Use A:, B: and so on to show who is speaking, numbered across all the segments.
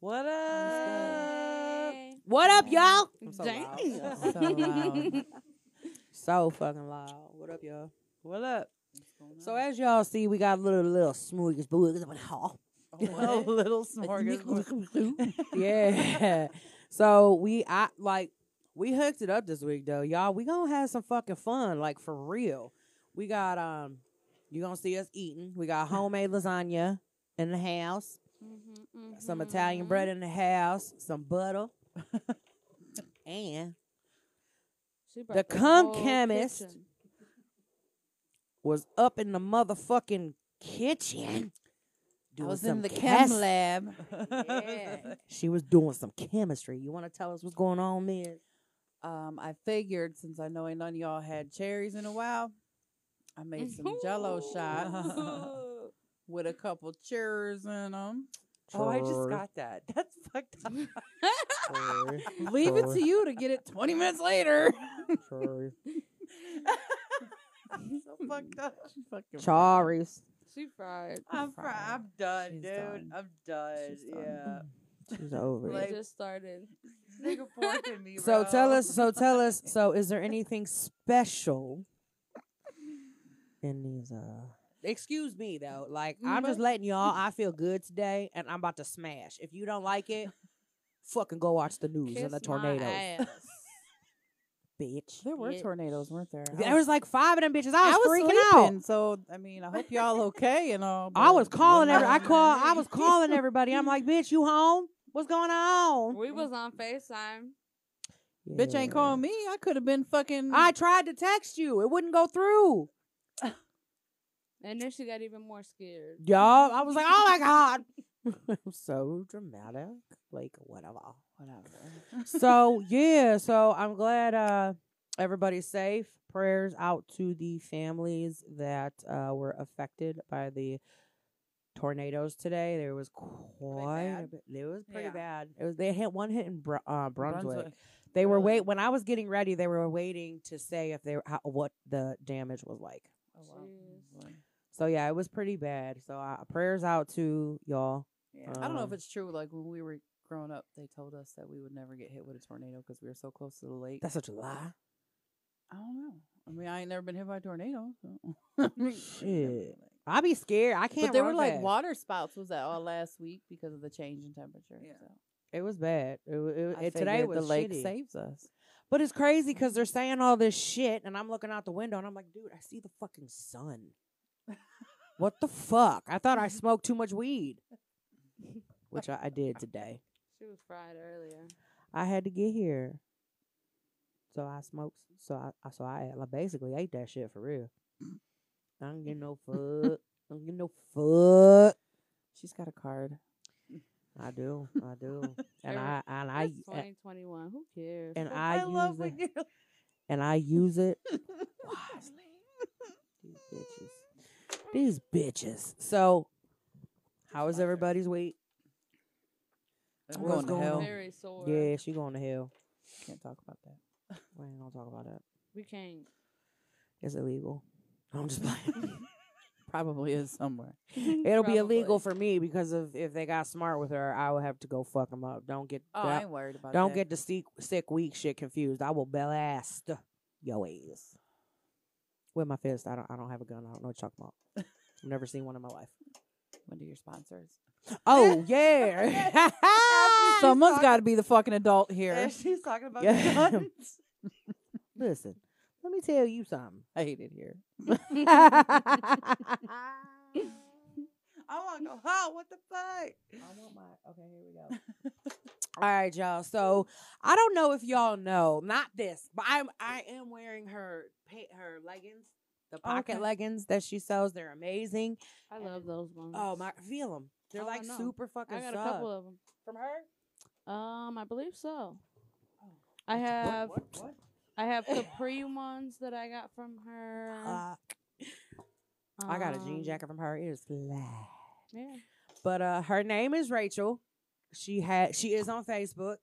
A: What up?
B: What up, y'all?
A: I'm so loud.
B: Damn.
A: So loud.
B: So fucking loud. What up, y'all?
A: What up?
B: So as y'all see, we got a little little smoogus boogus on hall.
A: A little smorgasbord.
B: yeah. So we I like we hooked it up this week though, y'all. We gonna have some fucking fun, like for real. We got um, you gonna see us eating. We got homemade lasagna in the house, some Italian bread in the house, some butter, and The cum chemist. was up in the motherfucking kitchen.
C: I
B: doing
C: was
B: some
C: in the chem
B: cas-
C: lab.
B: Yeah. she was doing some chemistry. You want to tell us what's going on, Miss?
C: Um, I figured since I know ain't none of y'all had cherries in a while, I made some Jello shots with a couple cherries in them.
A: Oh, I just
B: Sure.
A: got that. That's fucked up.
C: Leave it to you to get it 20 minutes later.
A: so fucked up.
C: Fucking
B: Charis.
D: she fried.
A: I'm, fr-
C: fried.
A: I'm done,
C: She's
A: dude.
C: done.
A: I'm done.
C: She's done.
A: Yeah.
B: She's over
D: We
A: Like-
B: it.
D: just started.
A: Nigga forking me,
B: So
A: bro.
B: tell us. So tell us. So is there anything special in these? Uh... Mm-hmm. Excuse me though. Like I'm just letting y'all. I feel good today, and I'm about to smash. If you don't like it, fucking go watch the news
D: Kiss
B: and
D: my
B: the tornadoes,
D: ass.
B: bitch.
C: There were
D: Bitch.
C: tornadoes, weren't there? I
B: There was like five of them bitches. I
C: I
B: was,
C: was
B: freaking
C: sleeping,
B: out.
C: so I mean, I hope y'all okay and all.
B: I
C: but
B: was calling
C: wouldn't
B: every. I
C: it?
B: call. I was calling everybody. I'm like, bitch, you home? What's going on?
D: we was on FaceTime.
C: Bitch
B: Yeah.
C: ain't calling me. I could have been fucking.
B: I tried to text you. It wouldn't go through.
D: And then she got even more scared.
B: Y'all, I was like, oh my god, I'm so dramatic, like whatever, whatever. so yeah, so I'm glad uh everybody's safe. Prayers out to the families that uh were affected by the tornadoes today. There was quite a
C: bad?
B: bit. It was pretty
C: Yeah.
B: bad. It was they hit one hit in Bru- uh, Brunswick.
C: Brunswick. Oh,
B: They were
C: Really?
B: wait when I was getting ready. They were waiting to say if they were, how, what the damage was like.
C: Oh, wow.
D: Jeez.
C: Boy.
B: So yeah, it was pretty bad. So uh, prayers out to y'all.
C: Yeah. I don't know if
B: Um,
C: it's true. Like when we were growing up, they told us that we would never get hit with a tornado because we were so close to the lake.
B: That's such a lie.
C: I don't know. I mean, I ain't never been hit by a tornado. So. I mean,
B: Shit. I be scared. I can't.
C: But there were
B: run
C: like
B: fast.
C: water spouts. Was that all last week because of the change in temperature?
A: Yeah.
C: So
B: It was bad. It, wa- it,
C: I
B: it today
C: figured
B: was
C: the lake
B: shitty.
C: saves us.
B: But it's crazy because they're saying all this shit, and I'm looking out the window, and I'm like, dude, I see the fucking sun. what the fuck? I thought I smoked too much weed, which I, I did today.
D: She was fried earlier.
B: I had to get here, so I smoked. So I, I so I, ate- I basically ate that shit for real. I don't get no fuck. I don't get no fuck.
C: She's got a card.
B: I do. I do. And
D: Sure.
B: I and I eh,
D: It's 2021. Who cares?
B: and
D: Fuck
B: I,
C: I love
B: use it,
C: when you
B: and I use it.
C: wisely.
B: These bitches. These bitches. So, how is everybody's week?
C: I'm
B: What's
C: going
B: going
C: to hell.
B: on?
D: Very sore.
B: Yeah, she going to hell.
C: Can't talk about that.
B: We ain't gonna talk about that.
D: We can't.
B: It's illegal. I'm just playing.
C: Probably is somewhere.
B: It'll be illegal for me because of if they got smart with her, I would have to go fuck them up. Don't get
C: Oh,
B: that-
C: I ain't worried about
B: don't
C: that.
B: get the sick sick weak shit confused. I will blast your ass with my fist. I don't I don't have a gun. I don't know what you're talking about. I've never seen one in my life.
C: one of your sponsors.
B: Oh yeah.
C: Someone's got to be the fucking adult here.
A: And she's talking about
B: Yeah.
A: guns.
B: Listen, let me tell you something.
C: I hate it here.
A: I want to go, huh? What the fuck?
B: All right, y'all. So I don't know if y'all know, not this, but I'm I am wearing her pa- her leggings, the pocket
C: Okay.
B: leggings that she sells. They're amazing.
D: I love those ones.
B: Oh my, feel them. They're
D: Oh, I
B: like
D: know.
B: super fucking
D: I got a
B: soft.
D: couple of them.
B: from her.
D: Um, I believe so.
B: Oh.
D: I have I have capri ones that I got from her.
B: Uh, I got a jean
D: Um,
B: jacket from her. It is fly.
D: Yeah.
B: But uh her name is Rachel. She had she is on Facebook.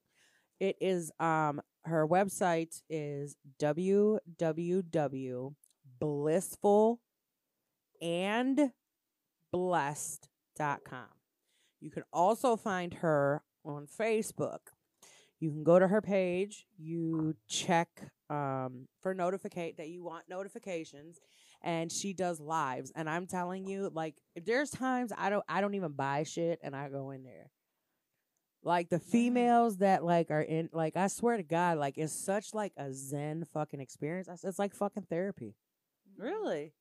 B: It is um her website is www blissful and blessed.com. You can also find her on Facebook. You can go to her page. You check um, for notificate that you want notifications, and she does lives. And I'm telling you, like, if there's times I don't, I don't even buy shit, and I go in there. Like the females that like are in, like I swear to God, like it's such like a zen fucking experience. It's- It's like fucking therapy.
E: Really?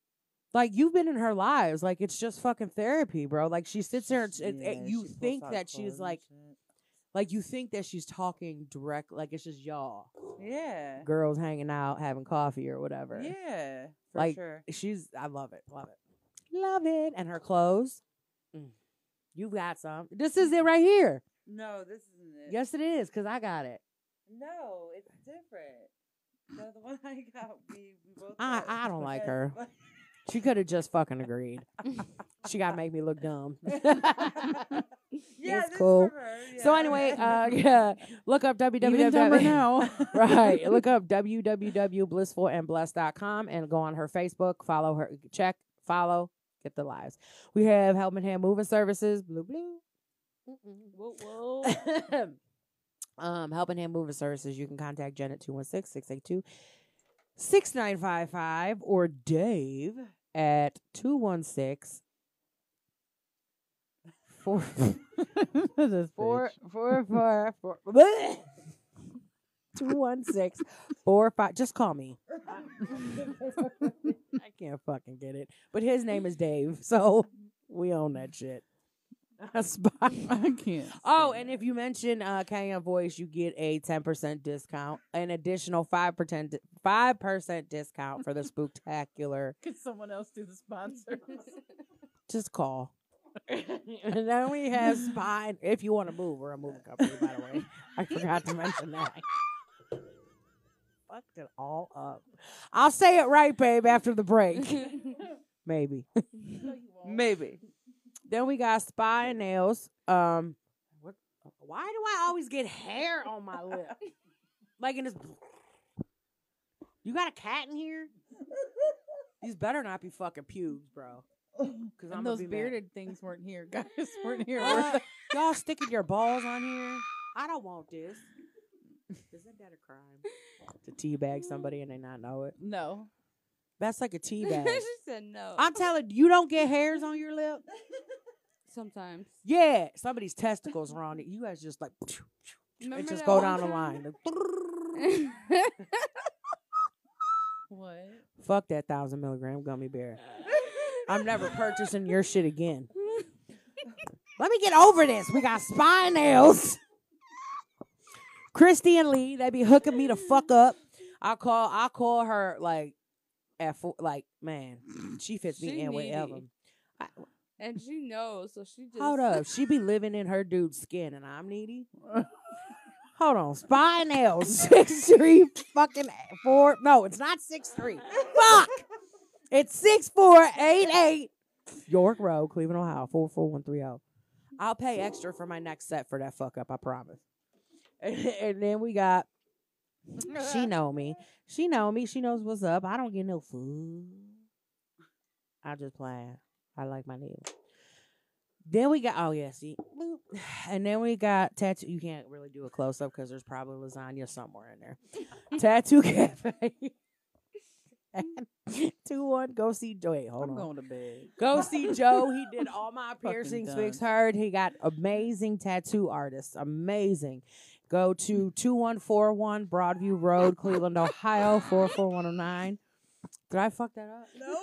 B: Like you've been in her lives, like it's just fucking therapy, bro. Like she sits there and, s- and- and you think that she's like, like you think that she's talking direct, like it's just y'all
E: Yeah.
B: girls hanging out, having coffee or whatever.
E: Yeah. For
B: Like,
E: sure.
B: She's, I love it, love it, love it. And her clothes, Mm. you got some. This is it right here.
E: No, this isn't it.
B: Yes, it is, cause I got it.
E: No, it's different. The, the one I got, we, we both.
B: I-
E: got.
B: I don't like
E: But-
B: her.
E: but-
B: She could have just fucking agreed. she got to make me look dumb.
E: yeah,
B: It's
E: this
B: cool.
E: Is for her.
B: so
E: yeah.
B: anyway, uh, yeah, look up
F: Even dumber
B: www.
F: now.
B: right. Look up www.blissfulandblessed.com and go on her Facebook, follow her, check, follow, get the lives. We have Helping Hand Moving Services, blue, blue.
D: Whoa, whoa.
B: um, Helping Hand Moving Services. You can contact Jen at 216 682 6955 or Dave at 216 4
F: this
B: four four four four bleh. two one six four five. Just call me. I can't fucking get it. But his name is Dave, so we own that shit. That's
F: bitch.
B: fine.
F: I can't.
B: Oh,
F: stand
B: and
F: it.
B: if you mention uh Kanye Voice, you get a ten percent discount, an additional five percent five percent discount for the spooktacular.
F: could someone else do the sponsors?
B: Just call. and then we have spine. If you want to move, we're a moving company, by the way. I forgot to mention that. Fucked it all up. I'll say it right, babe, after the break. Maybe.
E: maybe.
B: Then we got spa and nails. Um, what? Why do I always get hair on my lip? like in this. You got a cat in here? These better not be fucking pubes, bro. Because
F: And those bearded things weren't here, guys. Weren't here. were
B: Uh, y'all sticking your balls on here. I don't want this. Isn't that a crime? To teabag somebody and they not know it.
F: they? no.
B: That's like a teabag.
D: she said no.
B: I'm telling you, you don't get hairs on your lip.
D: Sometimes.
B: Yeah, somebody's testicles are on it. You guys just like it
D: Remember that
B: just go
D: one
B: down the
D: time?
B: line.
F: What?
B: Fuck that thousand milligram gummy bear. I'm never purchasing your shit again. Let me get over this. We got spy nails. Christy and Lee, they be hooking me the fuck up. I call I call her like at four, like man, she fits me
D: She
B: in with
D: needy.
B: Evan.
D: and she knows, so she just
B: Hold up, she be living in her dude's skin, and I'm needy. Hold on, spy nails six three fucking four. No, it's not six three. Fuck, it's six four eight eight. York Road, Cleveland, Ohio four four one three zero. I'll pay extra for my next set for that fuck up. I promise. and then we got she know me. She know me. She knows what's up. I don't get no food. I just playing. I like my nails. Then we got oh yeah, see, Boop. and then we got tattoo. You can't really do a close up because there's probably lasagna somewhere in there. tattoo cafe. Two one. Go see Joe. Wait, hold
F: I'm
B: on.
F: going to bed.
B: Go see Joe. He did all my
F: Fucking
B: piercings,
F: done.
B: fixed hard. He got amazing tattoo artists. Amazing. Go to 2141 Broadview Road, Cleveland, Ohio, 44109. Did I fuck that up?
F: No.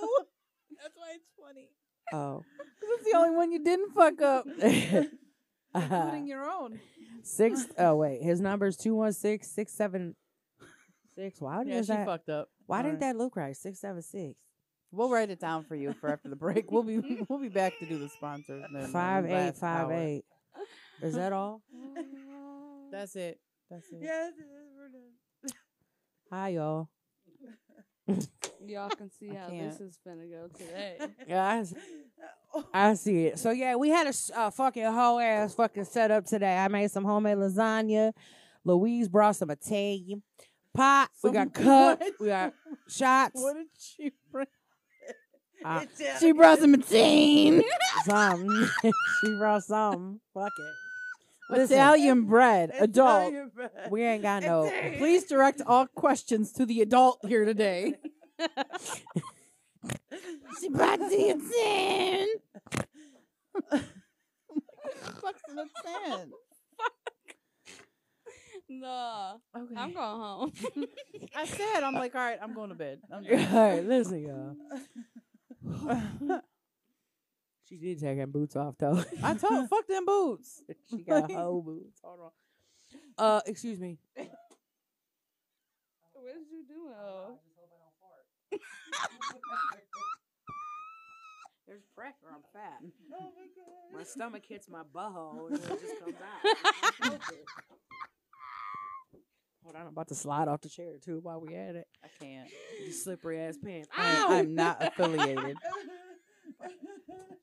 F: That's why it's funny.
B: Oh.
F: Because it's the only one you didn't fuck up. Including your own.
B: Six oh wait, his number is 216 676. Why
F: Yeah,
B: did
F: she
B: that
F: fucked up.
B: why
F: All
B: didn't
F: right.
B: that look right? Six seven six.
F: We'll write it down for you for after the break. We'll be we'll be back to do the sponsors. in the
B: Five eight
F: last
B: five
F: hour.
B: eight. Is that all?
D: Oh,
F: That's it. That's it.
E: Yes, it is, we're done.
B: Hi y'all.
D: y'all can see
F: I
D: how
F: can't.
D: this is gonna go today.
B: Yeah,
E: Oh,
B: I see it. So yeah, we had a s- uh, fucking whole ass fucking setup today. I made some homemade lasagna. Louise brought some Italian pot. we
F: Some
B: got cups.
F: what?
B: We got shots.
F: What did she bring?
B: Ah.
E: it's down.
F: She brought some team.
B: Something. she brought something. Fuck it. Listen.
F: Italian bread, adult.
E: Italian bread.
B: We ain't got no.
E: Italian-
F: Please direct all questions to the adult here today. Sebastian. Fuck's the ten?
D: No,
F: Okay.
D: I'm going home.
F: I said, I'm like, all right, I'm going to bed. I'm
B: All
F: done.
B: right, listen, y'all. she did take her boots off though.
F: I told, fuck them boots.
B: she got whole boots. Hold on. Uh, excuse me.
D: what did you do? though?
B: There's pressure. I'm fat.
E: Oh my God.
B: stomach hits my butthole and it just comes out. Hold on, I'm about to slide off the chair too while we at it.
F: I can't.
B: You slippery ass pants.
F: I- I'm not affiliated.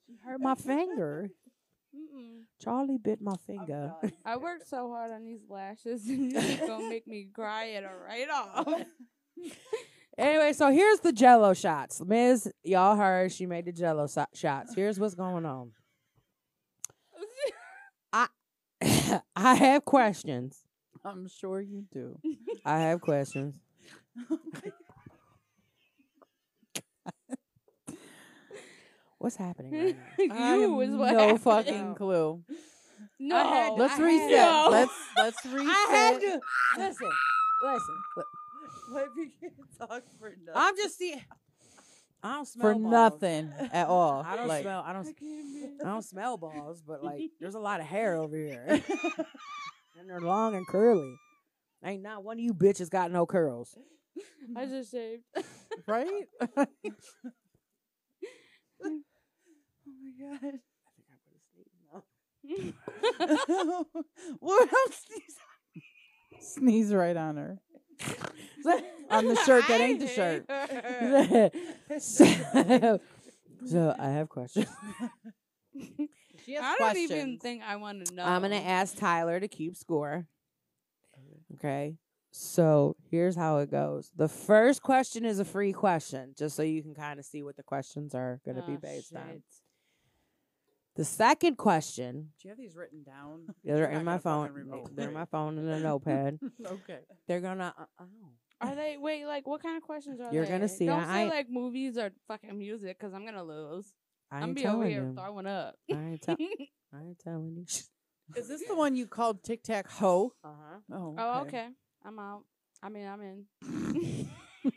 B: She hurt my finger.
D: Mm-mm.
B: Charlie bit my
E: I'm
B: finger.
E: done.
D: I worked so hard on these lashes, and you just gonna make me cry it right off.
B: Anyway, so here's the jello shots. Ms. Y'all heard she made the jello so- shots. Here's what's going on. I have questions.
F: I'm sure you do.
B: I have questions. What's happening right now?
D: you was what
F: no
D: happened.
B: Oh.
F: fucking clue.
D: no.
B: had-
F: Let's
B: I
F: reset.
D: No.
F: Let's let's reset.
B: I had to listen, listen.
E: Let me get- talk for nothing.
B: I'm just see. I don't smell
F: for
B: balls.
F: nothing at all.
B: I don't
F: Like,
B: smell. I don't.
E: I
B: s-
E: can't be-
B: I don't smell balls, but like, there's a lot of hair over here, and they're long and curly. Ain't not one of you bitches got no curls.
D: I just shaved.
F: Right?
E: Oh my god.
F: what else? Sneeze right on her. On the shirt that ain't the shirt.
B: so, so I have questions.
F: She
D: I don't even think I want to know.
B: I'm gonna ask Tyler to keep score. Okay. So here's how it goes. The first question is a free question, just so you can kind of see what the questions are going to be
D: Oh,
B: based on.
D: shit.
B: The second question,
F: Do you have these written down?
B: they're in my phone. They're in my phone and a notepad.
F: okay.
B: They're gonna. Uh, oh.
D: Are they wait like what kind of questions are
B: You're
D: they?
B: gonna see,
D: Don't
B: I-
D: say like movies or fucking music because I'm gonna lose.
B: I
D: I'm
B: ain't
D: be over
B: telling
D: here
B: you.
D: throwing up.
B: I ain't, tell I ain't telling you.
F: Is this the one you called Tic Tac Ho?
B: Uh huh.
F: Oh,
D: oh okay, I'm out. I mean I'm in.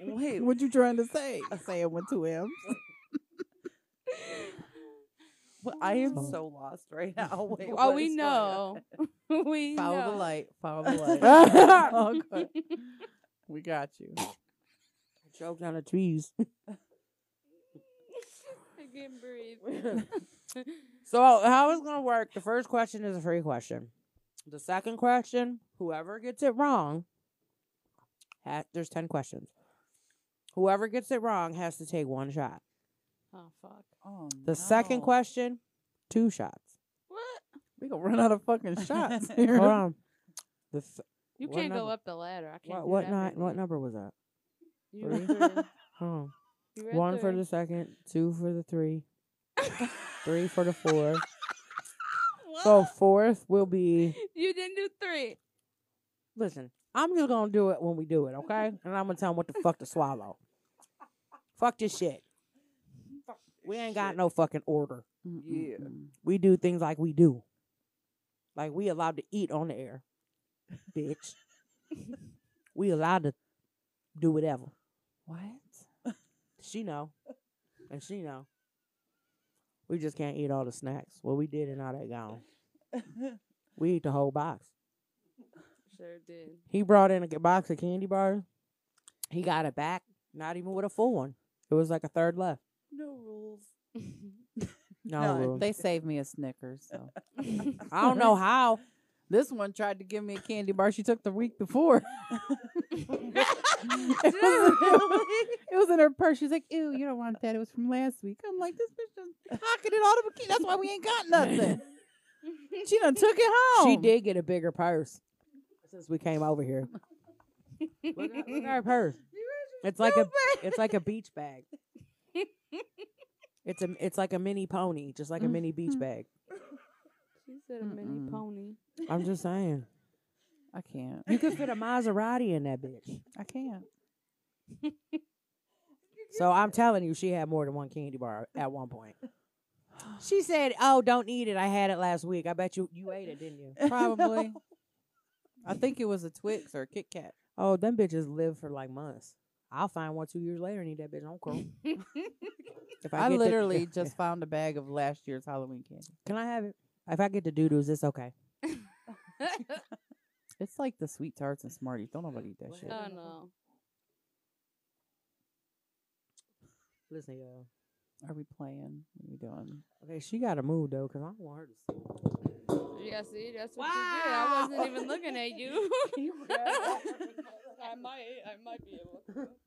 E: Wait,
F: What you trying to say? Saying with two M's.
E: what- I am
B: Oh.
E: so lost right now. Wait,
D: oh,
E: what
D: we
E: is going on?
D: know. we
F: Follow
D: know.
F: the light. Follow the light. oh, good. We got you.
B: Choked on the trees.
D: I can't breathe.
B: So how it's gonna work? The first question is a free question. The second question, whoever gets it wrong, ha- there's ten questions. Whoever gets it wrong has to take one shot.
D: oh fuck.
F: Oh,
B: The second question, two shots.
D: What?
F: We gonna run out of fucking shots here.
B: Hold on. The th-
D: You
B: What
D: can't go
B: number?
D: up the ladder. I can't.
B: what
D: do
B: what
D: that
B: ni-
D: right
B: what
D: now.
B: number was that?
D: You
B: three?
D: were three.
B: Oh,
D: You were at
B: one for
D: three.
B: the second, two for the three, three for the four. So fourth will be
D: You didn't do three.
B: Listen, I'm just gonna do it when we do it, okay? And I'm gonna tell them what the fuck to swallow. Fuck this shit. We ain't got no fucking order.
E: Yeah.
B: We do things like we do. Like we allowed to eat on the air, bitch. we allowed to do whatever.
F: What?
B: She know, and she know. We just can't eat all the snacks. What we did and all that gone. We eat the whole box.
D: Sure did.
B: He brought in a g- box of candy bars. He got it back, not even with a full one. It was like a third left.
E: no rules.
B: No,
F: No,
B: Lou.
F: they saved me a Snickers. So.
B: I don't know how.
F: Mm-hmm. This one tried to give me a candy bar she took the week before. it, was, it was in her purse. She's like, "Ew, you don't want that. It was from last week." I'm like, "This bitch just pocketed all the bikini. That's why we ain't got nothing. She done took it home.
B: She did get a bigger purse since we came over here. look, at, look at her purse. It's like a it's like a beach bag. It's a it's like a mini pony, just like a mini beach bag.
D: She's said a mini
F: Mm-mm.
D: pony.
B: I'm just saying.
F: I can't.
B: You could fit a Maserati in that bitch.
F: I can't.
B: So I'm telling you, she had more than one candy bar at one point. She said, "Oh, don't eat it. I had it last week. I bet you you ate it, didn't you?"
F: Probably. I think it was a Twix or a Kit Kat.
B: Oh, them bitches live for like months. I'll find one two years later and eat that bitch. I don't care. If
F: I,
B: get the-
F: literally just found a bag of last year's Halloween candy.
B: can I have it? If I get the doodles, it's okay.
F: It's like the sweet tarts and Smarties. Don't nobody eat that
E: What?
F: shit.
D: oh no.
B: Listen, y'all.
F: Are we playing? What are we doing?
B: Okay, she got to move though, cause I don't want her to. See.
D: Yeah, see, that's what you did. I wasn't even looking at you. I might, I might be able. to.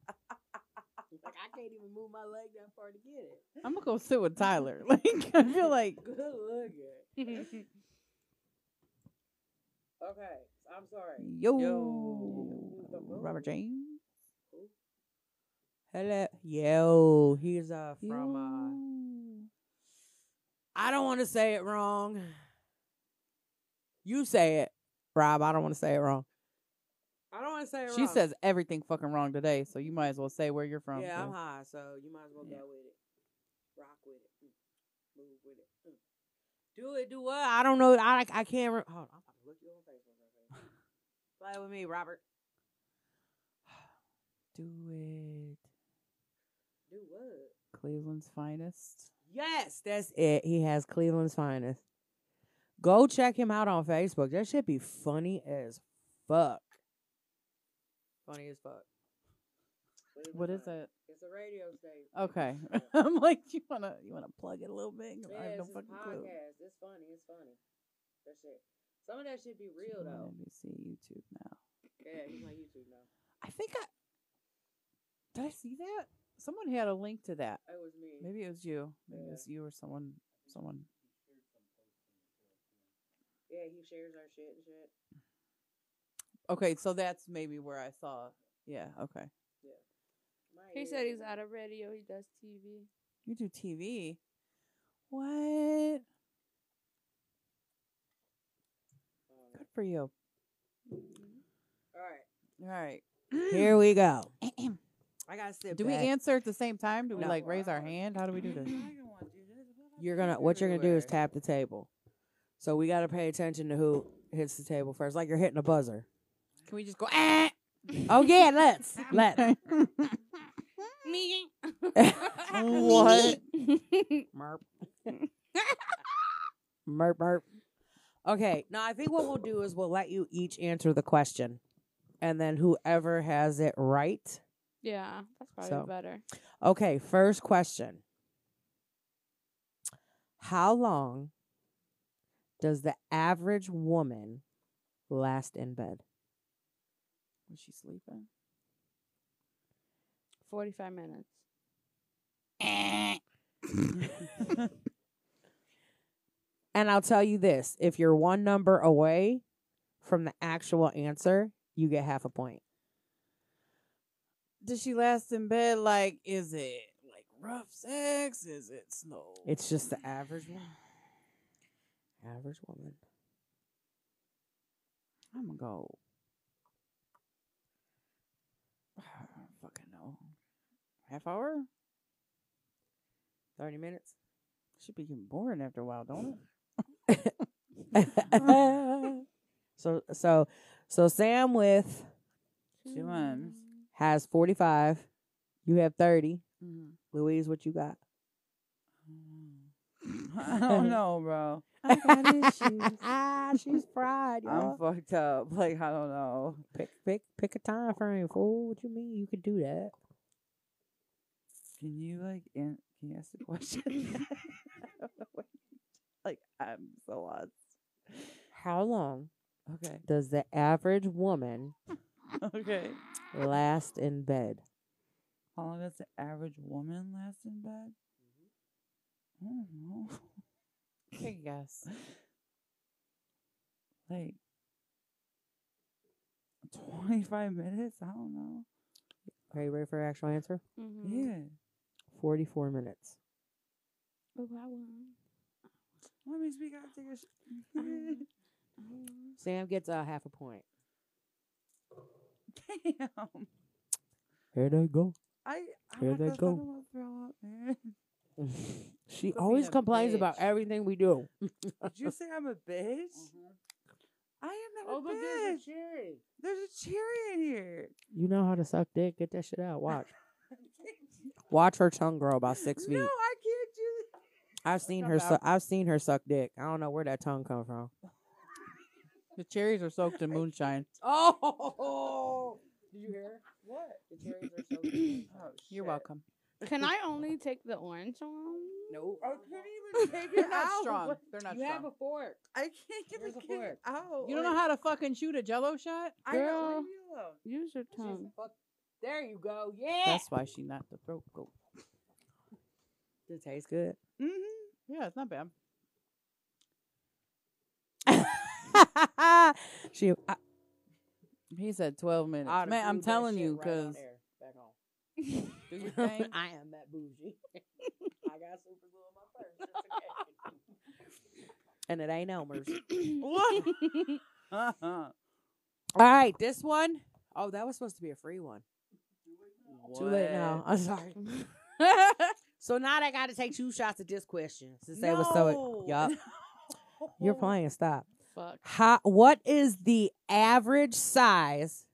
B: Like I can't even move my leg that far to get it.
F: I'm gonna go sit with Tyler. Like I feel like
E: Good looking. okay, I'm sorry.
F: yo,
E: Yo. uh,
F: Robert James
B: Hello, yo. He's uh from uh.
F: Yo.
B: I don't want to say it wrong. You say it, Rob. I don't want to say it wrong. I don't want to say it
F: She says everything fucking wrong today, so you might as well say where you're from.
B: Yeah, I'm
F: too.
B: high, so you might as well
F: Yeah.
B: go with it. Rock with it. Mm. Move with it. Mm. Do it, do what? I don't know. I I can't. Re- Hold on, I'm about to look you on Facebook. right now. Play with me, Robert.
F: Do it,
E: Do what?
F: Cleveland's finest.
B: Yes, that's it. He has Cleveland's finest. Go check him out on Facebook. That should be funny as fuck. Funny as fuck.
F: What is
E: it?
F: it?
E: It's a radio station.
F: Okay,
E: Yeah,
F: I'm like, you wanna you wanna plug it a little bit? 'Cause I have no
E: it's a
F: fucking clue.
E: podcast. It's funny. It's funny. That shit. Some of that shit be real
F: She's on
E: though.
F: NBC YouTube now.
E: Yeah, he's on YouTube now.
F: I think I did. I see that someone had a link to that.
E: That was me.
F: Maybe it was you. Maybe
E: Yeah.
F: it was you or someone. Someone.
E: Yeah, he shares our shit and shit.
F: Okay, so that's maybe where I saw. Yeah. Okay.
E: My
D: He
E: ears
D: said he's
E: are-
D: out of radio. He does TV.
F: You do TV. What?
E: Oh, no.
F: Good for you.
E: All right.
F: All right.
B: Here we go. I gotta sit.
F: Do we
B: back.
F: answer at the same time? Do we
B: No.
F: like raise our hand? How do we do this?
B: You're gonna what you're gonna do is tap the table. So we gotta pay attention to who hits the table first. Like you're hitting a buzzer.
F: Can we just go? Ah!
B: Oh yeah, let's let's.
D: Me.
F: What?
B: Merp. merp merp. Okay, now I think what we'll do is we'll let you each answer the question, and then whoever has it right.
D: yeah, that's probably
B: So.
D: better.
B: Okay, first question. How long does the average woman last in bed?
F: Was she sleeping?
D: Forty-five minutes.
B: And I'll tell you this if you're one number away from the actual answer, you get half a point.
F: Does she last in bed? Like, is it like rough sex? Is it snow?
B: It's just the average one. Average woman.
F: I'm gonna go. I don't fucking know. Half hour?
B: 30 minutes.
F: Should be getting boring after a while, don't it?
B: so, so, so Sam with
F: She wins.
B: has 45. You have 30.
F: Mm-hmm.
B: Louise, what you got?
F: I don't know, bro.
B: I got issues. Ah, She's fried,
F: I'm
B: y'all.
F: fucked up. Like, I don't know.
B: Pick, pick, pick a time frame, fool. What you mean you could do that?
F: Can you like an- can you ask the question? I don't know what- like, I'm so lost.
B: How long
F: Okay.
B: does the average woman
F: Okay.
B: last in bed?
F: How long does the average woman last in bed? I don't know. I guess. Like 25 minutes? I don't know.
B: Are you ready for her actual answer?
D: Mm-hmm.
F: Yeah.
B: 44 minutes.
D: Oh, I won.
C: Let me speak. I take a sh-
B: Sam gets a half a point.
C: Damn.
B: Here they go.
C: I, I
B: Here
C: want
B: they
C: this, I
B: go.
C: don't wanna throw up, man.
B: she
F: Quit
B: always
F: being a
B: complains about
F: bitch.
B: everything we do.
C: Did you say I'm a bitch? I am not a bitch.
B: cherry.
C: There's a cherry in here.
B: You know how to suck dick. Get that shit out. Watch. Watch her tongue grow about six feet.
C: No, I can't do that.
B: I've seen
F: come
B: her.
F: out.
B: Su- I've seen her suck dick. I don't know where that tongue come from.
F: The cherries are soaked in moonshine.
B: Oh, did you hear?
C: What?
B: The cherries are so good.
C: Oh,
F: You're
C: shit.
F: welcome.
D: Can I only take the orange one?
B: Nope.
C: I couldn't Oh, even take it
F: They're not
C: out.
F: strong. They're not strong.
B: fork.
C: I can't even
B: Where's the
C: get it
B: fork?
C: out.
F: you don't know
C: Like,
F: how to fucking shoot a jello shot?
C: I know.
D: Girl.
C: Leave me alone.
D: Use your tongue.
B: There you go. Yeah.
F: That's why she not the throat goat.
B: it tastes good.
C: Mm-hmm.
F: Yeah, it's not bad.
B: she. I,
F: He said 12 minutes.
B: I'da
F: Man, I'm
B: threw that
F: telling
B: shit
F: you,
B: right on
F: because
B: there. Back on.
F: do your thing.
B: I am that bougie. I got super glue in my purse. It's okay. and it ain't Elmer's.
C: What? Uh-huh.
B: All right, this one. Oh, that was supposed to be a free one. Too late now. I'm sorry. so now I got to take two shots at this question since they were so. Yup. You're playing. Stop.
D: Fuck.
B: How, what is the average size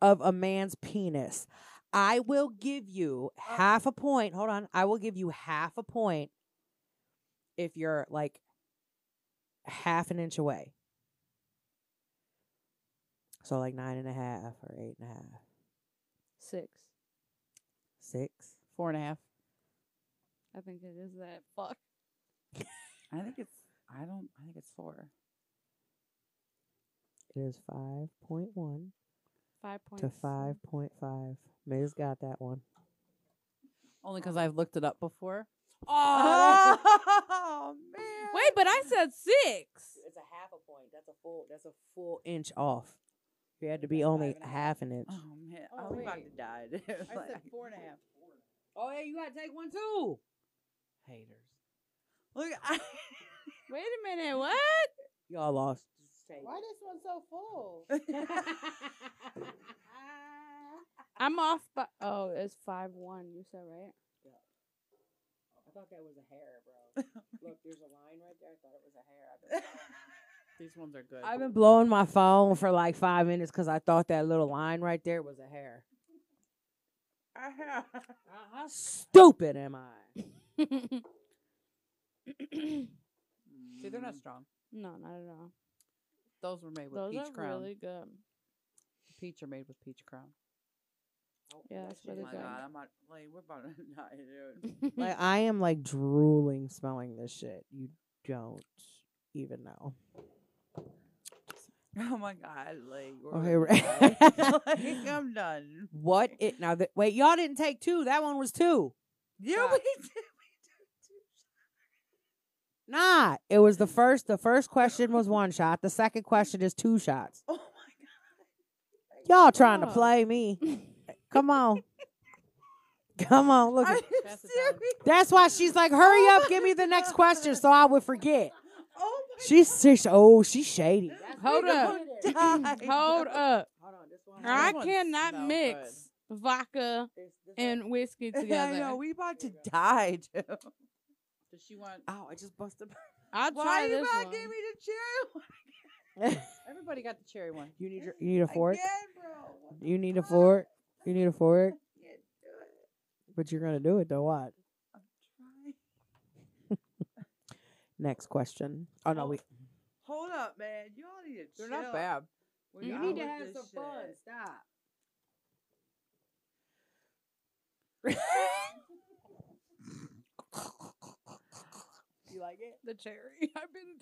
B: of a man's penis? I will give you half a point. Hold on. I will give you half a point if you're like half an inch away. So like nine and a half or eight and a half.
D: Six.
B: Six.
F: Four and a half.
D: I think it is that. Fuck.
C: I think it's. I don't. I think it's four.
B: It is five point one
D: Five points.
B: to five point five. Miz got that one.
F: Only because I've looked it up before.
C: Oh, man.
D: Wait, but I said six.
B: It's a half a point. That's a full. That's a full inch off. You had to be only
F: and a Uh-huh.
B: a half an inch.
C: Oh man.
B: Oh,
C: I'm about
B: wait.
C: to die. dude. Like,
F: four and a half.
B: Oh yeah, you gotta take one too. Haters,
C: look, I,
D: Wait a minute. What?
B: y'all lost.
F: this one so full?
D: I'm off by. Oh, it's five one. You said right.
B: I thought that was a hair, bro. Look, there's a line right there. I thought it was a hair.
F: These ones are good.
B: I've been blowing my phone for like five minutes because I thought that little line right there was a hair.
C: I have.
B: How stupid am I?
F: See, they're not
C: Mm.
F: strong.
D: no, not at all.
F: Those were made with
D: Those
F: peach
D: are
F: crown.
D: really good.
F: Peach are made with peach crown.
D: Yeah, that's
C: Oh
D: really
C: my
D: good.
C: god, I'm not like we're about to die, dude.
B: Like I am like drooling smelling this shit. You don't even know.
C: Oh my god, like we're
B: Okay,
C: about to
B: right.
C: die. like I'm done.
B: What it now? That, wait, y'all didn't take two. That one was two.
C: Yeah,
F: Stop.
C: we did.
B: Nah, it was the first. The first question was one shot. The second question is two shots.
C: Oh my god.
B: Y'all trying to
D: Oh.
B: play me? Come on, come on. Look,
C: I'm
B: at-
F: Pass it down.
C: serious.
B: that's why she's like, hurry up, give me the next question so I would forget.
C: Oh my
B: She's six. Oh, she's shady.
D: Hold up.
C: God.
D: Hold up.
B: Hold on, this one.
D: I
F: ones
D: cannot
F: smell
D: mix vodka and whiskey together.
C: I know we about to die, dude.
F: Does she want?
B: Ow, I just busted.
D: I'll
C: Why
D: try
C: you
D: this
C: about
D: one.
C: to give me the cherry? one
F: Everybody got the cherry one.
B: You need your, you need a fork.
C: Again, bro. What the
B: You need a
C: fuck?
B: fork. You need a fork.
C: I can't do it.
B: But you're gonna do it though. What?
C: I'm trying.
B: Next question. Oh no,
C: Oh.
B: we.
C: Hold up, man. Y'all need to
F: They're
C: chill.
F: not bad.
C: We're
D: You
C: done
D: need
C: with this shit.
B: Stop.
C: You like it?
D: the cherry. I've been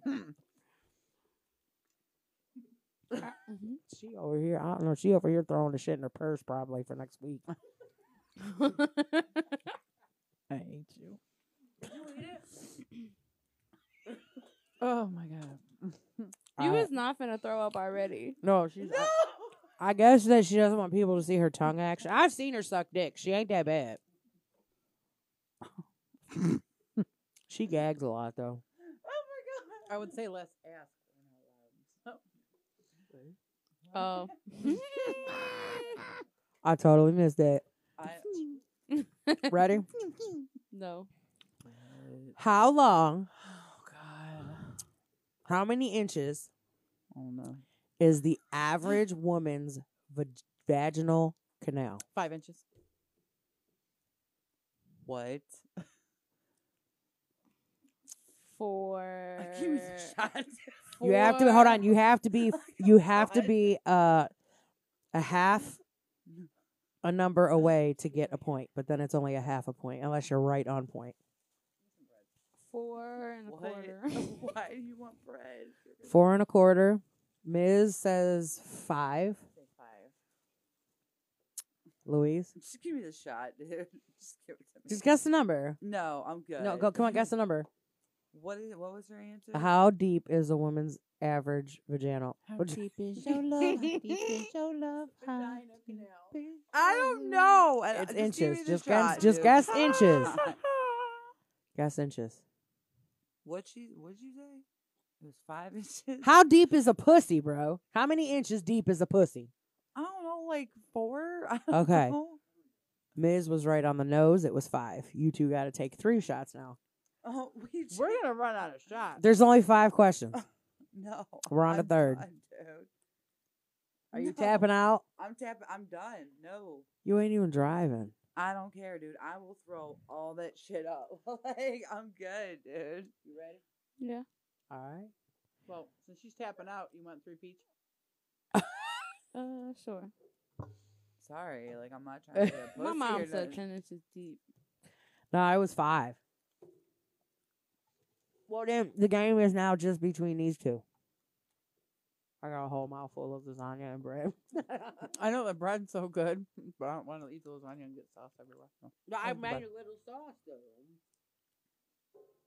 D: to it.
B: She over here. I don't know. She over here throwing the shit in her purse probably for next week.
D: Mm-hmm.
F: I hate you. oh my god.
D: You
B: I-
D: was not finna throw up already.
B: no, she's. I- I, guess that she doesn't want people to see her tongue action. I've seen her suck dick. She ain't that bad. She gags a lot though.
E: Oh my
F: I
E: god.
F: would say less ass.
D: Oh.
B: I totally missed that.
F: I,
B: Ready?
D: no.
B: How long?
F: oh God.
B: How many inches
F: Oh no.
B: is the average woman's vag- vaginal canal?
F: Five inches. What?
D: For
F: Give me some shot.
B: You have to hold on. You have to be. You have to
F: God.
B: be uh, a half a number away to get a point, but then it's only a half a point unless you're right on point.
D: four and a
F: What?
D: quarter.
F: Why do you want bread?
B: Four and a quarter. Ms. says five.
F: Say Five.
B: Louise,
F: Just give me the shot, dude. Just give it to me.
B: just guess the number.
F: No, I'm good.
B: No, go. Come on, guess the number.
F: What is? What was your answer?
B: How deep is a woman's average vaginal? vag-
F: is
D: your love? How deep
F: is your love?
D: Vagina canal.
F: I don't know. and I-
B: It's
F: give me
B: inches.
F: the
B: Just guess-
F: shot,
B: just
F: dude.
B: guess inches. Guess inches.
F: What she? What'd you say? It was five inches.
B: How deep is a pussy, bro? How many inches deep is a pussy?
F: I don't know, like four. I don't
B: Okay.
F: know.
B: Ms. was right on the nose. It was five. You two got to take three shots now.
F: Oh, we just,
E: We're gonna run out of shots.
B: There's only five questions.
F: no.
B: We're on
F: I'm
B: the third.
F: done, dude.
B: Are you
F: No,
B: tapping out?
F: I'm tapping. I'm done. No,
B: You ain't even driving.
F: I don't care, dude. I will throw all that shit up. like I'm good, dude. You ready?
D: Yeah.
B: All right.
F: Well, since she's tapping out, you want three peach?
D: Uh, sure.
F: Sorry, like I'm not trying to. Get a
D: My
F: pussy
D: mom
F: or
D: said
F: nothing.
D: ten inches deep.
B: No, it was five. Well, then the game is now just between these two. I got a whole mouthful of lasagna and bread.
F: I know the bread's so good, but I don't want to eat the lasagna and get sauce everywhere. No.
B: No,
F: I made
B: a little sauce though.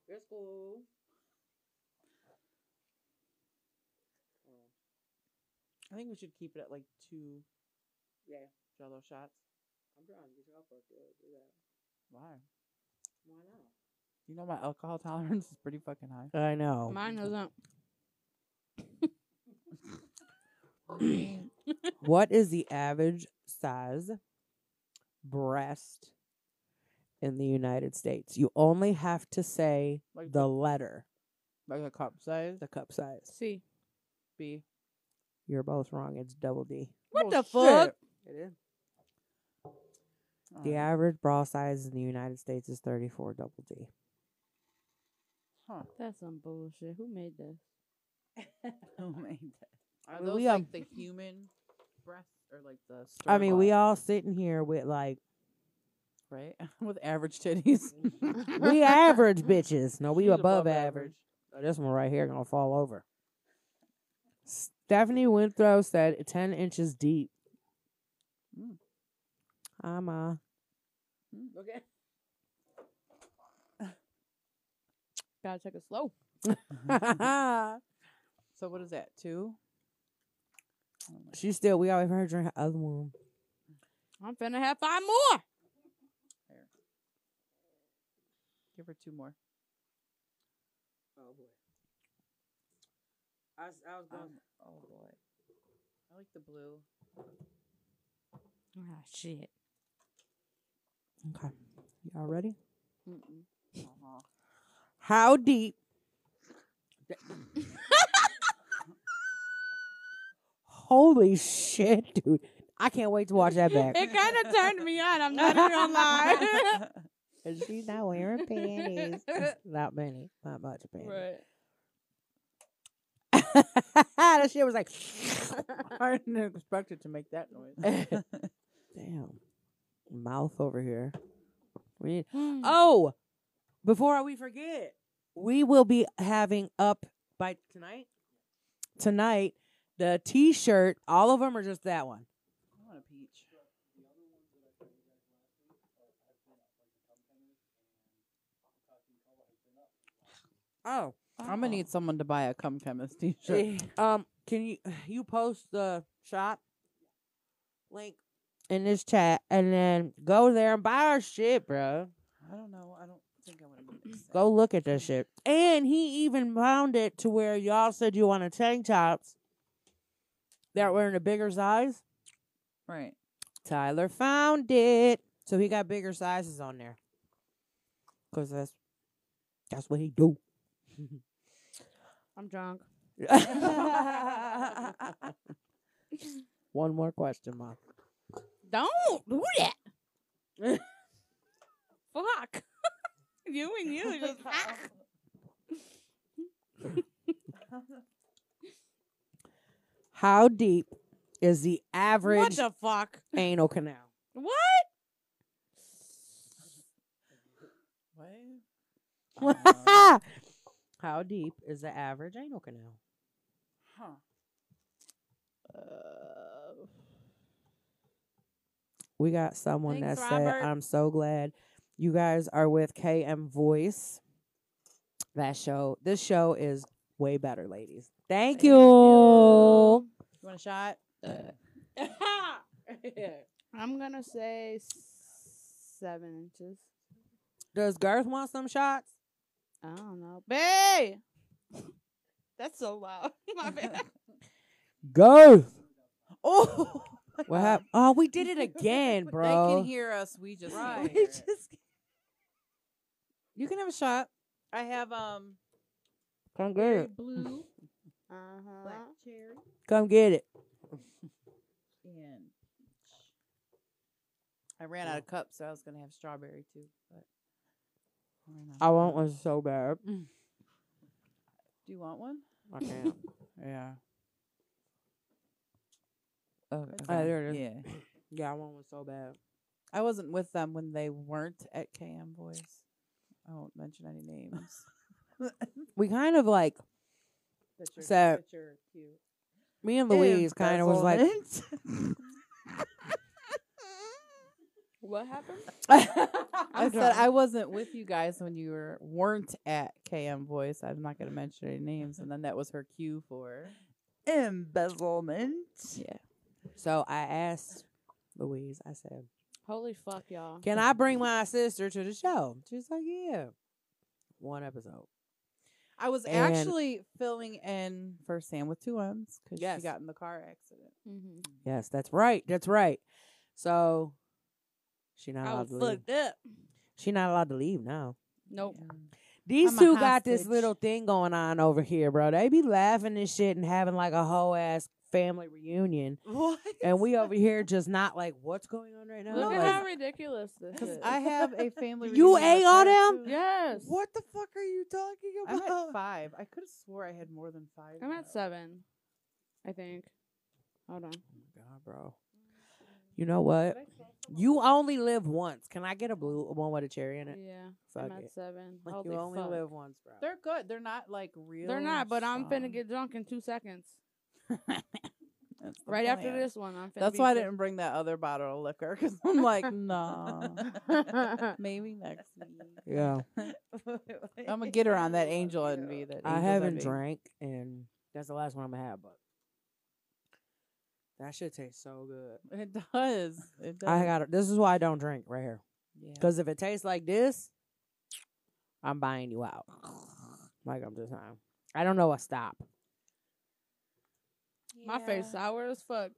B: That's cool.
F: I think we should keep it at like two. Yeah. Jello shots.
B: I'm trying to get y'all fucked up.
F: Why?
B: Why not?
F: You know my alcohol tolerance is pretty fucking high.
B: I know.
D: Mine doesn't.
B: what is the average size breast in the United States? You only have to say
F: Like
B: the letter,
F: like a cup size.
B: the cup size.
D: See.
F: B.
B: You're both wrong. It's double D.
D: What the
F: Bullshit.
D: fuck?
B: It is.
F: All
B: The
F: right.
B: average bra size in the United States is 34 double D.
F: Huh.
D: That's some bullshit. Who made this?
F: Who made that? Are
B: mean,
F: those
B: we, um,
F: like the human breasts or like the?
B: I mean, we
F: sternum?
B: all sitting here with like
F: right with average titties.
B: we average bitches. No, we
F: She's
B: above, average. Oh, this one right here gonna fall over. Stephanie Winthrow said ten inches deep. Hmm.
F: Mm.
B: I'm uh
F: Okay.
D: Gotta take it slow.
B: uh,
F: So what is that? Two. Oh my-
B: she's still we always heard her other one.
D: I'm finna have five more.
F: Give her two more.
E: Oh boy. I, was- I was going.
F: Um, oh boy. I like the blue.
D: Ah, shit.
B: Okay. Y'all ready?
D: Mm-mm.
F: Uh-huh.
B: How deep? Holy shit, dude. I can't wait to watch that back.
D: It kind of turned me on. I'm not even gonna lie.
B: Is she not wearing panties? not many. Not much panties.
D: right.
B: that shit was like
F: I didn't expect it to make that noise.
B: Damn. Mouth over here. We need
D: Oh,
B: Oh before we forget, we will be having up by tonight. Tonight, the t shirt, all of them are just that one.
F: I want a peach.
B: Oh.
F: I'm gonna need someone to buy a cum chemist t-shirt.
B: Sure. Um, can you you post the shop link in this chat and then go there and buy our shit, bro.
F: I don't know. I don't think I want to mix that.
B: Go look at this shit. And he even found it to where y'all said you wanted tank tops that were in a bigger size.
F: Right.
B: Tyler found it. So he got bigger sizes on there. Cause that's that's what he do.
D: I'm drunk.
B: One more question, Mom.
D: Don't do that. Fuck. you and you just fuck.
B: How deep is the average
D: What the fuck?
B: anal canal?
D: What?
F: What? Uh,
B: How deep is the average anal canal?
F: huh. Uh,
B: We got someone
D: Thanks,
B: that said,
D: Robert.
B: I'm so glad you guys are with KM Voice. That show, this show is way better, ladies. Thank,
F: Thank
B: you.
F: you want a shot?
D: I'm gonna say seven inches.
B: Does Garth want some shots?
D: I don't know. Bay! That's so loud. My bad.
B: Garth!
F: Oh,
B: What happened? Oh, we did it again, bro.
F: They can hear us. We just
E: Right.
F: can't hear
B: We
F: it.
B: just-
F: You can have a shot. I have um
B: Come get it.
F: blue
D: Uh-huh.
F: black cherry
B: Come get it.
F: and I ran out of cups, so I was gonna have strawberry too. But I ran out
B: I
F: of
B: want
F: cups.
B: one so bad.
F: Do you want one?
B: I can't.
F: Yeah. Oh, Okay.
B: Ah, there it is.
F: Yeah.
B: yeah, I want one so bad.
F: I wasn't with them when they weren't at KM Boys. I won't mention any names.
B: We kind of like
F: That you're,
B: So-
F: that you're cute.
B: me and Louise kind of was like
D: What happened?
F: I
D: I'm
F: said I
D: drunk.
F: wasn't with you guys when you were weren't at KM Voice. I'm not gonna mention any names, and then that was her cue for
E: Embezzlement.
F: yeah.
B: So I asked Louise, I said,
D: Holy fuck, y'all.
B: Can I bring my sister to the show? She's like, Yeah. One episode.
F: I was
B: And-
F: actually filling in for Sam with two M's because
B: Yes.
F: she got in the car accident.
D: Mm-hmm.
B: Yes, that's right. That's right. So she not allowed to leave.
D: up.
B: She not allowed to leave now.
D: Nope.
B: These
F: I'm a
B: two got this
F: hostage.
B: little thing going on over here, bro. They be laughing and shit and having like a whole ass family reunion.
F: What?
B: And we over here just not like, what's going on right now?
D: Look
B: Like,
D: at how ridiculous this
F: Because
D: is.
F: I have a family.
B: You
F: reunion
B: ate
F: with
B: all
F: her,
B: them?
F: too.
D: yes.
B: what the fuck are you talking
F: I'm at
B: about?
F: five. I could have swore I had more than five.
D: I'm at
F: now.
D: seven, I think. Hold on.
B: Oh God, bro. You know what? You only live once. Can I get a blue one with a cherry in it?
D: Yeah.
B: Fuck
D: I'm at
B: it.
D: seven.
B: Like,
D: Holy
B: you only
D: fuck.
B: live once, bro.
F: They're good. They're not like real.
D: They're not, but I'm finna
F: strong.
D: get drunk in two seconds.
F: That's the
D: Right after
F: plan.
D: this one, I'm finna
F: That's
D: be
F: why I
D: fit-
F: didn't bring that other bottle of liquor because I'm like, nah. Maybe next week.
B: Yeah.
F: I'm gonna get her on that angel envy. That
B: I
F: Angel's
B: haven't
F: Envy.
B: drank, and that's the last one I'm gonna have. But that shit tastes so good.
F: It does. It does.
B: I got it. This is why I don't drink right here.
F: Yeah.
B: Because if it tastes like this, I'm buying you out. Like I'm just saying. I don't know a stop.
D: My face sour as fuck.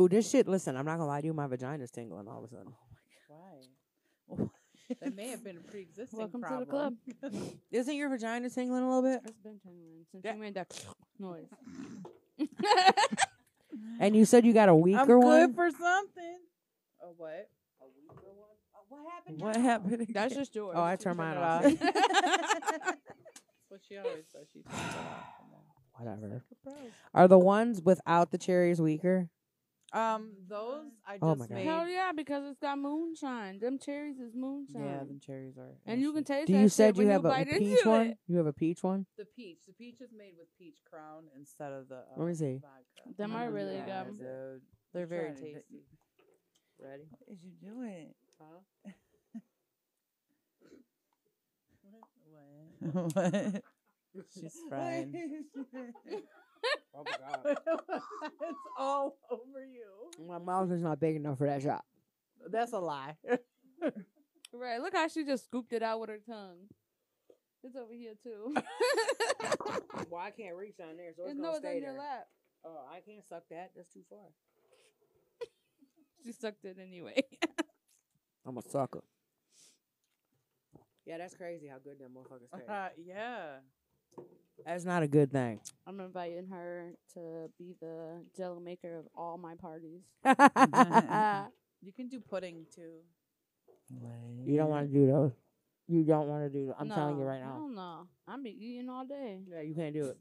B: Ooh, this shit. Listen, I'm not gonna lie to you. My vagina's tingling all of a sudden.
F: Why? that may have been a pre-existing
D: Welcome to the club.
F: problem.
B: Isn't your vagina tingling a little bit?
D: It's been ten minutes since
B: Yeah.
D: you made that noise.
B: And you said you got a weaker
F: I'm good
B: one.
F: for something. A what?
B: what happened?
F: What happened?
D: That's just yours.
B: Oh, I
D: You
B: turned mine
D: it
B: off.
F: what she always does. She takes it off and then-
B: Whatever.
F: Like a
B: Are the ones without the cherries weaker?
F: pro. Um, those I just
B: Oh my God.
F: made.
D: Hell yeah, because it's got moonshine. Them cherries is moonshine.
F: Yeah, the cherries are.
D: and you can taste
B: Do
D: that
B: you
D: shit
B: said
D: when
B: you have a
D: bite
B: peach
D: into
B: one?
D: it.
B: You have a peach one?
F: the peach. The peach is made with peach crown instead of the. Uh,
B: Let me see.
F: Vodka.
D: Them
B: Mm-hmm.
D: are really good.
F: dude. They're very
E: trying to do-
F: tasty. Ready?
E: What is you doing?
F: Huh? what? What? She's frying.
B: Oh my god.
F: it's all over you.
B: My mouth is not big enough for that shot.
F: That's a lie.
D: Right. Look how she just scooped it out with her tongue. It's over here too.
C: Well, I can't reach on there, so it's
D: and
C: gonna
D: no, it's
C: stay
D: on
C: there.
D: your lap.
C: Oh, I can't suck that. That's too far.
D: She sucked it anyway.
B: I'm a sucker.
C: Yeah, that's crazy how good that motherfuckers taste.
F: Uh, yeah.
B: That's not a good thing.
D: I'm inviting her to be the jello maker of all my parties.
B: Mm-hmm.
F: You can do pudding too.
B: you don't want to do those. You don't want to do. Those. I'm telling you
D: No,
B: right now.
D: Hell no. I'm be eating all day.
B: Yeah, you can't do it.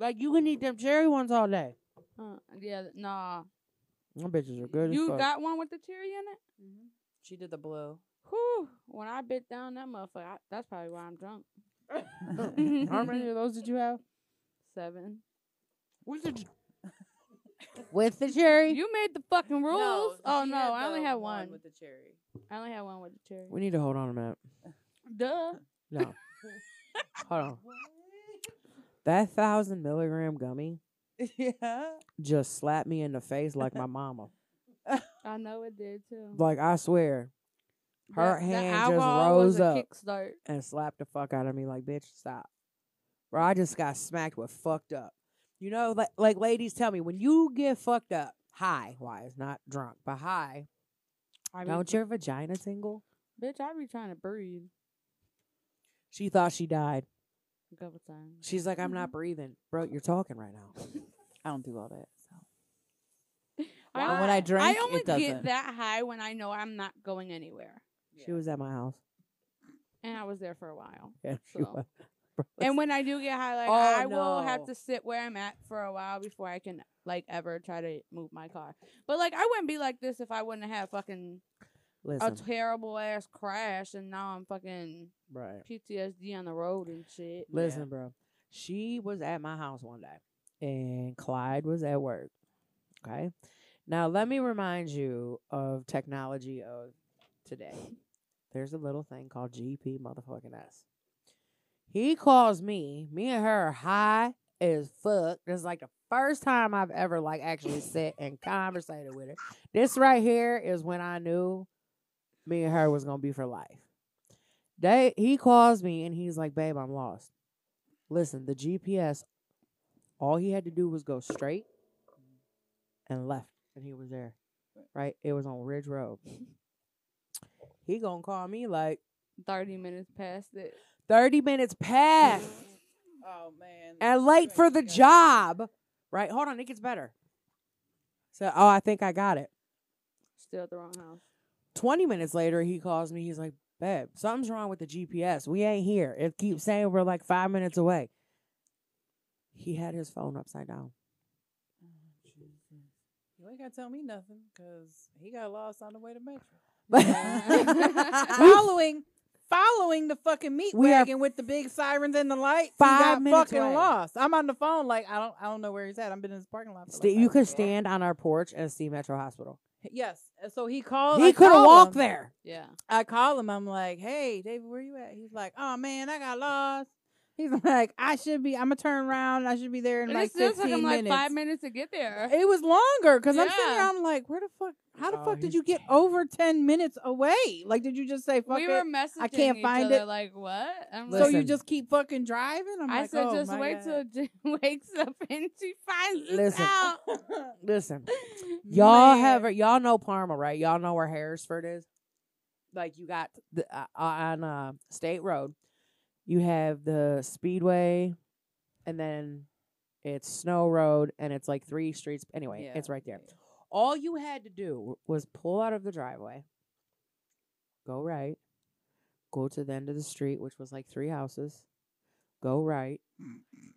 B: Like you can eat them cherry ones all day.
D: Uh, yeah, nah.
B: Them bitches are good.
D: you
B: as fuck.
D: got one with the cherry in it?
F: She did the blue.
D: Whew. When I bit down that motherfucker, I, that's probably why I'm drunk.
B: How many of those did you have?
D: Seven.
B: With the with the cherry.
D: You made the fucking rules. oh
F: she
D: no,
F: had
D: I only
F: the
D: had one.
F: with the cherry.
D: I only had one with the cherry.
B: we need to hold on a minute.
D: Duh.
B: No, hold on. That thousand milligram gummy
E: yeah.
B: just slapped me in the face like my mama.
D: I know it did too.
B: Like I swear, her
D: That- that
B: hand just
D: alcohol was
B: rose
D: a
B: up.
D: Kickstart.
B: and slapped the fuck out of me like, bitch, stop. Bro, I just got smacked with fucked up. You know, like, like ladies tell me, when you get fucked up, high, why it's not drunk, but high,
D: I be-
B: don't your vagina tingle?
D: Bitch, I be trying to breathe
B: She thought she died.
D: a couple times.
B: She's like, I'm
D: Mm-hmm.
B: not breathing. Bro, you're talking right now.
F: I don't do all that.
D: I,
F: But when I drink,
D: I
F: it
D: only
F: doesn't.
D: get that high when I know I'm not going anywhere.
B: She was at my house.
D: And I was there for a while.
B: Yeah, she
D: So.
B: was.
D: And when I do get high, like
B: Oh,
D: I will have
B: no.
D: to sit where I'm at for a while before I can like ever try to move my car. But like I wouldn't be like this if I wouldn't have had fucking a
B: Listen,
D: terrible ass crash and now I'm fucking
B: right.
D: PTSD on the road and shit.
B: Listen, bro. She was at my house one day, and Clyde was at work. Okay. Now, let me remind you of technology of today. There's a little thing called GP motherfucking S. He calls me, me and her are high as fuck. This is like the first time I've ever like actually sat and conversated with her. This right here is when I knew me and her was gonna be for life. They he calls me and he's like, babe, I'm lost. Listen, the GPS, all he had to do was go straight and left, and he was there. Right? It was on Ridge Road. he gonna call me like
D: Thirty minutes past it.
B: 30 minutes past
F: Oh man.
B: and late for the job. Right? Hold on, it gets better. So, oh, I think I got it.
D: Still at the wrong house.
B: 20 minutes later, he calls me. He's like, Babe, something's wrong with the GPS. We ain't here. It keeps saying we're like five minutes away. He had his phone upside down.
F: Mm-hmm. You ain't gotta tell me nothing, cause he got lost on the way to Metro. following, following the fucking meat
B: We are
F: wagon with the big sirens and the lights.
B: five
F: he got
B: minutes
F: fucking
B: away.
F: lost. I'm on the phone, like I don't, I don't know where he's at. I've been in his parking lot. For
B: Sta-
F: like
B: you
F: five
B: could
F: minutes.
B: stand on our porch and see Metro Hospital.
F: Yes. and So he called.
B: he
F: I
B: could have
F: called
B: walked
F: him.
B: there.
D: Yeah.
F: I call him. I'm like, hey, David, where you at? He's like, oh man, I got lost. He's like, I should be. I'm gonna turn around. I should be there in
D: And
F: like
D: it still took
F: 15
D: him like
F: minutes.
D: five minutes to get there.
F: It was longer because I'm sitting
D: Yeah.
F: there. I'm like, where the fuck? How the
B: Oh,
F: fuck
B: he's
F: did you get over 10 minutes away? Like, did you just say fuck
D: we
F: it?
D: were messaging.
F: I can't
D: each
F: find
D: other,
F: it.
D: Like what? I'm
F: so
D: like,
F: you
B: Listen.
F: just keep fucking driving? I'm
D: I
F: like,
D: said,
F: oh,
D: just
F: my
D: wait
F: God.
D: till Jen wakes up and she finds this
B: Listen.
D: out.
B: Listen, y'all have
F: Man.
B: have y'all know Parma, right? Y'all know where Harrisford is. Like you got the, uh, on uh, State Road, you have the Speedway, and then it's Snow Road, and it's like three streets. Anyway,
F: Yeah.
B: it's right there. All you had to do w- was pull out of the driveway, go right, go to the end of the street, which was like three houses, go right,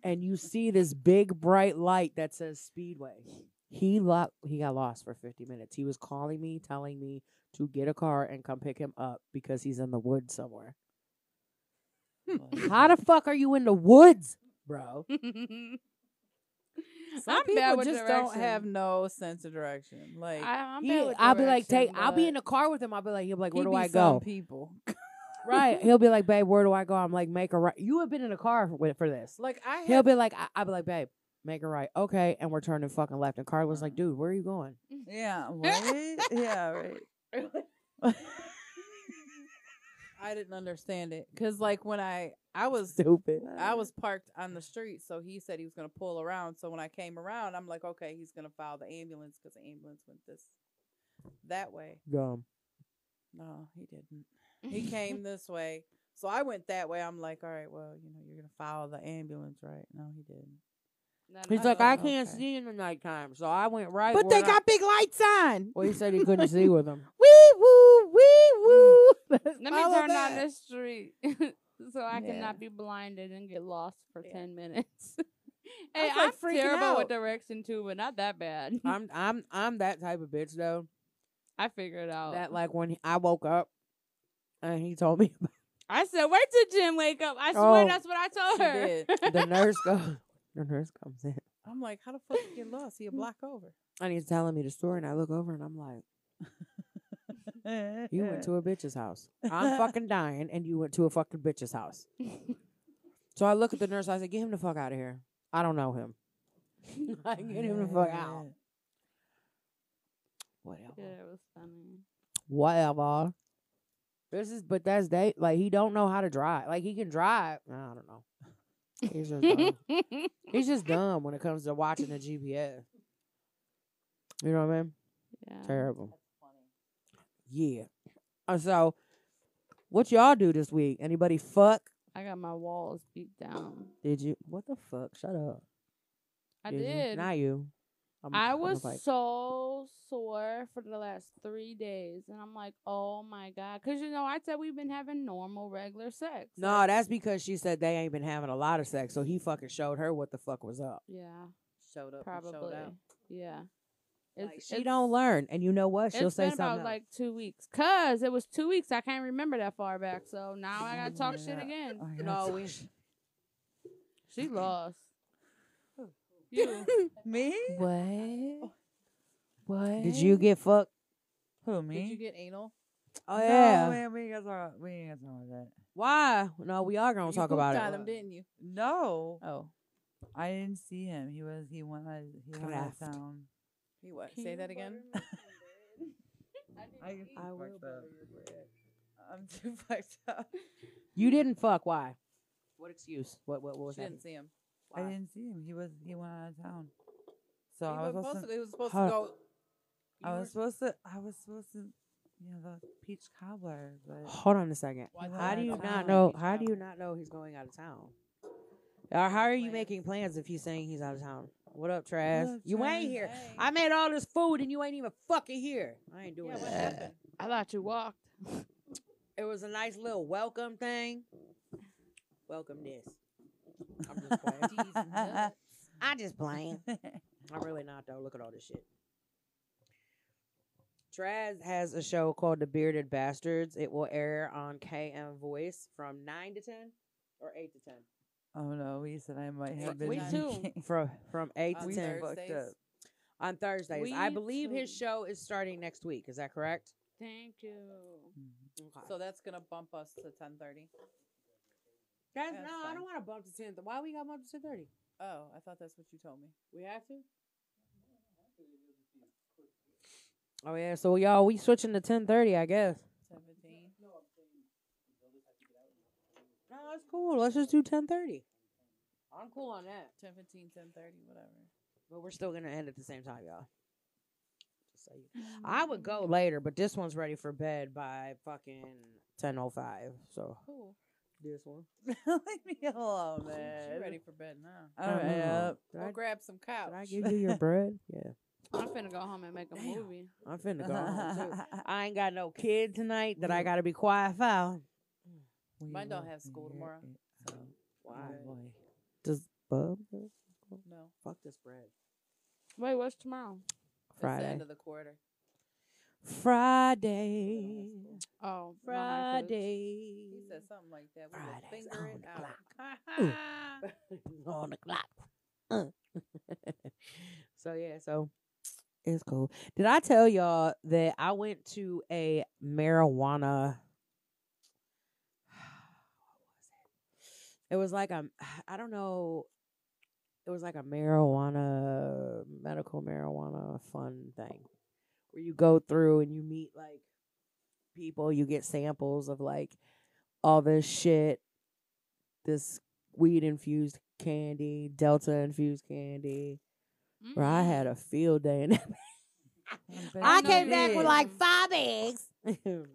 B: and you see this big bright light that says Speedway. He lo- he got lost for 50 minutes. He was calling me, telling me to get a car and come pick him up because he's in the woods somewhere. How the fuck are you in the woods, bro?
F: Some
D: I'm
F: people
D: bad with
F: just don't
D: direction.
F: have no sense of direction. Like,
D: I, am
B: He- I'll be like, take. I'll be in the car with him. I'll be like, he'll be like, where
F: he
B: do
F: be
B: I
F: some
B: go?
F: People.
B: Right. He'll be like, babe, where do I go? I'm like, make a right. You have been in a car with, for this.
F: Like, I have
B: He'll be like, I- I'll be like, babe, make a right. Okay. And we're turning fucking left. And Carla's
F: Uh-huh.
B: like, dude, where are you going?
F: Yeah, what? yeah, right. I didn't understand it because like when I I was
B: Stupid.
F: I was parked on the street, so he said he was gonna pull around. So when I came around, I'm like, okay, he's gonna file the ambulance because the ambulance went this that way.
B: Gum.
F: No, he didn't. He came this way, so I went that way. I'm like, all right, well, you know, you're gonna file the ambulance, right? No, he didn't.
D: Not
B: He's
D: at
B: like,
D: all.
B: I can't
F: okay.
B: see in the nighttime, so I went right.
F: But
B: where
F: they
B: I-
F: got big lights on.
B: Well, he said he couldn't see with him.
F: Wee woo, wee woo. Let
D: Let me turn down this street so I
F: Yeah.
D: cannot be blinded and get lost for
F: Yeah.
D: ten minutes.
F: I
D: hey,
F: was,
D: I'm
F: like, freaking
D: terrible with
F: out.
D: direction too, but not that bad.
B: I'm I'm I'm that type of bitch though.
D: I figured
F: Oh.
D: out.
B: That like when he, I woke up and he told me
D: I said, wait till Jim wake up. I swear
B: Oh,
D: that's what I told her.
F: She did.
B: the nurse goes the nurse comes in
F: I'm like, how the fuck you get lost? He a block over.
B: and he's telling me the story and I look over and I'm like, You went to a bitch's house. I'm fucking dying and you went to a fucking bitch's house. So I look at the nurse, I said, Get him the fuck out of here. I don't know him. I get him the fuck out.
D: Yeah,
B: Whatever.
D: it was funny.
B: Whatever. This is but that's day like he don't know how to drive. Like he can drive. I don't know. He's just dumb. He's just dumb when it comes to watching the GPS. You know what I mean?
D: yeah.
B: Terrible. Yeah. Uh, So, what y'all do this week? Anybody fuck?
D: I got my walls beat down.
B: Did you? What the fuck? Shut up.
D: I
B: you?
D: did.
B: Not you. I'm-
D: I
B: I'm
D: was
B: Mm, like,
D: so sore for the last three days, and I'm like, "Oh my god!" Because you know, I said we've been having normal, regular sex.
B: no, that's because she said they ain't been having a lot of sex, so he fucking showed her what the fuck was up.
D: Yeah,
F: Showed up. and
D: probably.
F: Showed out.
D: Yeah.
B: Like, she don't learn, and you know what? She'll
D: it's
B: say
D: been
B: something.
D: about
B: else.
D: like two weeks, cause it was two weeks. I can't remember that far back, so now I gotta talk shit
F: Yeah.
D: again.
F: I got
B: No,
F: some-
B: we-
D: She lost. You.
C: Me?
F: What? What?
B: Did you get fucked?
C: Who
F: Did you get anal?
B: Oh yeah.
C: No, man, we ain't got talk- we ain't got to talk about that.
B: Why? No, we are gonna
F: You
B: talk
F: pooped
B: about
F: on
B: it.
F: him, didn't you?
C: No,
F: Oh,
C: I didn't see him. He was he went out, he went out of
B: Craft.
C: town.
F: he what? Say that again.
C: I, get too
B: I will
C: fucked
B: butter
C: up. I'm too fucked up.
B: You didn't fuck. Why? What excuse? What? What, what was
F: She
B: that?
F: didn't see him.
C: I
B: Why?
C: didn't see him. He was he went out of town. So
F: He
C: I was
F: was
C: supposed
F: supposed
C: to,
F: to. He was supposed to
B: Huh.
F: go.
C: I
F: you
C: was
F: were-
C: supposed to I was supposed to you know the peach cobbler, but
B: Hold on a second.
F: Why
C: Well,
B: How do
C: I
B: you
C: don't
B: not
C: know.
B: know? How do you not know he's going out of town? Or how are you making plans if he's saying he's out of town? What up, Trash?
C: up,
B: You ain't
C: Traz?
B: here.
F: Hey.
B: I made all this food and you ain't even fucking here. I ain't doing
F: Yeah, what
B: that.
F: happened?
D: I thought you walked.
B: It was a nice little welcome thing. Welcome this. I'm just playing. I just playing. I'm really not though. Look at all this shit. Traz has a show called The Bearded Bastards. It will air on KM Voice from nine to ten or eight to ten.
C: Oh no, we said I might have been
D: we too.
C: drinking.
B: from from eight
F: On
B: to ten
F: Thursdays.
C: fucked up.
B: on Thursdays. I
D: We
B: believe his
D: too.
B: show is starting next week. Is that correct?
D: Thank you.
F: So that's gonna bump us to ten thirty.
B: Guys,
F: That's
B: no, I
F: fine.
B: don't want to bump to ten. Why we got bumped to ten thirty?
F: Oh, I thought that's what you told me.
B: We have to. Oh yeah, so y'all we switching to ten thirty, I guess.
F: Seventeen.
B: No, that's cool. Let's just do ten thirty. I'm cool on that,
F: 10, 15, 10, 30, whatever.
B: but we're still gonna end at the same time, y'all. Just so you I
D: Mm,
B: would go later, but this one's ready for bed by fucking ten oh five. So
F: Cool.
B: this one.
C: Leave me
B: Oh,
C: alone,
F: She's
C: man.
F: ready for bed now.
C: All right,
B: know.
C: yep.
B: Oh, Did
F: Go
B: I,
F: grab some couch.
B: did I give you your bread? Yeah,
D: I'm finna go home and make a movie.
B: I'm finna go home too. I ain't got no kid tonight that I gotta be quiet for.
C: We
F: Mine don't
C: will
F: have school
C: figure
F: tomorrow,
C: it
F: so-
C: out.
B: Why?
C: Oh, boy.
B: Does Bub?
F: No.
B: Fuck this bread.
D: Wait, what's tomorrow?
F: It's the
B: Friday.
F: end of the quarter.
B: Friday.
D: Oh,
B: Friday.
F: He said something like that. We will
B: Friday's
F: finger
B: on
F: it
B: the
F: out.
B: on the clock. Uh. so yeah, so it's cool. Did I tell y'all that I went to a marijuana? It was like a, I don't know. It was like a marijuana, medical marijuana fun thing where you go through and you meet like people, you get samples of like all this shit, this weed infused candy, Delta infused candy.
D: Mm-hmm.
B: Bro, I had a field day in that.
D: I came back with, like,
B: five eggs.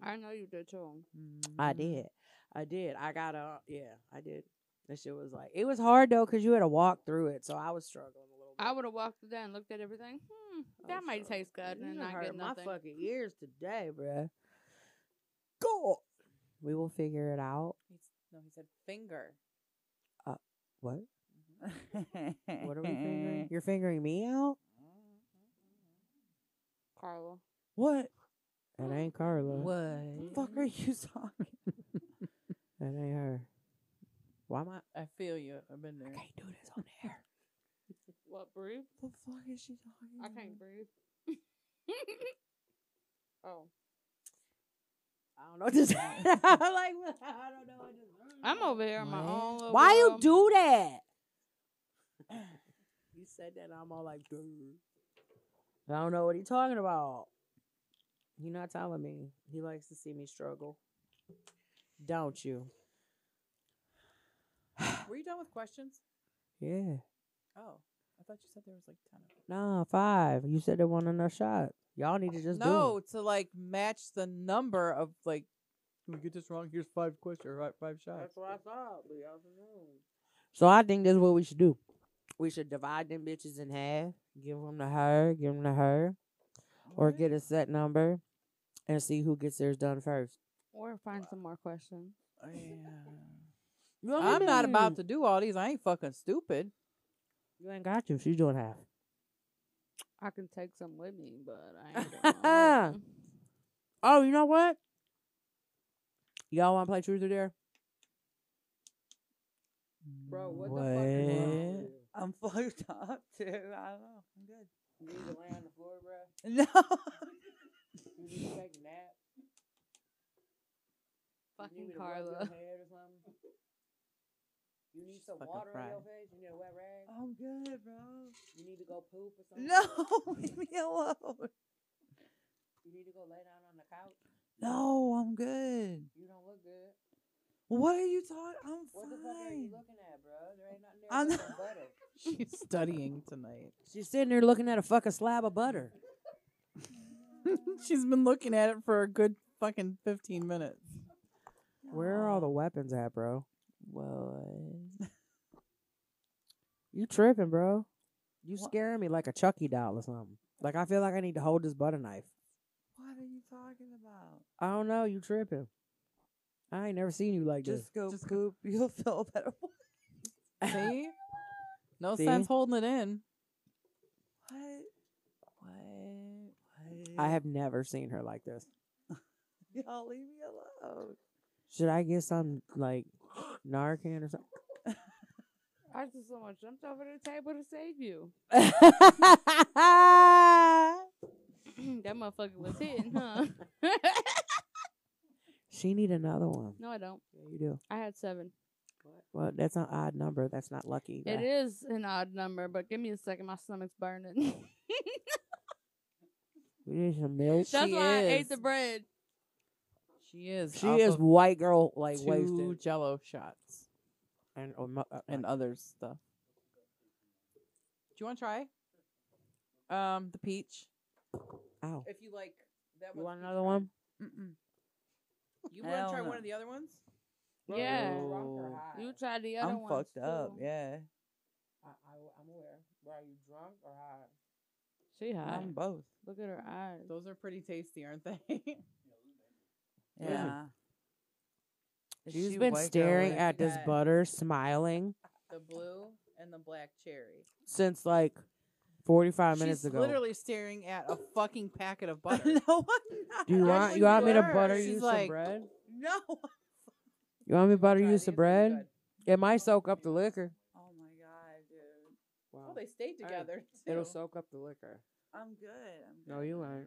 D: I know you did too.
F: Mm-hmm.
B: I did. I did. I got a yeah. I did. That shit was like it was hard though because you had to walk through it, so I was struggling a little. bit.
D: I would have walked through there and looked at everything. Hmm, that
B: was
D: might
B: struggling.
D: taste good
B: You
D: and
B: done
D: not
B: hurt
D: get nothing.
B: my fucking ears today, bruh. God, we will figure it out.
F: No, he said finger.
B: What? What are we fingering? You're fingering me out?
D: Carla.
C: What?
B: That ain't Carla.
C: What?
B: fuck are you talking? that ain't her. Why am I?
F: I feel you. I've been there.
B: I can't do this on air.
D: What breathe?
C: The fuck is she talking?
D: I can't breathe. oh,
B: I don't know what to say. I'm like, I don't know what to say.
D: I'm over here on my own. Little
B: Why you
D: world.
B: do that? you said that, and I'm all like, dude. I don't know what he talking about. You're not telling me. He likes to see me struggle. Don't you?
F: Were you done with questions?
B: Yeah.
F: Oh, I thought you said there was like ten. Of
B: Nah, five. You said there wasn't enough shot. Y'all need to just
F: them.
B: do
F: No,
B: it.
F: to like match the number of like. Did we get this wrong? Here's five questions or five shots.
E: what I thought, but y'all don't know.
B: So I think this is what we should do. We should divide them bitches in half. Give them to her. Give them to her. Or get a set number and see who gets theirs done first.
D: Or find some more questions.
F: I'm not about to do all these. I ain't fucking stupid.
B: You ain't got to. She's doing half.
D: I can take some with me, but I ain't doing all of 'em.
B: Oh, you know what? Y'all want to play Truth or Dare?
E: Bro, what, the fuck is wrong
B: What?
E: with you?
C: I'm fucked up too. I don't know. I'm good.
E: You need to lay on the floor, bro.
C: No.
E: You need to take a nap. You need
D: Fucking
E: me to rub your
D: Carla.
E: head or something. You
F: She's
E: need some
F: fucking
E: water on your
F: fried.
E: face. You need a wet rag.
C: I'm good, bro.
E: You need to go poop or something.
C: No, leave me alone.
E: You need to go lay down on the couch.
C: No, I'm good.
E: You don't look good.
C: What are you talking? I'm
E: What the fuck are
C: fine.
E: you looking at, bro? There ain't nothing there
C: I'm
E: but
C: not-
E: some butter.
F: She's studying tonight.
B: She's sitting there looking at a fucking slab of butter.
F: She's been looking at it for a good fucking fifteen minutes.
B: Where are all the weapons at, bro?
F: What?
B: You tripping, bro? You
C: What?
B: scaring me like a Chucky doll or something. Like I feel like I need to hold this butter knife.
C: What are you talking about?
B: I don't know. You tripping? I ain't never seen you like this.
C: Just go
F: Just
C: poop. You'll feel better.
F: See? No
B: See?
F: sense holding it in.
C: What?
F: What?
B: I have never seen her like this.
C: Y'all leave me alone.
B: Should I get some like Narcan or something?
D: I just almost jumped over the table to save you. that motherfucker was hitting, huh?
B: she need another one.
D: no, I don't.
B: Yeah, you do.
D: I had seven.
B: Well, that's an odd number. That's not lucky.
D: It is an odd number, but give me a second. My stomach's
C: Oh,
D: burning.
B: We need some milk.
D: That's
F: She
D: why I ate the
F: is.
D: bread.
F: She is.
B: She
F: off
B: is
F: of
B: white girl like
F: two
B: wasted
F: Jello shots
B: and or mu- uh,
F: and
B: and
F: other stuff. Do you want to try? Um, the peach.
B: ow.
F: If you like that
B: You want another one?
C: Mm-mm. wanna
F: You want to
C: Hell
F: try
C: try one
F: one
C: no.
F: of
C: of
F: the other ones?
E: Bro,
D: Yeah.
E: you're drunk or
C: Oh.
E: high?
D: You tried the other
C: I'm
D: one.
C: fucked up.
D: too.
C: Yeah.
E: I, I, I'm aware. Bro, are you drunk or high?
D: She hot.
C: I'm both.
D: Look at her eyes.
F: Those are pretty tasty, aren't they?
B: Really?
C: Yeah. Is
B: She's
C: she
B: been
C: white girl
B: staring
C: or-
B: at this
F: that.
B: butter, smiling
F: the blue and the black cherry.
B: since like forty five minutes
F: She's
B: ago.
F: literally staring at a fucking packet of butter.
C: no, I'm not.
B: Do you want
F: Actually,
B: you want me to
F: were.
B: butter
F: She's
B: you
F: like-
B: some bread?
C: No.
B: You want me to butter
F: Try
B: you
F: these, they're
B: some bread?
F: good.
B: It might soak up the liquor.
C: Oh my god, dude.
F: Oh, they stayed
B: Alright.
F: together.
B: It'll
F: too.
B: soak up the liquor.
C: I'm good. I'm good.
B: No, you ain't.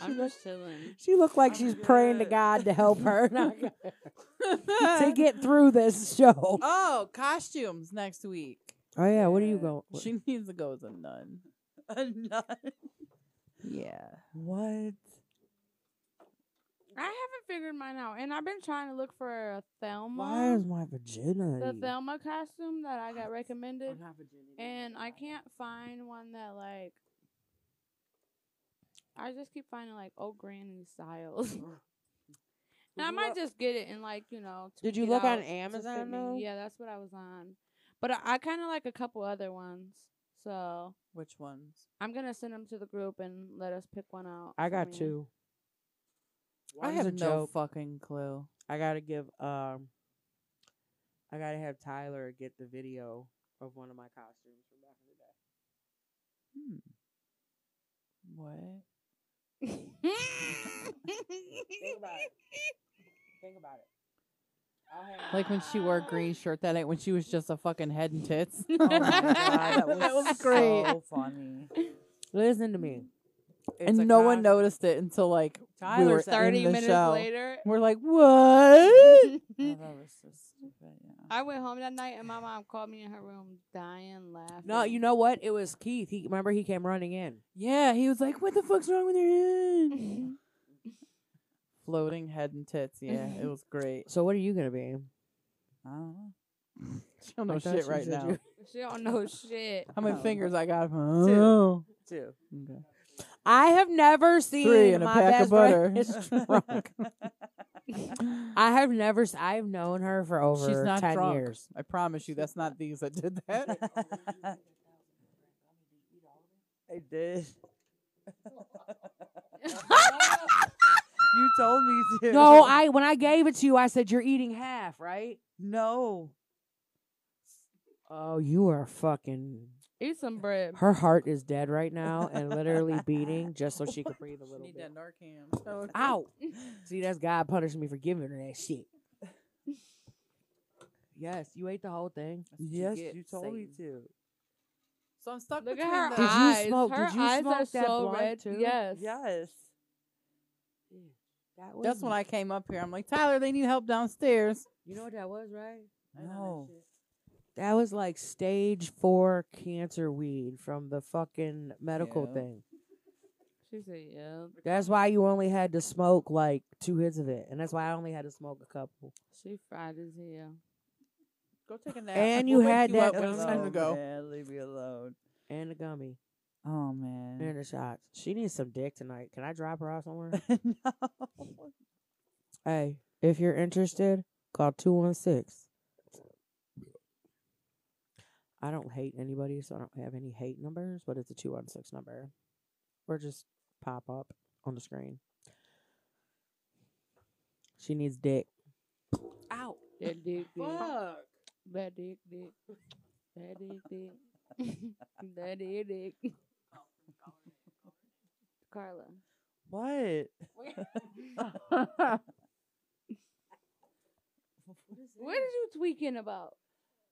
D: I'm just chilling.
B: She looked like she's praying to
C: good.
B: God to help her not to get through this show.
F: Oh, costumes next week.
B: Oh yeah, what do you go? what-
F: She needs to go as a nun.
C: A nun.
F: Yeah.
C: What?
D: I haven't figured mine out, and I've been trying to look for a
B: Why
D: Thelma,
B: is my virginity?
D: the Thelma costume that I got recommended,
C: not virginity.
D: and I can't find one that like. I just keep finding like old granny styles. and I
B: you
D: might
B: look-
D: just get it and like you know.
B: Did you
D: tweet
B: look on
D: out to fit
B: Amazon,
D: me.
B: though?
D: Yeah, that's what I was on, but I, I kind of like a couple other ones, so
F: Which ones?
D: I'm gonna send them to the group and let us pick one out.
B: I
D: for
B: got
D: me.
B: two. I
F: One's
B: have a
F: a no
B: joke.
F: fucking clue.
B: I gotta give um I gotta have Tyler get the video of one of my costumes from back in the day.
F: What?
B: Think about it. Think about it. I'll have
F: Like when she wore a green shirt that night when she was just a fucking head and tits.
C: Oh my God, that was,
D: That was
C: great. so funny.
B: Listen to me. Mm-hmm.
F: and no one noticed it until like we
C: Tyler
F: were
C: said-
F: in
D: 30
F: the
D: minutes
F: show.
D: later,
F: We're like, what?
C: Oh, that was so stupid. Yeah.
D: I went home that night and my mom called me in her room dying laughing.
B: No, you know what? It was Keith. He remember he came running in.
F: yeah, he was like, what the fuck's wrong with your head?
D: know.
F: Floating head and tits. Yeah, it was great.
B: So what are you gonna be?
C: I don't know.
F: She don't
B: I
F: know
B: thought
F: "Oh, shit
B: you
F: right
B: said
F: now.
B: you-
D: she don't know shit.
F: How many
C: No.
F: fingers I got? Oh.
B: Two.
F: Okay.
B: I have never seen
F: Three and a
B: my
F: pack
B: best
F: of
B: friend
F: butter.
B: is drunk. I have never. s- I've known her for over
F: She's not
B: ten
F: drunk.
B: years.
F: I promise you, that's not these that did that.
C: I did.
D: I
C: You told me to.
B: No, I when I gave it to you, I said you're eating half, right?
C: No.
B: Oh, you are fucking.
D: Eat some bread.
B: Her heart is dead right now and literally beating just so she could breathe a little
F: Need
B: bit.
F: that Narcan.
B: Ow! See, that's God punishing me for giving her that shit. Yes, you ate the whole thing.
F: That's what you
C: Yes,
F: get,
C: you told me
F: Satan.
C: to.
F: So I'm stuck
D: Look at
F: between
D: her
F: the
B: Did you
D: eyes.
B: smoke-
D: Her
B: did you
D: eyes are
B: smoke that
D: so
B: blunt
D: red.
B: too?
D: Yes.
C: Yes.
B: That
F: That's when I came up here. I'm like, Tyler, they need help downstairs.
B: You know what that was, right?
C: I know that No.
B: That was like stage four cancer weed from the fucking medical
F: Yeah.
B: thing.
D: She said, "Yeah."
B: That's why you only had to smoke like two hits of it, and that's why I only had to smoke a couple.
D: She fried as hell.
F: Go take a nap.
B: And
F: We'll
B: you
F: wake
B: had that um,
F: up when it's time to
C: Alone,
F: go.
C: Man, leave me alone.
B: And a gummy
C: Oh man.
B: and a shot. She needs some dick tonight. Can I drop her off somewhere?
C: no.
B: Hey, if you're interested, call 216. I don't hate anybody, so I don't have any hate numbers, but it's a 216 number. Or just pop up on the screen. She needs dick. Ow.
D: That dick, dick.
B: Fuck.
D: That dick, dick. That dick, dick. that dick, dick. Carla.
C: What?
D: What is you tweaking about?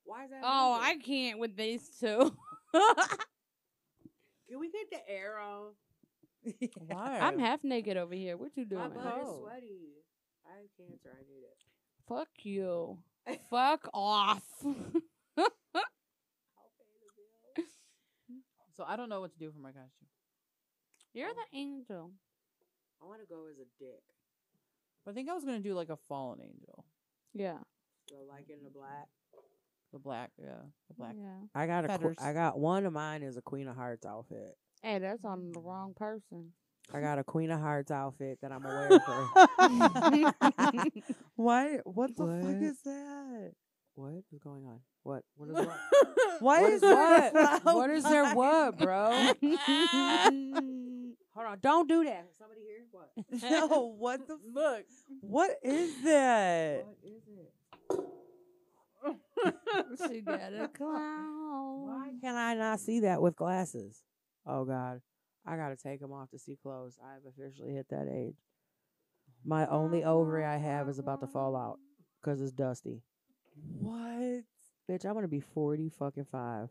B: Why is that?
D: Oh, I can't with these two.
B: Can we get the arrow?
C: Why?
D: I'm half naked over here. What you doing?
C: Oh.
B: sweaty. I have cancer. I need it.
D: Fuck you. Fuck off.
F: So I don't know what to do for my costume.
D: You're the angel.
B: I want to go as a dick.
F: But I think I was gonna do like a fallen angel,
D: Yeah.
B: So, like in the black.
F: the black, yeah, the black.
D: Yeah.
B: I got a. que-
F: Fetters.
B: I got one of mine is a Queen of Hearts outfit.
D: Hey, that's on the wrong person.
B: I got a Queen of Hearts outfit that I'm aware for.
C: Why? What the
B: What?
C: fuck is that?
B: What is going on? What? What is what?
C: Why
B: What is
C: is there a
B: what?
C: cloud
B: What is there
C: behind
B: what,
C: me?
B: bro? Hold on! Don't do that. Somebody here. What?
C: No, what the fuck? What is that?
B: What is it?
D: she got a clown.
B: Why can I not see that with glasses? Oh God, I gotta take them off to see close. I've officially hit that age. My only ovary I have is about to fall out because it's dusty.
C: What?
B: Bitch, I'm gonna be forty fucking five.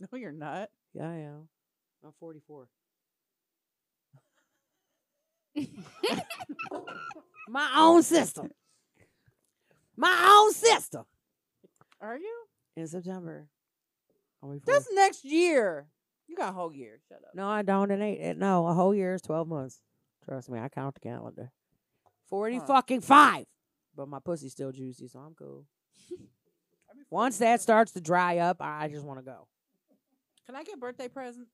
F: No, you're not.
B: Yeah, I am. I'm 44. My own sister. My own sister.
F: Are you?
B: In September. I'll be 40.
F: That's next year. You got a whole year. Shut up.
B: no, I don't. It ain't. It, no, a whole year is 12 months. Trust me, I count the calendar. Forty
F: Huh.
B: fucking five. But my pussy's still juicy, so I'm cool. Once that starts to dry up, I I just want to go.
F: Can I get birthday presents?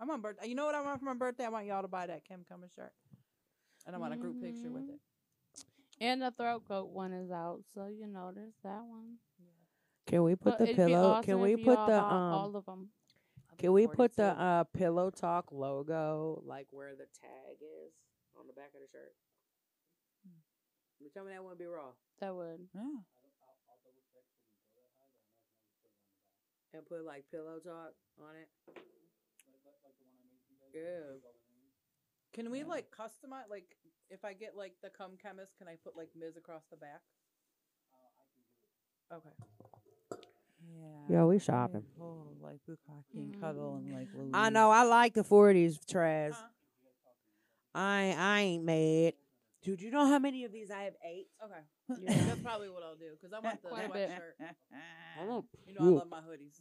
F: I'm on birthday. You know what I want for my birthday? I want y'all to buy that Kim Cummins shirt, and I want a group picture with
D: Mhm.
F: it.
D: And the throat goat one is out, so you know there's that one.
B: Can we
D: But
B: put the
D: it'd be
B: pillow?
D: awesome
B: can we
D: if you
B: put
D: all
B: the
D: bought
B: um?
D: all of them?
F: I'll be
B: Can we
F: 42.
B: put the uh pillow talk logo like where the tag is on the back of the shirt? You tell me that wouldn't be raw.
D: That would.
F: Yeah.
B: And put like pillow talk on it. Yeah.
F: Can we like customize? Like, if I get like the cum chemist, can I put like Ms. across the back? Okay.
C: Yeah.
B: Yo, we
C: I
B: shopping.
C: mean, whole, like bukkake
F: Mm-hmm.
C: and cuddle and like.
B: I know. I like the forties, Traz.
F: Mm. Huh?
B: I I ain't mad. Dude, you know how many of these I have? Eight.
F: Okay.
D: Yeah.
F: That's probably what I'll do because I want the
D: Quite a
F: white
D: bit.
F: shirt.
B: I don't.
F: You know, I
B: Yeah.
F: love my hoodies.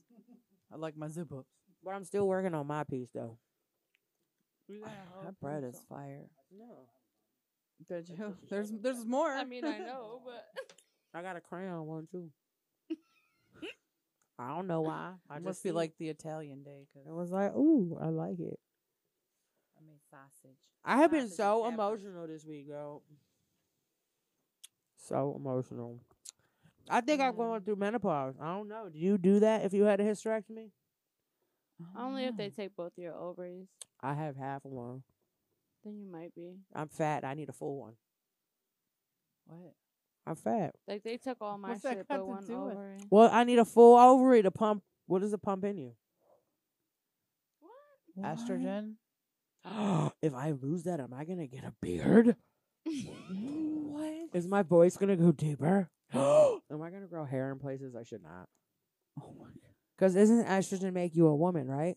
F: I like my zip ups.
B: But I'm still working on my piece though.
C: That bread is fire.
B: No,
F: Did you? There's there's more.
D: I mean, I know, but
B: I got a crayon one too. I don't know why. I
F: it
B: just
F: must be
B: see it.
F: like the Italian day because
B: It was like, ooh, I like it.
F: I made sausage.
B: I have
F: Sausage
B: been
F: and
B: so
F: peppers.
B: emotional this week, though. So emotional. I think I'm
D: Yeah.
B: going through menopause. I don't know. Do you do that if you had a hysterectomy?
D: only if they take both your ovaries,
B: I have half one.
D: then you might be.
B: I'm fat. I need a full one.
F: What?
B: I'm fat.
D: Like they took all my
F: What's that
D: shit
F: got to
D: but one
F: do with-
D: ovary.
B: Well, I need a full ovary to pump. What does it pump in you?
F: Estrogen.
B: if I lose that, am I gonna get a beard?
C: What?
B: Is my voice gonna go deeper? am I gonna grow hair in places I should not?
C: Oh my god.
B: Because isn't estrogen make you a woman, right?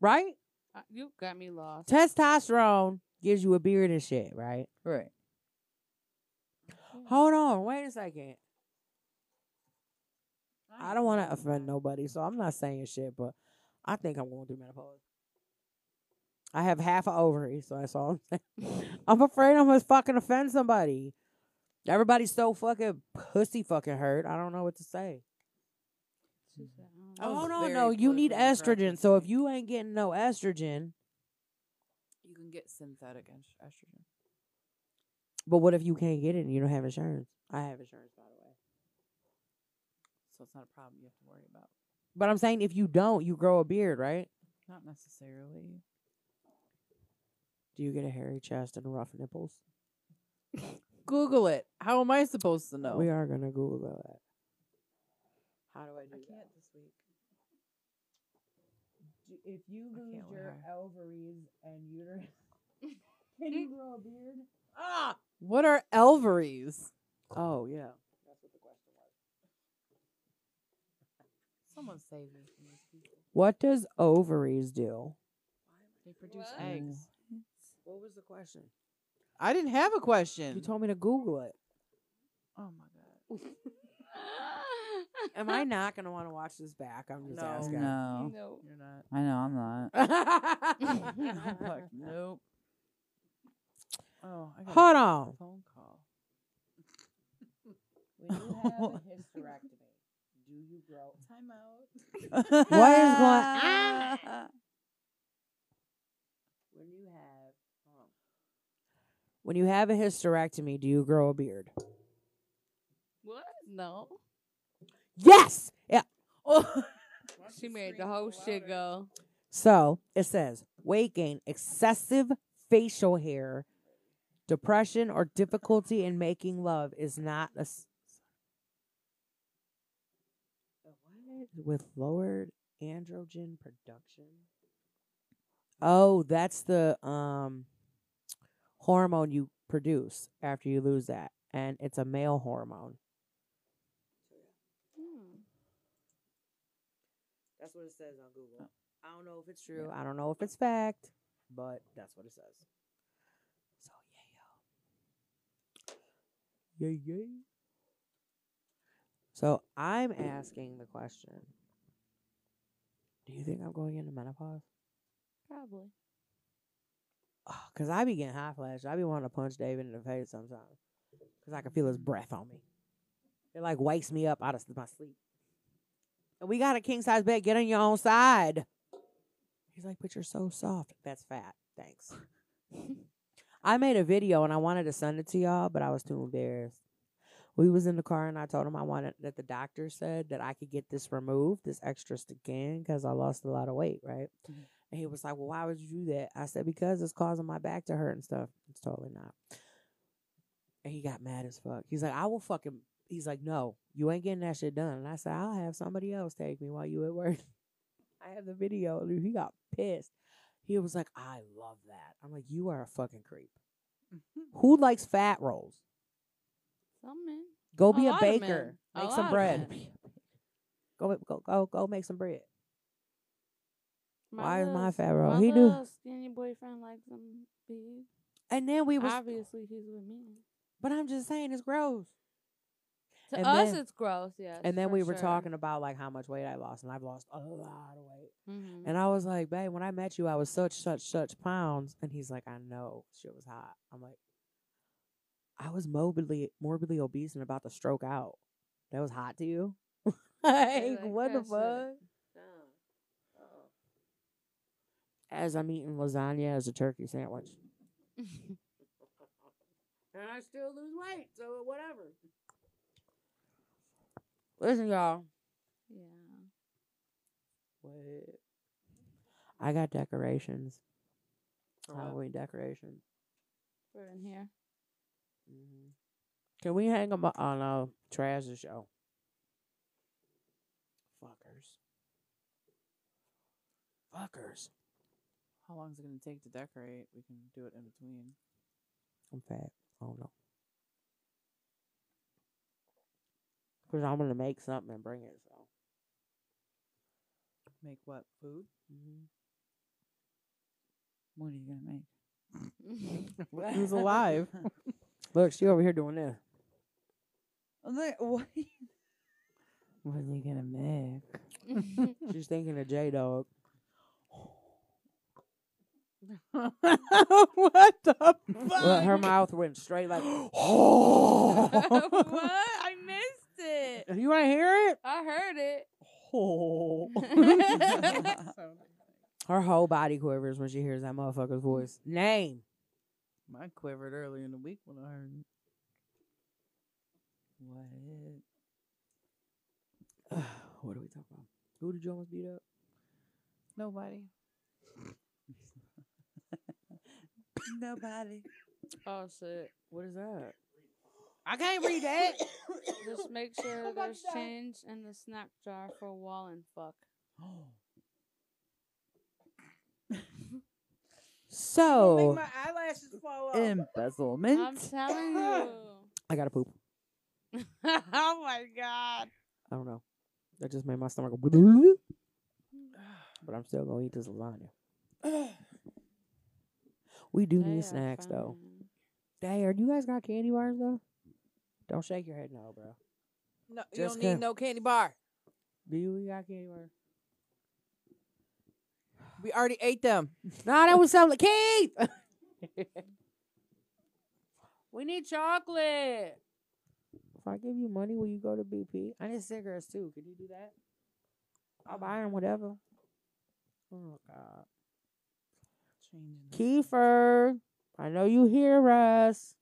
B: Right?
D: Uh, You got me lost.
B: Testosterone gives you a beard and shit, right?
C: Right.
B: Hold on, wait a second. I don't want to offend nobody, so I'm not saying shit, but I think I'm going through menopause. I have half an ovary, so that's all I'm saying. I'm afraid I'm gonna fucking offend somebody. Everybody's so fucking pussy fucking hurt. I don't know what to say.
D: She said, I don't
F: I
D: know.
F: was
B: Oh no,
F: very
B: no, you need
F: politically correct
B: estrogen.
F: this
B: So
F: week.
B: if you ain't getting no estrogen,
F: You can get synthetic est- estrogen.
B: But what if you can't get it and you don't have insurance? I have insurance, by the way.
F: So it's not a problem you have to worry about.
B: But I'm saying if you don't, you grow a beard, right?
F: Not necessarily.
B: Do you get a hairy chest and rough nipples?
F: Google it. How am I supposed to know?
B: We are gonna Google that. How do I do
F: I
B: that?
F: can't this week.
B: If you
F: I
B: lose
F: can't with
B: your
F: her.
B: ovaries and uterus, can you grow a beard?
F: Ah, what are elveries?
B: Oh yeah. That's what the question was.
F: Someone save me from these people.
B: What does ovaries do?
F: They produce
D: What?
F: eggs.
B: What was the question?
F: I didn't have a question.
B: You told me to Google it.
C: Mm.
F: oh my god.
B: Am I not gonna want to watch this back? I'm just
F: No.
B: asking.
C: No.
D: no.
F: You're
C: I know. I'm not.
F: not. Fuck, nope. Oh, I got
B: Hold on.
F: a phone call.
B: When you have a hysterectomy, do you grow?
F: Time out.
C: what
B: going on? When you have,
E: um,
B: when you have a hysterectomy, do you grow a beard?
D: What? No.
B: Yes. Yeah.
D: She made the whole shit go.
B: So it says weight gain, excessive facial hair, depression, or difficulty in making love is not a. s- With lowered androgen production. Oh, that's the um hormone you produce after you lose that, and it's a male hormone.
D: Hmm.
B: That's what it says on Google. I don't know if it's true. I don't know if it's fact, but that's what it says. So yeah, yo. Yay, yay. So I'm asking the question. Do you think I'm going into menopause?
D: Probably.
B: because Oh, I be getting hot flashes. I be wanting to punch David in the face sometimes because I can feel his breath on me. It like wakes me up out of s- my sleep. And we got a king size bed. Get on your own side. He's like, but you're so soft. That's fat. Thanks. I made a video and I wanted to send it to y'all, but I was too embarrassed. We was in the car and I told him I wanted that the doctor said that I could get this removed, this extra skin, because I lost a lot of weight, right? And he was like, Well, why would you do that? I said, Because it's causing my back to hurt and stuff. It's totally not. And he got mad as fuck. He's like, I will fucking he's like, No, you ain't getting that shit done. And I said, I'll have somebody else take me while you at work. I have the video. Dude, he got pissed. He was like, I love that. I'm like, You are a fucking creep. Who likes fat rolls?
D: Some men.
B: Go
D: A
B: be a,
D: lot of men.
B: baker.
D: A
B: Make
D: lot
B: some
D: of
B: bread.
D: men.
B: Go go go go make some bread.
D: My
B: Why is my
D: little-
B: fat roll?
D: my
B: He do-
D: little Skinny boyfriend likes them big.
B: And then we was
D: Obviously, he's with me.
B: but I'm just saying it's gross.
D: To
B: And
D: us,
B: then-
D: it's gross. Yes.
B: And then
D: for
B: we were
D: sure.
B: talking about like how much weight I lost, and I've lost a lot of weight.
D: Mhm.
B: And I was like, babe, when I met you, I was such, such, such pounds. And he's like, I know shit was hot. I'm like, I was morbidly, morbidly obese and about to stroke out. That was hot to you? like,
D: like,
B: what the
D: that shit.
B: fuck? As I'm eating lasagna as a turkey sandwich.
E: And I still lose weight, so whatever.
B: Listen, y'all.
D: yeah.
B: I got decorations.
E: For what?
B: Halloween decorations.
D: We're in here.
B: Mhm. Can we hang them on a trash the show? Fuckers. Fuckers.
F: How long is it going to take to decorate? We can do it in between.
B: I'm fat. I don't know. Cause I'm gonna make something and bring it. So
F: Make what? Food?
C: Mm-hmm.
F: What are you going to make? Who's alive?
B: look, she over here doing this.
C: I'm like, what?
F: What are you going to make?
B: She's thinking of J Dog.
F: what the
B: Look, her mouth went straight like.
D: what?
B: you
D: I missed it.
B: ain't hear it?
D: I heard it.
B: Her whole body quivers when she hears that motherfucker's voice. Name.
F: Mine quivered earlier in the week when I heard. it. What?
B: what are we talking about? Who did you almost beat up?
F: Nobody.
C: Nobody.
D: Oh shit.
B: What is that?
F: I can't read that.
D: Just make sure there's change in the snack jar for wall and fuck.
B: Um,
F: Oh.
B: So
C: eyelashes fall
F: Embezzlement.
D: I'm telling you.
B: I gotta poop.
D: oh my god.
B: I don't know. That just made my stomach go. But I'm still gonna eat this lasagna. we do
D: They
B: need
D: are
B: snacks though.
D: fine.
B: Dang, are you guys got candy bars though? Don't shake your head, no, bro.
F: No,
B: you don't Just need kidding.
F: no candy bar.
B: Do you we got candy bars?
F: We already ate them.
B: Nah, that was something, Keith. we need chocolate. If I give you money, will you go to BP? I need cigarettes too. Could you do that? I'll buy them whatever. Oh God, Kiefer, I know you hear us.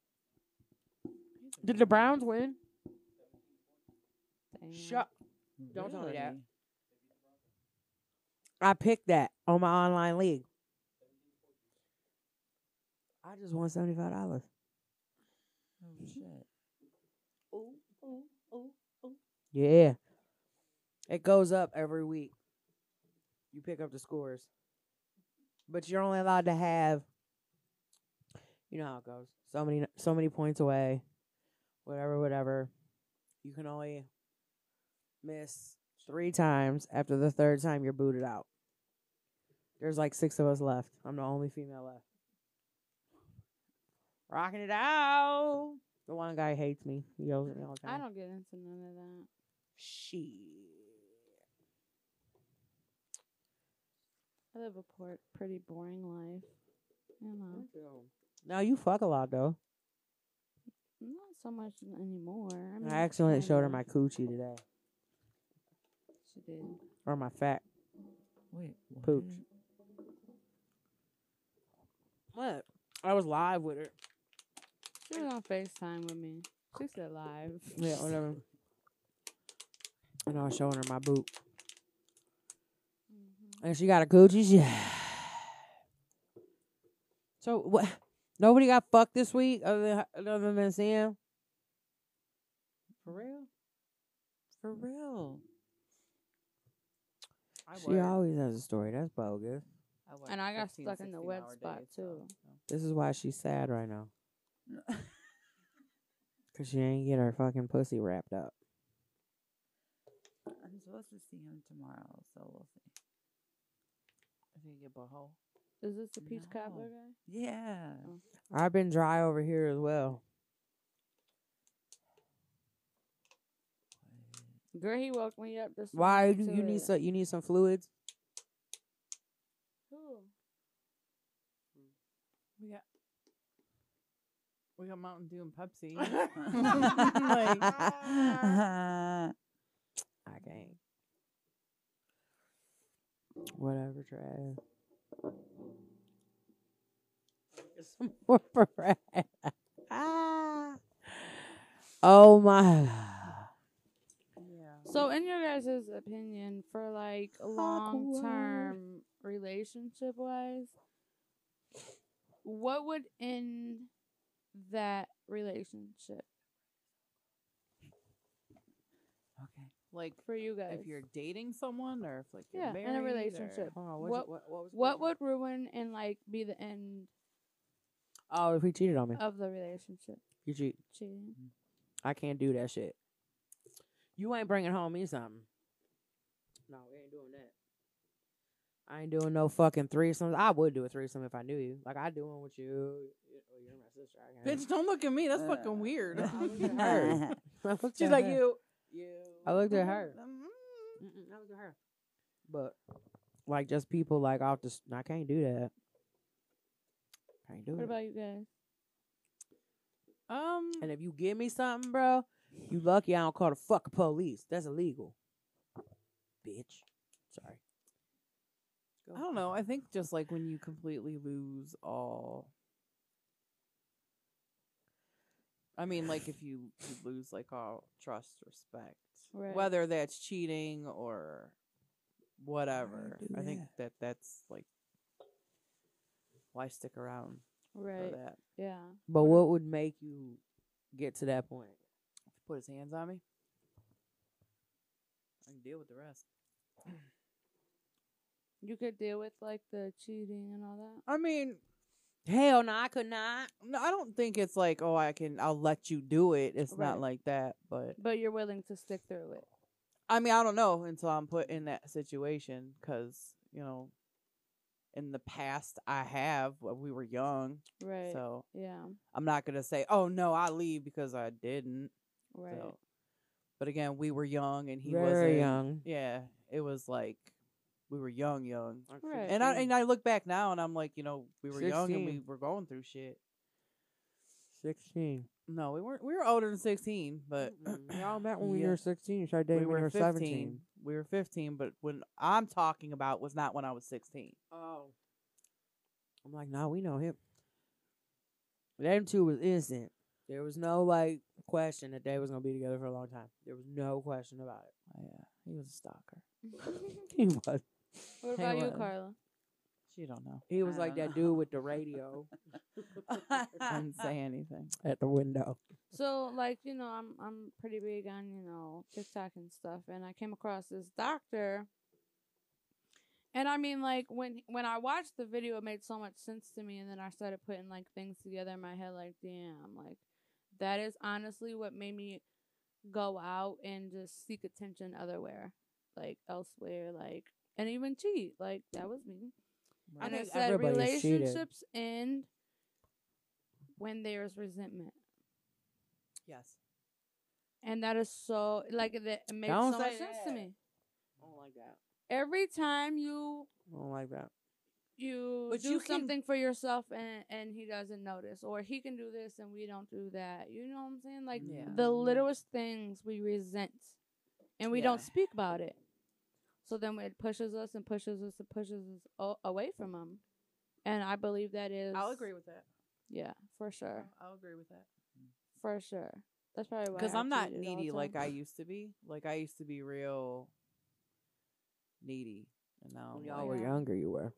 B: Did the Browns win?
D: Damn.
B: Shut. Don't tell me that. I picked that on my online league. I just won seventy five dollars.
F: Oh shit.
B: Yeah. It goes up every week. You pick up the scores. But you're only allowed to have you know how it goes. So many so many points away. Whatever, whatever. You can only miss three times. After the third time you're booted out. There's like six of us left. I'm the only female left. Rocking it out. The one guy hates me. He yells at me all the time.
D: I don't get into none of that.
B: She.
D: I live a por- pretty boring life. You know,
B: No, you fuck a lot though.
D: not so much anymore. I, mean,
B: I accidentally showed her
D: kinda.
B: my coochie today,
E: She did.
B: or my fat
C: Wait. What?
B: Pooch. What? I was live with her.
D: She was on Facetime with me. She said live.
B: Yeah, oh, whatever. And I was showing her my boot,
D: Mhm.
B: and she got a coochie. Yeah. So what? Nobody got fucked this week other than other than Sam.
C: For real? For real. I
B: She always has a story. That's bogus.
C: work
D: And I got
C: 15,
D: stuck in the
C: 16
D: wet
C: hour
D: spot,
C: days, so,
D: too.
B: This is why she's sad right now.
C: no.
B: Cause she ain't get her fucking pussy wrapped up.
C: I'm supposed to see him tomorrow, so we'll see. I think your butthole.
D: Is this the peach cobbler
C: No.
D: guy?
C: Yeah.
B: I've been dry over here as well.
D: Girl, he woke me up this
B: Why
D: morning
B: you,
D: to
B: you need
D: it.
B: some you need some fluids?
D: Who?
F: We got we got Mountain Dew and Pepsi.
C: Like-
B: I can't. Whatever, Trav. Get Some more for Brad. ah. Oh my
F: yeah.
D: So, in your guys' opinion, for like long term relationship wise, what would end that relationship
C: okay.
F: Like
D: for you guys?
F: if you're dating someone or if like you're
D: Yeah,
F: married
D: in a
F: or-
D: relationship.
B: God.
D: What- what would ruin and like be the end
B: Oh, if he cheated on me.
D: of the relationship?
B: You cheat.
D: Cheating.
B: I can't do that shit. You ain't bringing home me something. No, we ain't doing that. I ain't doing no fucking threesomes. I would do a threesome if I knew you. Like I do one with you. y- oh, You're my sister. I can't.
F: Bitch, don't look at me. That's
C: Uh,
F: fucking weird.
C: yeah.
B: I looked at her. I looked
F: She's
B: at
F: like
B: her.
F: you. You.
B: I looked at her.
F: Mm,
B: Mm-mm, I looked at her. But like just people like off the. s- I can't do that. Can't do
D: What
B: it.
D: about you guys?
F: Um.
B: and if you give me something, bro, you lucky I don't call the fucking police. That's illegal. Bitch. Sorry. Go.
F: I don't know. I think just like when you completely lose all. I mean, like if you, you lose like all trust, respect,
D: Right.
F: whether that's cheating or whatever.
B: do
F: I think
B: that?
F: that that's like why stick around
D: Right.
F: for that.
D: Yeah.
B: But what would make you get to that point?
F: Put his hands on me. I can deal with the rest.
D: You could deal with like the cheating and all that.
F: I mean,
B: Hell no, I could not.
F: no, I don't think it's like oh I can I'll let you do it. It's
D: Right.
F: not like that, but
D: But you're willing to stick through it.
F: I mean, I don't know until I'm put in that situation because you know, in the past I have when we were young,
D: Right.
F: so
D: Yeah.
F: I'm not gonna say, oh no, I leave because I didn't.
D: Right.
F: So, but again, we were young and he
B: Very
F: wasn't.
B: young.
F: Yeah, it was like we were young, young.
D: Right.
F: And I and I look back now and I'm like, you know, we were young and
B: 16.
F: we were going through shit.
B: sixteen.
F: No, we weren't. We were older than 16, but
B: Y'all met when we
F: Yeah.
B: were sixteen. You started dating
F: we
B: when
F: were
B: you were
F: 15.
B: seventeen.
F: We were 15, but when I'm talking about was not when I was 16.
B: Oh. I'm like, nah, we know him. Them two was innocent. There was no like question that they was gonna be together for a long time. There was no question about it.
F: Oh, yeah, he was a stalker.
B: He was.
D: what
F: Hey,
D: about you,
F: what-
D: Carla?
F: She don't know.
B: He was
C: I
B: like
C: don't
B: that
C: know.
B: dude with the radio
F: I didn't say anything.
B: at the window.
D: So, like, you know, I'm I'm pretty big on you know TikTok and stuff, and I came across this doctor. And I mean, like when when I watched the video, it made so much sense to me, and then I started putting like things together in my head, like, damn, like that is honestly what made me go out and just seek attention otherwhere, like elsewhere, like and even cheat, like that was me.
B: I
D: And
B: think
D: it said
B: everybody has cheated.
D: relationships end when there's resentment.
F: Yes.
D: And that is so like that it makes
B: Don't
D: so
B: say
D: much sense to
B: that.
D: me.
B: I don't like that.
D: Every time you
B: I don't like that.
D: you
F: But
D: do
F: you can-
D: something for yourself and and he doesn't notice, or he can do this and we don't do that. You know what I'm saying? Like
F: Yeah.
D: the littlest things we resent, and we don't
F: Mm-hmm. Yeah.
D: speak about it. So then it pushes us and pushes us and pushes us o- away from him. And I believe that is.
F: I'll agree with that.
D: Yeah, for sure,
F: I'll- I'll agree with that.
D: for sure. That's probably why.
F: Because
D: I
F: I'm not
D: cheated all the
F: needy
D: time.
F: like I used to be. Like I used to be real needy. And now
B: When
F: I'm
B: y'all
F: like,
B: were
D: Yeah.
B: younger, you were.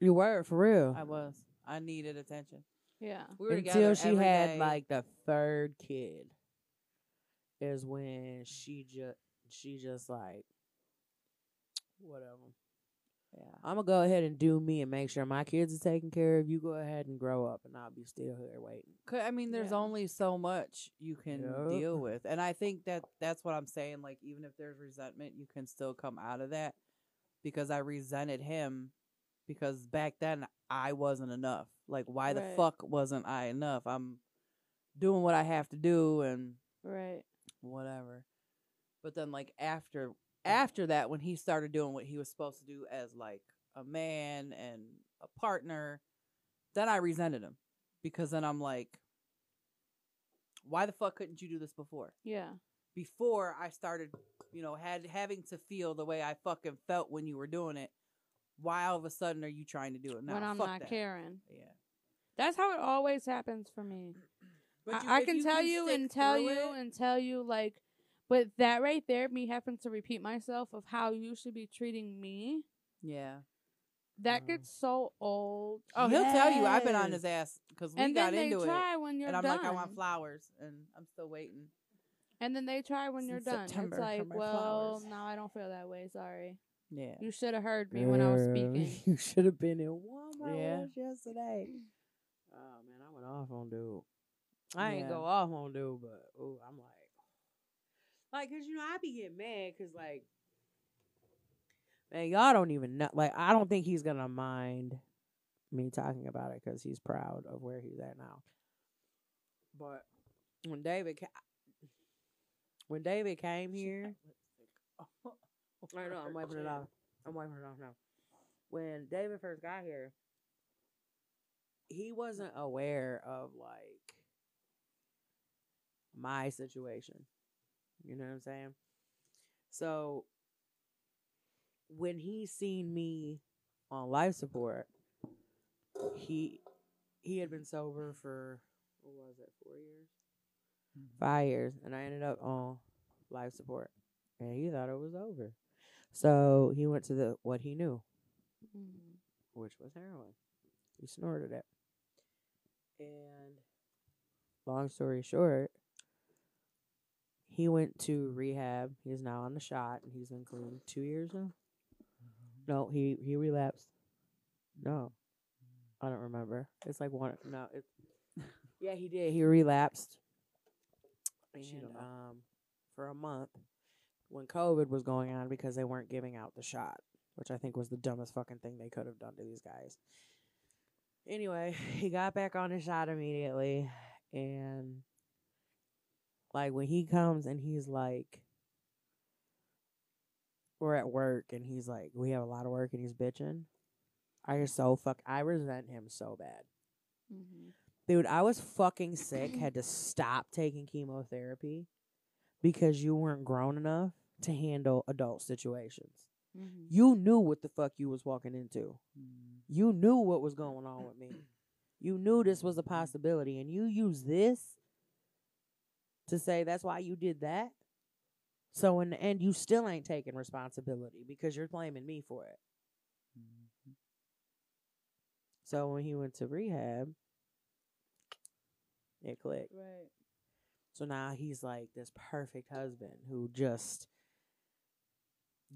B: You were for real.
F: I was. I needed attention.
D: Yeah.
F: We
B: Until she
F: every
B: had
F: day.
B: like the third kid, is when she just she just like whatever.
F: Yeah.
B: I'm gonna go ahead and do me and make sure my kids are taken care of. You go ahead and grow up, and I'll be still here waiting.
F: 'Cause, I mean, there's
D: Yeah.
F: only so much you can
B: Yep.
F: deal with, and I think that that's what I'm saying. Like, even if there's resentment, you can still come out of that. Because I resented him, because back then I wasn't enough. Like, why the
D: Right.
F: fuck wasn't I enough? I'm doing what I have to do, and
D: Right.
F: whatever. But then like after after that when he started doing what he was supposed to do as like a man and a partner, then I resented him because then I'm like why the fuck couldn't you do this before?
D: Yeah.
F: Before I started, you know, had having to feel the way I fucking felt when you were doing it, why all of a sudden are you trying to do it now?
D: when I'm
F: Fuck
D: not
F: that.
D: caring.
F: Yeah.
D: That's how it always happens for me.
F: But you-
D: I, I
F: if
D: can tell you
F: stick
D: and tell
F: through
D: you
F: it-
D: and tell you like, but that right there, me having to repeat myself of how you should be treating me,
F: yeah.
D: that
F: Mm-hmm.
B: Mm.
D: gets so old.
F: Oh, he'll tell you I've been on his ass because we
D: and
F: got
D: then
F: into
D: they
F: it.
D: try when you're
F: and I'm
D: done.
F: like, I want flowers, and I'm still waiting.
D: and then they try when you're
F: Since
D: done.
F: September
D: it's
F: for
D: like,
F: my
D: well,
F: flowers.
D: no, I don't feel that way. Sorry,
F: Yeah,
D: you should have heard me when I was
B: Girl,
D: speaking.
B: You should have been in Walmart
F: Yeah.
B: with us yesterday. Oh man, I went off on dude. I ain't
F: Yeah.
B: go off on dude, but oh, I'm like, like, cause you know I be getting mad, cause like, man, y'all don't even know. Like, I don't think he's gonna mind me talking about it, cause he's proud of where he's at now. But when David, ca- when David came here. I know. I'm wiping it off. I'm wiping it off now. When David first got here, he wasn't aware of like my situation. You know what I'm saying? So when he seen me on life support, he he had been sober for what was it, four years? Five years. And I ended up on life support. And he thought it was over. So he went to the what he knew,
D: Mm.
B: which was heroin. He snorted it. And long story short, he went to rehab. He's now on the shot and he's been clean two years now.
F: Mm-hmm.
B: No, he he relapsed. No. I don't remember. It's like one no, it Yeah, he did. He relapsed.
F: She
B: And
F: don't know.
B: um for a month when COVID was going on because they weren't giving out the shot, which I think was the dumbest fucking thing they could have done to these guys. Anyway, he got back on his shot immediately and like when he comes and he's like we're at work and he's like we have a lot of work and he's bitching. I just so fuck I resent him so bad.
D: Mhm.
B: Dude, I was fucking sick, had to stop taking chemotherapy because you weren't grown enough to handle adult situations.
D: Mhm.
B: You knew what the fuck you was walking into.
C: Mm-hmm.
B: You knew what was going on with me. You knew this was a possibility and you used this to say that's why you did that. So in the end you still ain't taking responsibility because you're blaming me for it. So when he went to rehab, it clicked.
D: Right.
B: So now he's like this perfect husband who just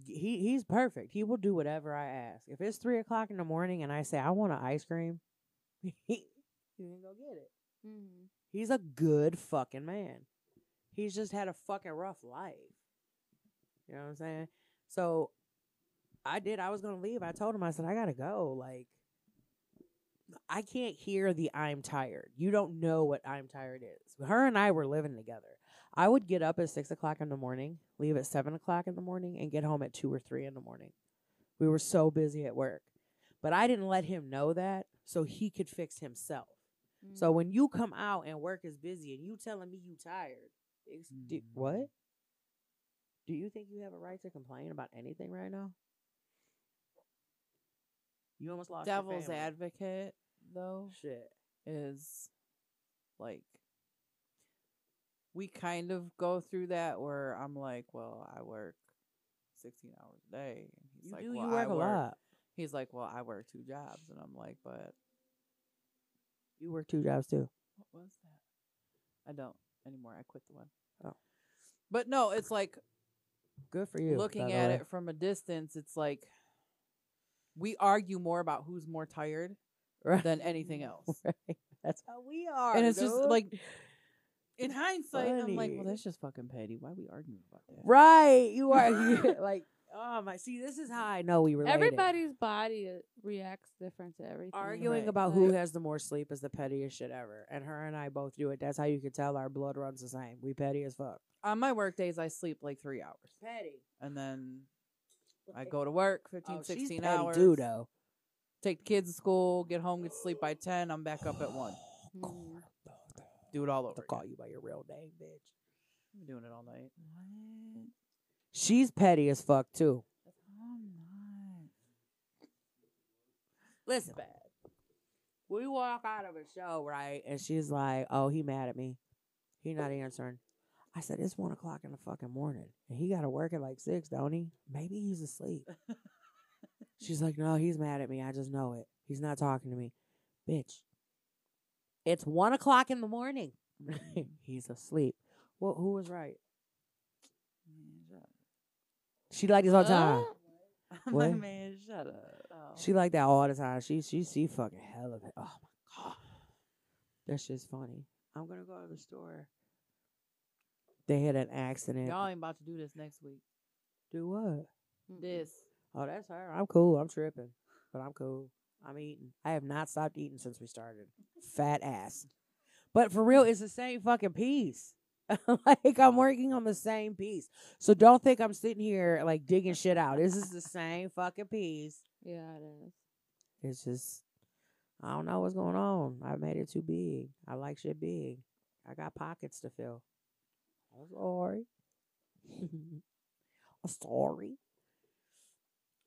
B: he he's perfect. He will do whatever I ask. If it's three o'clock in the morning and I say I want an ice cream, he he can go get it.
D: Mhm.
B: He's a good fucking man. He's just had a fucking rough life. You know what I'm saying? So I did. I was gonna leave. I told him. I said I gotta go. Like I can't hear the I'm tired. You don't know what I'm tired is. Her and I were living together. I would get up at six o'clock in the morning, leave at seven o'clock in the morning, and get home at two or three in the morning. We were so busy at work. But I didn't let him know that so he could fix himself. So when you come
F: Mm-hmm.
B: out and work is busy and you telling me you tired, ex- do-
C: Mm.
F: Mm-hmm.
B: what? Do you think you have a right to complain about anything right now? You almost lost your
F: Devil's
B: family. Oh,
F: advocate though
B: Shit.
F: is like we kind of go through that where I'm like, well, I work 16 hours a day. And he's
B: You
F: like,
B: do.
F: well,
B: you
F: I
B: work a lot.
F: He's like, well, I work two jobs. And I'm like, but
B: You work two jobs too.
F: what was that? I don't anymore. I quit the one.
B: Oh.
F: But no, it's like
B: Good for you. by
F: looking
B: the
F: at
B: way.
F: it from a distance, it's like we argue more about who's more tired
B: Right.
F: than anything else.
B: Right. That's how we are.
F: and it's just
B: dude.
F: like in hindsight, I'm like, well,
B: Funny.
F: that's just fucking petty. Why we arguing about that?
B: Right. You are you- like, oh my see, this is how I know we related.
D: Everybody's body uh, reacts different to everything.
B: arguing
F: Right.
B: about
D: Like-
B: who has the more sleep is the pettiest shit ever. And her and I both do it. That's how you can tell our blood runs the same. We petty as fuck.
F: On my work days, I sleep like three hours,
B: Petty.
F: and then I go to work 15, 16 hours.
B: do though.
F: Take the kids to school, get home, get to sleep by ten. I'm back up at one.
D: Mm.
F: Do it all over.
B: To
F: Again.
B: call you by your real name, bitch.
F: I'm doing it all night.
C: What?
B: She's petty as fuck too.
C: I'm not.
B: Listen, bad. We walk out of a show, right? And she's like, "Oh, he mad at me. He not answering." I said, "It's one o'clock in the fucking morning, and he got to work at like six, don't he? Maybe he's asleep." she's like, "No, he's mad at me. I just know it. He's not talking to me, bitch. It's one o'clock in the morning. he's asleep. Well, who was right?
C: Man, shut up.
B: She like this all the time."
D: Huh?
C: I'm
B: What?
C: like, man, shut up.
B: She like that all the time. She she she fucking hell of it. Oh my god, that shit's funny. I'm gonna go to the store. They had an accident.
F: Y'all ain't about to do this next week.
B: Do what?
D: Mm-mm.
F: This.
B: Oh, that's her. I'm cool. I'm tripping, but I'm cool. I'm eating. I have not stopped eating since we started. Fat ass. But for real, it's the same fucking piece. like I'm working on the same piece. So don't think I'm sitting here like digging shit out. This is the same fucking piece.
D: Yeah, it is.
B: It's just I don't know what's going on. I made it too big. I like shit big. I got pockets to fill. I'm sorry. I'm sorry.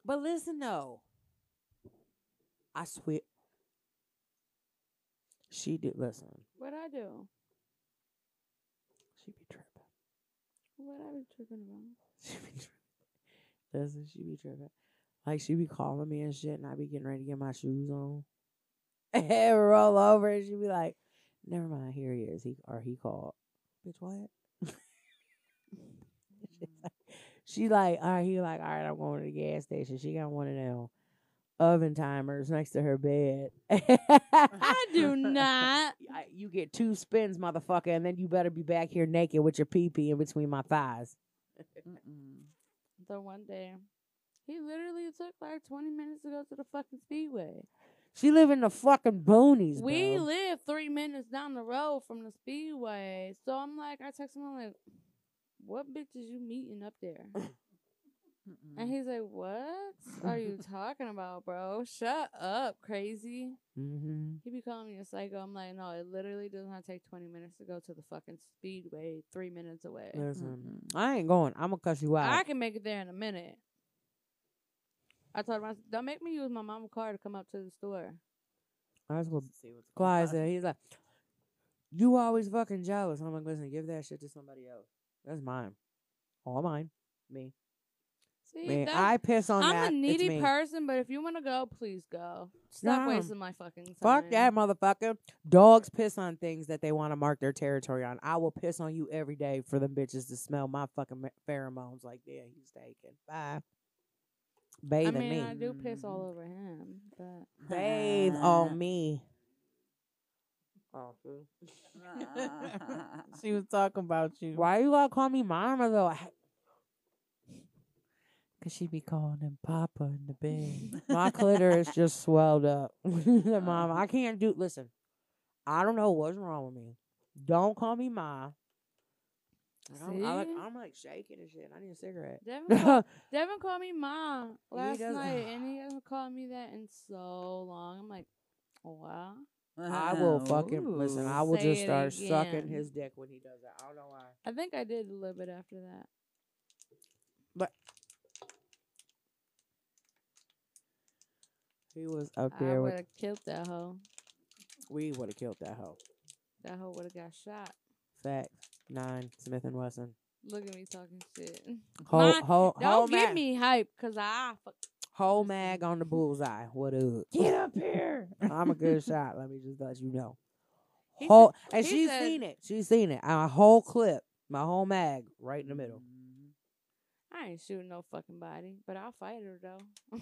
B: But listen though. I swear she did listen.
D: What I do?
B: She be tripping.
D: What I be tripping about?
B: She be tripping. Listen, she be tripping. Like she be calling me and shit, and I be getting ready to get my shoes on. And roll over, and she be like, "Never mind, here he is. He or he called, bitch. What?" She's like- she like, all right. He like, all right. I'm going to the gas station. She got one of them oven timers next to her bed.
D: I do not.
B: I- you get two spins, motherfucker, and then you better be back here naked with your pee pee in between my thighs.
C: Mm-mm.
D: The one day, he literally took like 20 minutes to go to the fucking speedway.
B: She live in the fucking boonies,
D: we
B: bro.
D: live three minutes down the road from the speedway, so I'm like, I text him, I'm like, "What bitches you meeting up there?" And he's like, "What are you talking about, bro? Shut up, crazy."
B: mm-hmm.
D: He be calling me a psycho. I'm like, no, it literally does not take 20 minutes to go to the fucking speedway, three minutes away.
B: Listen, I ain't going. I'm gonna cuss you
D: I
B: out.
D: can make it there in a minute. I told him, I said, don't make me use my mama's car to come up to the store.
B: That's
D: Oh
B: what
F: Let's see what's going
B: Clyde
F: on.
B: said. He's like, "You always fucking jealous." I'm like, "Listen, give that shit to somebody else. That's mine, all mine, me,
D: See,
B: me.
D: that's-
B: I piss on
D: I'm
B: that.
D: a
B: It's
D: needy
B: me.
D: person, but if you want to go, please go. Stop
B: Nah.
D: wasting my fucking time.
B: Fuck that motherfucker. Dogs piss on things that they want to mark their territory on. I will piss on you every day for them bitches to smell my fucking ma- pheromones. Like, yeah, he's taken. Bye. Bathe
D: I
B: in
D: mean,
B: me.
D: I do piss all over him, but
B: Bathe on me. Oh,
F: she was talking about you.
B: Why you gotta call me mama though? I-
C: Cause she be calling him Papa in the bed.
B: My clitoris just swelled up.
F: Uh-huh.
B: Mom, I can't do. Listen, I don't know what's wrong with me. Don't call me ma. Like, I'm, I'm like,
D: See? Uh-huh.
B: I'm like shaking and shit. I need a cigarette.
D: Devin, call, Devin called me mom
B: He
D: last
B: doesn't-
D: night, and he hasn't called me that in so long. I'm like, oh, wow.
B: I will fucking listen. I will
D: Say
B: just
D: it
B: start sucking
D: again.
B: his dick when he does that. I don't know why.
D: I think I did a little bit after that.
B: He was up
D: I
B: there
D: would
B: with.
D: have killed that hoe.
B: We would have killed that hoe.
D: That hoe would have got shot.
B: Fact nine Smith and Wesson.
D: Look at me talking shit.
B: Whole
D: My-
B: whole whole
D: Don't get
B: mag,
D: me hype, cause I fuck.
B: whole mag on the bullseye. What up? Get up here. I'm a good shot. Let me just let you know.
D: He
B: Whole and
D: he
B: she's
D: said-
B: seen it. She's seen it. Our whole clip, my whole mag, right in the middle.
C: Mm-hmm.
D: I ain't shooting no fucking body, but I'll fight her though.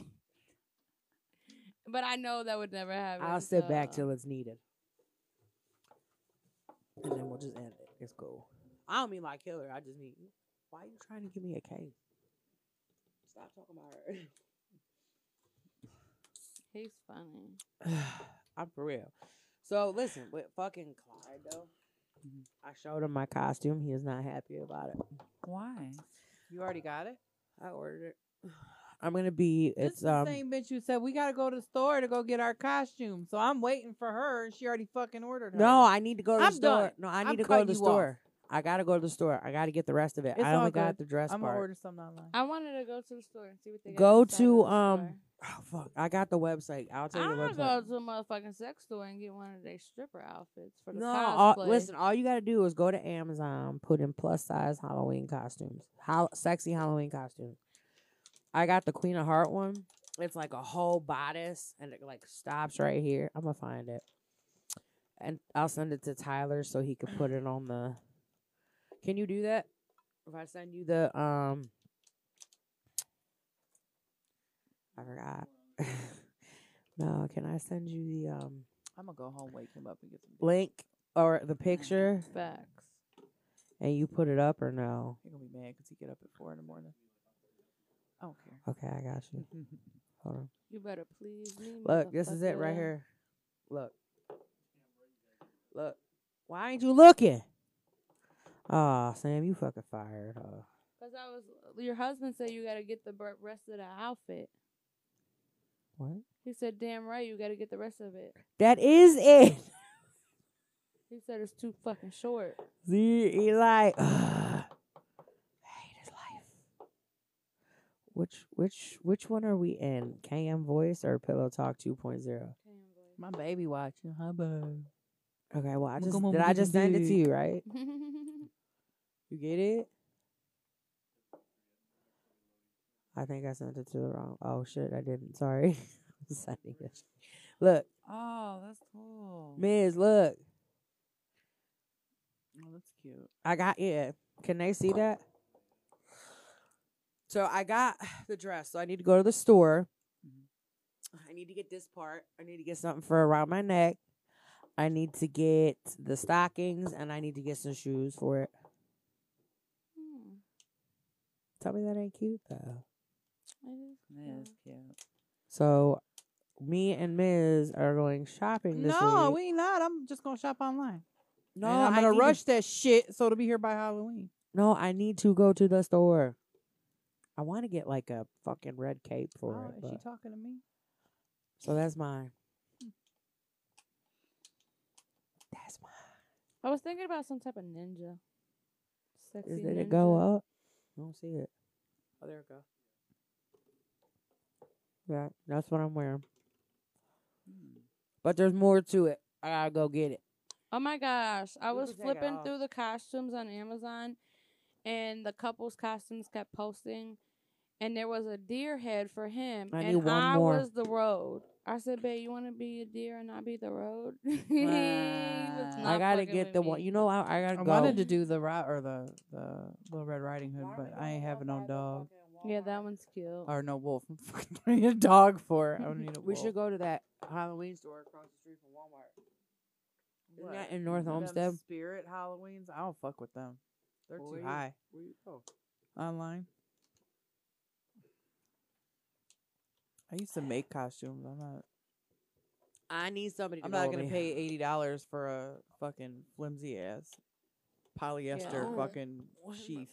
D: but I know that would never happen.
B: I'll sit back
D: so-
B: till it's needed. And then we'll just end it. It's cool. I don't mean like killer. I just mean, why are you trying to give me a case? Stop talking about
D: He's funny.
B: her. I'm for real. So listen, with fucking Clyde though,
C: Mhm.
B: I showed him my costume. He is not happy about it.
C: Why?
F: You already got it.
B: I ordered it. I'm gonna be.
F: It's
B: It's
F: the
B: um.
F: same bitch who said we gotta go to the store to go get our costume. So I'm waiting for her, and she already fucking ordered her.
B: No, I need to go to
F: I'm
B: the store.
F: done.
B: No, I
F: I'm
B: need to go to
F: cutting
B: the
F: you off.
B: store. I gotta go to the store. I gotta get the rest of it.
F: It's
B: I only
F: all
B: got
F: good.
B: the dress
F: I'm gonna
B: part.
F: order something online.
D: I wanted to go to the store and see what they got
B: Go
D: inside of
B: to,
D: the
B: um,
D: store.
B: Oh fuck! I got the website. I'll tell you the
D: I'm
B: website.
D: gonna go to a motherfucking sex store and get one of their stripper outfits for the
B: no, all,
D: cosplay.
B: listen. All you gotta do is go to Amazon, put in plus size Halloween costumes, Hol- sexy Halloween costumes. I got the Queen of Heart one. It's like a whole bodice, and it like stops right here. I'm gonna find it, and I'll send it to Tyler so he can put it on the. Can you do that? If I send you the um, I forgot. no, can I send you the um?
F: I'm gonna go home, wake him up, and get some. Dick.
B: link or the picture
D: Facts.
B: and you put it up or no?
F: He gonna be mad because he get up at four in the morning. I don't care.
B: Okay, I got you. Hold on.
D: You better please me.
B: Look, this is it
D: motherfucker.
B: right here. Look. Look. Why ain't you looking? Ah, Sam, you fucking fired. huh?
D: Cause I was. Your husband said you gotta get the br- rest of the outfit.
B: what?
D: He said, "Damn right, you gotta get the rest of it."
B: That is it.
D: He said it's too fucking short.
B: See, Eli. I hate his life. Which which which one are we in? KM Voice or Pillow Talk 2.0?
F: My baby watching. Hi, babe.
B: Okay, well I
F: Come
B: just
F: on,
B: did I
F: get
B: just
F: them
B: send it to
F: big.
B: you, right? You get it? I think I sent it to the wrong. Oh shit, I didn't. Sorry. I'm sending it. Look,
C: Oh, that's cool.
B: Miz, look.
F: Oh, that's cute.
B: I got yeah. Can they see that? So I got the dress. So I need to go to the store. I need to get this part. I need to get something for around my neck. I need to get the stockings and I need to get some shoes for it.
D: Hmm,
B: Tell me that ain't cute though.
D: it is
C: That is
D: cute.
C: cute.
B: So me and Miz are going shopping this
F: No,
B: week.
F: we not. I'm just gonna shop online.
B: No,
F: And I'm
B: I
F: gonna
B: need to-
F: rush that shit so it'll be here by Halloween.
B: No, I need to go to the store. I want to get like a fucking red cape for
F: Oh,
B: it.
F: is she
B: but-
F: talking to me?
B: so that's mine. That's mine.
D: I was thinking about some type of ninja. Sexy
B: Is did it
D: ninja.
B: go up? I don't see it.
F: Oh, there we go.
B: Yeah, that's what I'm wearing.
C: Hmm.
B: But there's more to it. I gotta go get it.
D: Oh my gosh. I
B: You
D: was
B: can take it
D: flipping
B: off.
D: through the costumes on Amazon and the couple's costumes kept posting and there was a deer head for him
B: I
D: and
B: need one
D: I
B: more.
D: was the road. I said, "Babe, you want to be a deer and not be the road?" He was
C: Wow.
D: not
B: I gotta
D: fucking
B: get
D: with
B: the one.
D: me.
B: You know, I, I gotta
F: I
B: go.
F: wanted to do the ro- or the the Little Red Riding Hood, but I ain't having no dog
D: Yeah, that one's cute.
F: or no wolf. I need a dog for it. I don't need a
B: We
F: wolf.
B: should go to that Halloween store across the street from Walmart. Isn't that in North
F: Them
B: Homestead?
F: Spirit Halloweens. I don't fuck with them. They're
B: Well,
F: too
B: you-
F: high
B: Where you go?
F: online. I used to make costumes. I'm not.
B: I need somebody. To
F: I'm
B: go
F: not
B: with
F: gonna
B: me.
F: pay eighty dollars for a fucking flimsy ass polyester
D: Yeah.
F: fucking sheath.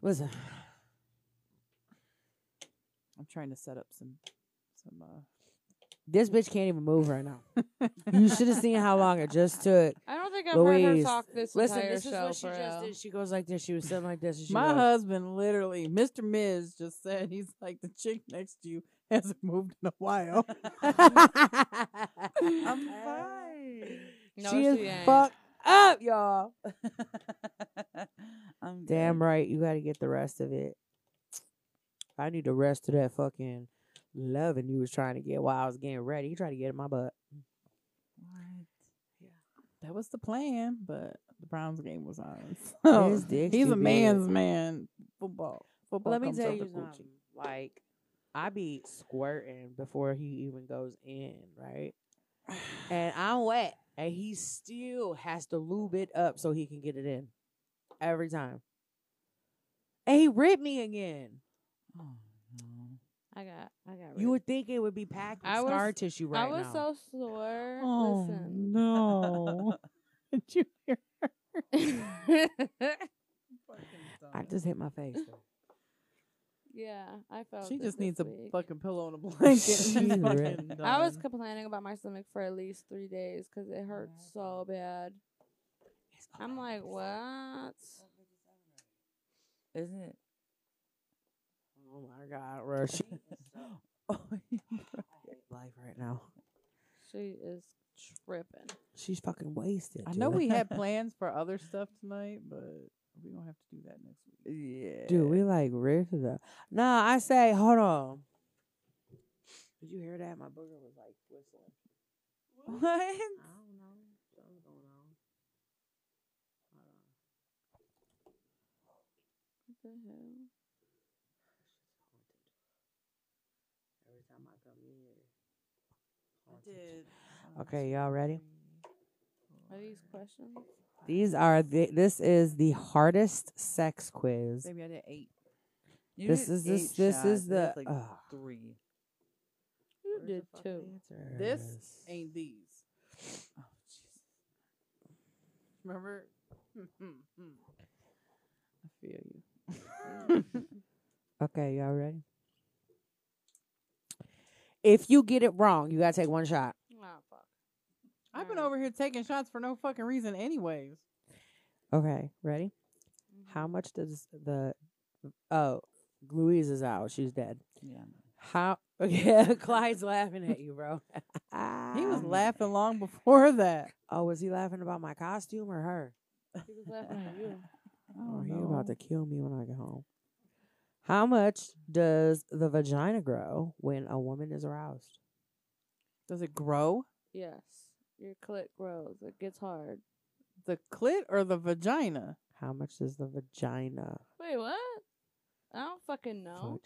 B: Listen,
F: I'm trying to set up some some uh
B: this bitch can't even move right now. You should have seen how long it just took.
D: I don't think I've heard her
B: Louise,
D: talk this
B: Listen,
D: entire
B: this is
D: show.
B: what she
D: for
B: just
D: real.
B: did. She goes like this. She was sitting like this. And she
F: My
B: goes,
F: husband literally, Mr. Miz just said he's like the chick next to you hasn't moved in a while.
B: I'm
C: I'm fine.
D: No,
B: she
D: she
B: is
D: ain't.
B: fucked up, y'all.
C: I'm
B: Damn
C: good.
B: right, you got to get the rest of it. I need the rest of that fucking loving you was trying to get while I was getting ready. You tried to get in my butt.
C: What?
F: that was the plan, but the Browns game was on. So
B: His dick's
F: he's
B: too
F: a
B: big.
F: man's man. Football. Football.
B: Let me
F: comes
B: tell
F: out
B: you
F: the Gucci.
B: something. Like, I be squirting before he even goes in, right? And I'm wet, and he still has to lube it up so he can get it in every time. And he ripped me again.
C: Oh no.
D: I got, I got.
B: You
D: rid-
B: would think it would be packed with
D: I was-
B: scar tissue right
D: I was
B: now.
D: so sore.
F: Oh
D: Listen.
F: no! Did you hear?
B: I just hit my face.
D: yeah, I felt.
F: She
D: it
F: just
D: this
F: needs a
D: week.
F: fucking pillow and a blanket.
B: She's
F: and
B: really-
F: fucking
D: I was
F: done.
D: complaining about my stomach for at least three days because it hurt so bad. I'm like, what?
C: Isn't it?
B: Oh my god, Rush.
C: oh,
B: Life right now.
D: She is tripping.
B: She's fucking wasted.
F: I know
B: dude.
F: we had plans for other stuff tonight, but we gonna have to do that next week.
C: yeah.
B: Dude, we like ripped it up. Nah, I say, hold on. Did you hear that? My booger was like whistling.
C: What?
B: I don't know. Something's going on. Hold on.
D: What the hell?
B: Every time I come here.
C: did.
B: Okay, y'all ready?
D: Are these questions?
B: These are the this is the hardest sex quiz.
F: Maybe I did eight.
C: You
B: This
C: did
B: is- this-
C: eight
B: this is
C: shots. There's,
B: the- uh,
C: like
B: ugh.
C: three.
D: You did two.
F: This ain't these. Oh Jesus! Remember? I feel you.
D: Ah,
B: Okay, y'all ready? If you get it wrong, you gotta take one shot.
D: Oh fuck.
F: I've been over here taking shots for no fucking reason, anyways.
B: Okay, ready?
D: Mm-hmm.
B: How much does the oh Louise is out, she's dead.
C: Yeah. I know.
B: How yeah, Clyde's laughing at you, bro.
F: He was
B: Um,
F: laughing long before that.
B: Oh, was he laughing about my costume or her?
D: He was laughing at you.
B: Oh, he about to kill me when I get home. How much does the vagina grow when a woman is aroused?
F: Does it grow?
D: Yes. Your clit grows. It gets hard.
F: The clit or the vagina?
B: How much does the vagina?
D: Wait, what? I don't fucking know.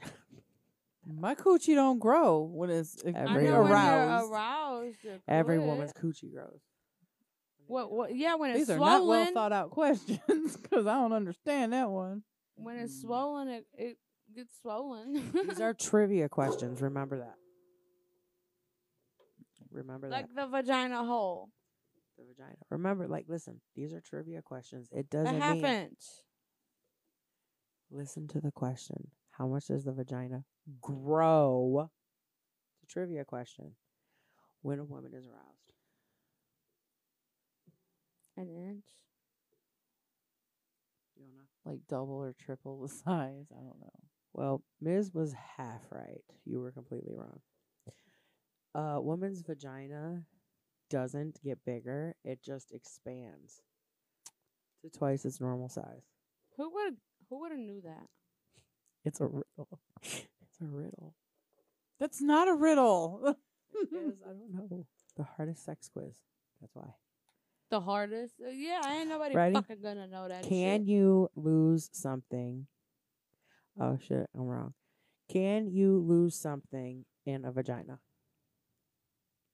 F: My coochie don't grow when it's
D: I
F: uh,
B: Every
D: know when you're
F: aroused.
D: aroused. your
B: Every
D: clit-
B: woman's coochie grows.
D: What? What? Yeah, when it's
F: These are
D: swollen.
F: not well thought out questions because I don't understand that one.
D: when it's
C: Mm.
D: swollen, it, it gets swollen.
B: These are trivia questions. Remember that. Remember that.
D: like the vagina hole.
B: the vagina. Remember, like, listen, these are trivia questions. It
D: That
B: doesn't mean.
D: happened.
B: Listen to the question. How much does the vagina grow? It's a trivia question. When a woman is aroused.
D: An inch.
B: You don't know.
F: Like double or triple the size. I don't know.
B: Well, Ms. was half right. You were completely wrong. A woman's vagina doesn't get bigger, it just expands to twice its normal size.
D: Who would who would have knew that?
B: It's a riddle. It's a riddle.
F: That's not a riddle.
B: It is, I don't know. The hardest sex quiz. That's why.
D: The hardest. Uh, Yeah, I ain't nobody
B: Ready?
D: fucking gonna know that.
B: Can
D: shit.
B: you lose something? Oh shit, I'm wrong. Can you lose something in a vagina?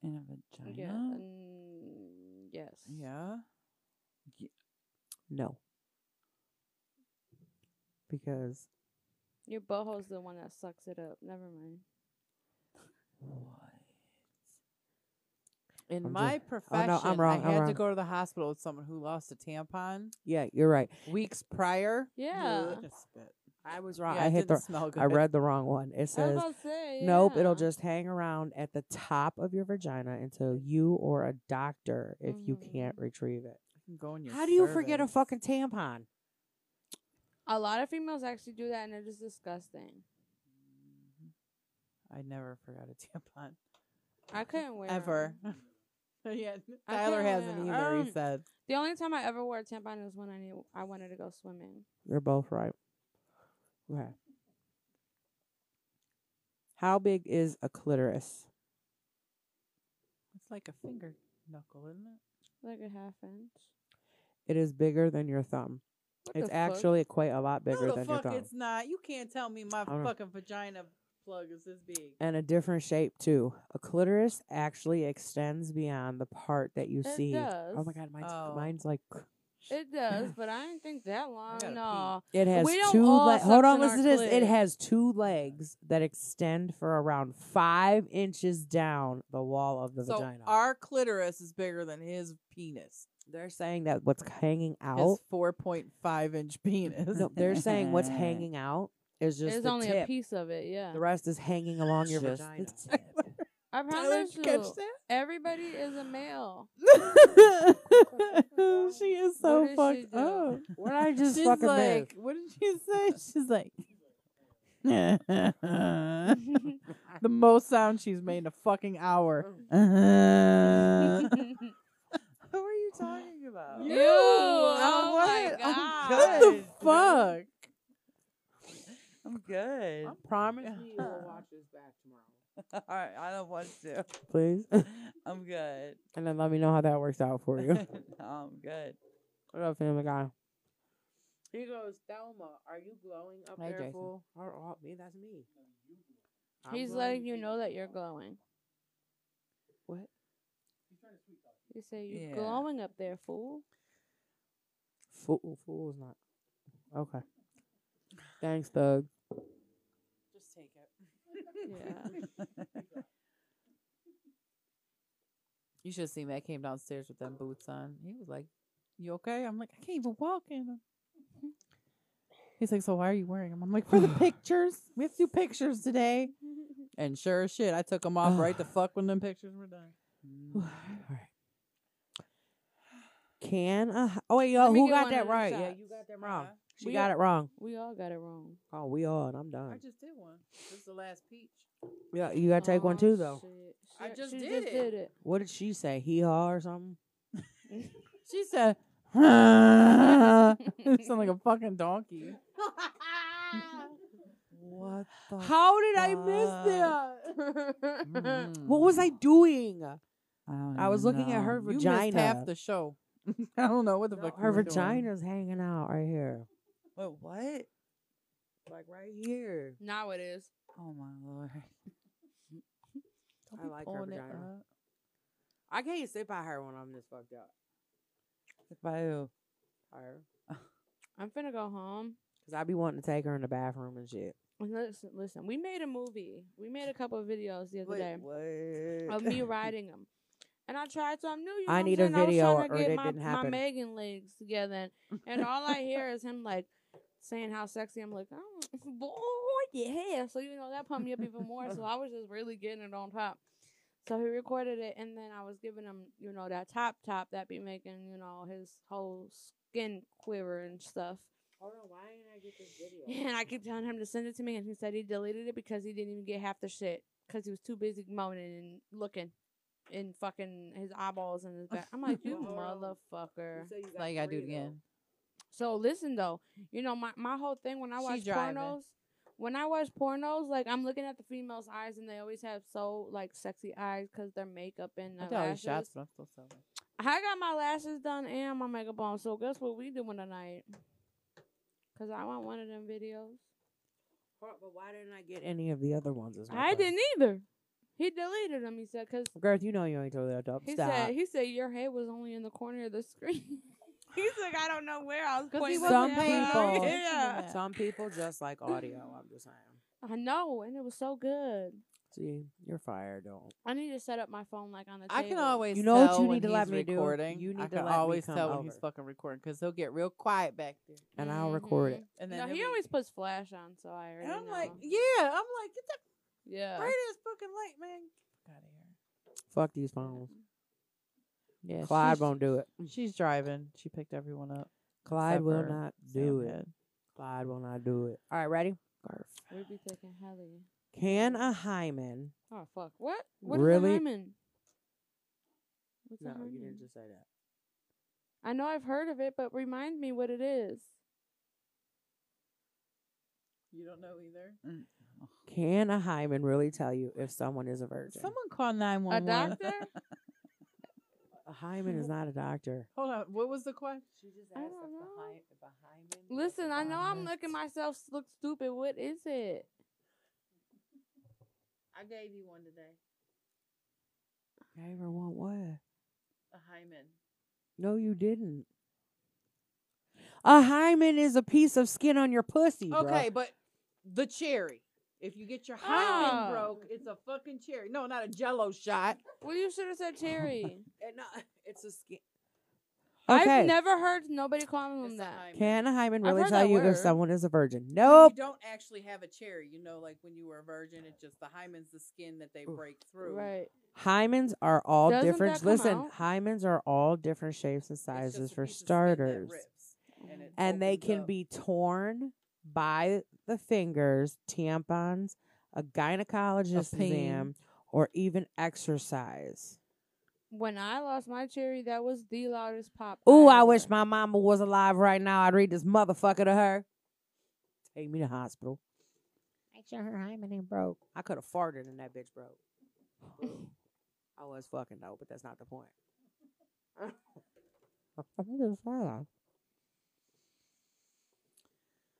C: In a vagina.
D: Yeah, mm, yes.
F: yeah.
B: No. Because
D: Your boho's the one that sucks it up. Never mind.
C: What?
F: In
B: I'm
F: my
B: just- oh,
F: profession,
B: I'm wrong,
F: I
B: I'm
F: had to
B: wrong.
F: go to the hospital with someone who lost a tampon
B: Yeah, you're right.
F: weeks prior.
D: Yeah.
F: Ugh, just spit.
B: I was
F: Yeah,
B: wrong.
F: it
B: I hit
F: didn't
B: the.
F: smell good.
B: I read the wrong one. It
D: I was
B: says
D: about to say,
B: Nope, it'll
D: yeah.
B: just hang around at the top of your vagina until you or a doctor if you can't
D: Mm.
B: retrieve it.
F: You can go in your
B: How do you forget a
F: cervix.
B: fucking tampon?
D: A lot of females actually do that, and it is disgusting.
F: I never forgot a tampon.
D: I couldn't wear
F: Ever.
D: 'em.
F: yeah,
D: I
F: Tyler
D: can't
F: hasn't
D: wear-
F: either. he
D: um,
F: said.
D: The only time I ever wore a tampon was when I knew I wanted to go swimming.
B: You're both right. Okay. How big is a clitoris?
F: It's like a finger knuckle, isn't it?
D: Like a half inch.
B: It is bigger than your thumb.
D: What
B: It's
D: the fuck?
B: actually quite a lot bigger
F: no, the
B: than your
F: fuck
B: thumb.
F: it's not. You can't tell me my
B: don't know.
F: fucking vagina plug is this big.
B: And a different shape too. A clitoris actually extends beyond the part that you
D: It
B: see.
D: does.
B: Oh my god, mine's
F: Oh.
B: mine's like
D: It does, but I didn't think that long.
F: gotta pee.
D: No.
B: It has
D: don't
B: two.
D: all
B: Le- hold on,
D: suction
B: listen
D: our
B: to this. It
D: clit.
B: has two legs that extend for around five inches down the wall of the
F: so
B: vagina.
F: our clitoris is bigger than his penis.
B: they're saying that what's hanging out.
F: His four point five inch penis.
B: No, they're saying what's hanging out is just
D: There's
B: the
D: only
B: tip.
D: a piece of it, yeah.
B: The rest is hanging along your
C: Just the
B: vagina.
D: I
F: Tyler,
D: promise
F: did you catch
D: you, everybody is a male.
B: that? she is so
D: What did she
B: fucked
D: do?
B: up. What did I just
F: She's
B: fucking miss?
F: like, what did she say? She's like, the most sound she's made in a fucking hour.
B: Uh-huh.
F: Who are you talking about?
D: You.
F: You.
D: Oh my
F: what?
D: God.
B: Oh,
F: What the fuck?
C: I'm good.
B: I promise
C: you will watch
B: this back tomorrow.
C: All right, I don't want to.
B: Please.
C: I'm good.
B: and then let me know how that works out for you.
C: I'm good.
B: What up, Family Guy?
E: He goes, Thelma, are you glowing up
B: Hey,
E: there,
B: Jason.
E: fool?
B: oh, me, that's me.
D: He's letting you know that you're glowing.
B: What?
D: You say you're
C: Yeah.
D: glowing up there, fool.
B: Fool, fool's not. Okay. Thanks, Doug.
F: Just take it.
D: Yeah.
F: You should have seen me. I came downstairs with them boots on. He was like, You okay? I'm like, I can't even walk in them. He's like, So why are you wearing them? I'm like, For the pictures. We have to do pictures today. And sure as shit, I took them off right the fuck when them pictures were done.
B: All right. Can a h- oh wait,
D: Let
B: yo,
D: me
B: who
D: get
B: got
D: one
B: that
D: of them
B: right? Yeah, you
D: shots.
B: got them wrong.
F: Huh?
B: She
D: We
B: got
D: are-
B: it wrong.
D: we all got it wrong.
B: Oh, we all and I'm
F: I
B: done.
F: just did one. This is the last peach.
B: Yeah, you gotta take one
D: Oh,
B: too though.
D: shit.
F: I
D: She-
F: just
D: she
F: did it.
D: did it.
B: What did she say? Hee haw or something?
F: She said, You sound like a fucking donkey.
B: What the
F: How did I
B: Oh, Fuck.
F: miss that?
B: What was I doing?
C: I, don't
B: I was
C: even
B: looking at
C: know.
B: her
F: Oh, You missed
B: vagina.
F: half the show. I don't know what the
B: No,
F: fuck. you
B: her
F: were doing.
B: vagina's hanging out right here.
C: Wait, what?
B: Like right here.
D: now it is.
C: Oh my lord.
F: Don't
B: I
F: be
B: like her
F: pulling it
B: vagina.
F: up.
B: I can't sit by her when I'm this fucked up.
C: By who?
B: Her.
D: I'm finna go home.
B: Cause I be wanting to take her in the bathroom and shit.
D: And Listen, listen. We made a movie. We made a couple of videos the other day
C: Wait, what?
D: of me riding them. And I tried, so I knew you.
B: I
D: know
B: need
D: what
B: a
D: I'm saying?
B: video
D: I was trying
B: or
D: to get
B: it
D: my,
B: didn't
D: my
B: happen.
D: Megan legs together, and, and all I hear is him like saying how sexy I'm. Like, oh, boy, yeah. So you know that pumped me up even more. So I was just really getting it on top. So he recorded it, and then I was giving him, you know, that top top that be making, you know, his whole skin quiver and stuff.
B: Hold on, why didn't I get this video?
D: And I keep telling him to send it to me, and he said he deleted it because he didn't even get half the shit because he was too busy moaning and looking and fucking his eyeballs in his back. I'm like, you
B: Well,
D: motherfucker.
F: Like I do it again.
D: So listen though, you know my my whole thing when I
F: She
D: watch
F: driving.
D: pornos, when I watch pornos, like I'm looking at the females' eyes, and they always have so like sexy eyes because their makeup and
F: I
D: their
F: did all these
D: lashes.
F: shots, but I'm still selling.
D: I got my lashes done and my makeup on. So guess what we doing tonight? Cause I want one of them videos.
B: But why didn't I get any of the other ones? As
D: I didn't either. He deleted them. He said, "Cause
B: Garth, you know you ain't totally up.
D: he
B: Stop.
D: said he said your head was only in the corner of the screen." He's like, "I don't know where I was
F: 'Cause
D: pointing."
F: he
D: with
B: Some
D: that, but I-
B: people-
D: yeah,
B: Some people just like audio. I'm just saying.
D: I know, and it was so good.
B: See, you're fired. Don't.
D: I need to set up my phone like on the
F: I
D: table.
F: can always
B: You know what
F: tell
B: you
F: when
B: need to
F: he's
B: let me do?
F: recording.
B: You
F: I
B: need to let
F: can
B: me
F: always
B: come
F: tell when he's
B: over.
F: fucking recording because he'll get real quiet back there.
B: And I'll record it.
F: And
D: No,
F: then
D: he
F: he'll be-
D: always puts flash on, so I already
F: And I'm
D: know.
F: like, yeah. I'm like, get that
D: yeah.
F: bright ass fucking light, man. Get out of here.
B: Fuck these phones.
F: Mm-hmm. Yeah,
B: Clyde
F: she's-
B: won't do it.
F: Mm. She's driving. She picked everyone up.
B: Clyde will
F: for
B: not do it.
F: Samhead.
B: Clyde will not do it. All right, ready?
F: Garf.
D: We'd be taking Helly.
B: Can a hymen?
D: Oh fuck! What? What is
B: Really?
D: a hymen? What's a hymen?
B: just say that.
D: I know I've heard of it, but remind me what it is.
F: You don't know either.
C: Mm.
B: Can a hymen really tell you if someone is a virgin?
F: Someone call nine
D: A
F: one one.
D: doctor?
B: a hymen is not a doctor.
F: Hold on. What was the question?
E: She just
D: I
E: asked
D: don't
E: if
D: know.
E: behind behind him.
D: Listen, I know I'm
F: Vomit.
D: making myself s- look stupid. What is it?
E: I gave you one today.
B: I ever want what?
E: A hymen.
B: No, you didn't. A hymen is a piece of skin on your pussy. bruh.
F: Okay, but the cherry. If you get your hymen
D: Oh.
F: broke, it's a fucking cherry. No, not a Jello shot.
D: Well, you should have said cherry.
F: Eh,
E: And no, it's a skin.
B: Okay.
D: I've never heard nobody calling
E: It's
D: them
E: a
D: that.
E: hymen.
B: Mm, Can a hymen
D: I've
B: really
D: heard
B: tell
D: that
B: you if
D: word.
B: someone is a virgin?
F: No,
B: Nope.
F: You don't actually have a cherry. You know, like when you were a virgin, it's just the hymen's the skin that they
B: Oof.
F: break through.
D: Right.
B: Hymens are all
D: Doesn't that
B: different.
D: come
B: Listen,
D: out?
B: hymens are all different shapes and
F: It's just
B: sizes
F: a
B: for
F: piece of skin that
B: starters.
F: rips, and, it
B: and they
F: opens
B: can
F: up.
B: be torn by the fingers, tampons, a gynecologist
F: peen.
B: exam, or even exercise.
D: When I lost my cherry, that was the loudest pop.
B: Ooh, I
D: ever
B: wish
D: heard.
B: my mama was alive right now. I'd read this motherfucker to her. Take me to hospital. Make sure her hymen ain't broke. I could have farted and that bitch broke. I was fucking though, but that's not the point. I'm just saying.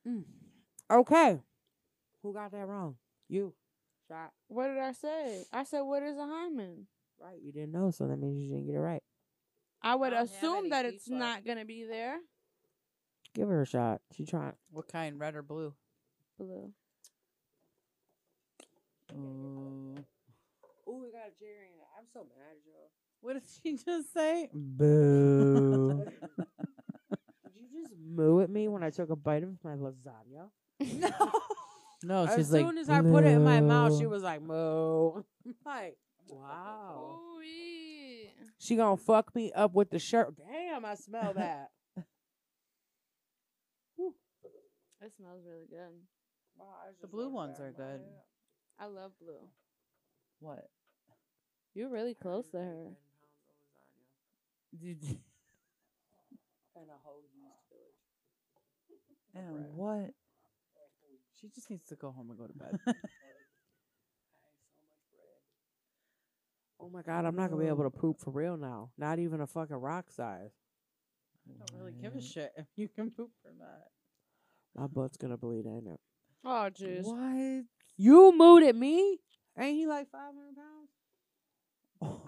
B: Mm. Okay. Who got that wrong? You. Shot.
D: What did I say? I said, "What is a hymen?"
B: Right. You didn't know, so that means you didn't get it right.
D: I would
F: I don't have any
D: assume that it's
F: teeth left.
D: not gonna be there.
B: Give her a shot. She trying.
F: What kind, red or blue?
D: Blue. Mm.
C: Ooh.
E: Ooh, we got a cherry in it. I'm so mad at y'all.
F: What did she just say?
B: Boo. Did you just moo at me when I took a bite of my lasagna?
F: No. No,
B: as
F: she's
B: soon
F: like.
B: as I put it in my mouth, she
F: "Blue."
B: was like, moo. I'm like,
F: Oh.
B: wow.
D: Ooh-wee.
B: She gonna fuck me up with the shirt. Damn, I smell that.
D: It smells really good.
E: My eyes
F: The
E: just
F: blue
E: rolled
F: ones
E: back
F: are
E: in my
F: good.
E: head.
D: I love blue.
C: What?
D: You're really
E: I
D: close
E: already
D: to
E: made
D: her.
E: 10 pounds of lasagna
F: Did-
E: And a whole used
C: And
E: village. Right.
C: what?
F: She just needs to go home and go to bed.
E: I ate so much bread.
B: Oh my god, I'm not gonna be able to poop for real now. Not even a fucking rock size.
F: I don't really give a
C: What?
F: shit if you can poop or not.
B: My butt's gonna bleed, ain't it?
D: Oh, jeez.
B: What? You mooted at me? Ain't he like 500 pounds?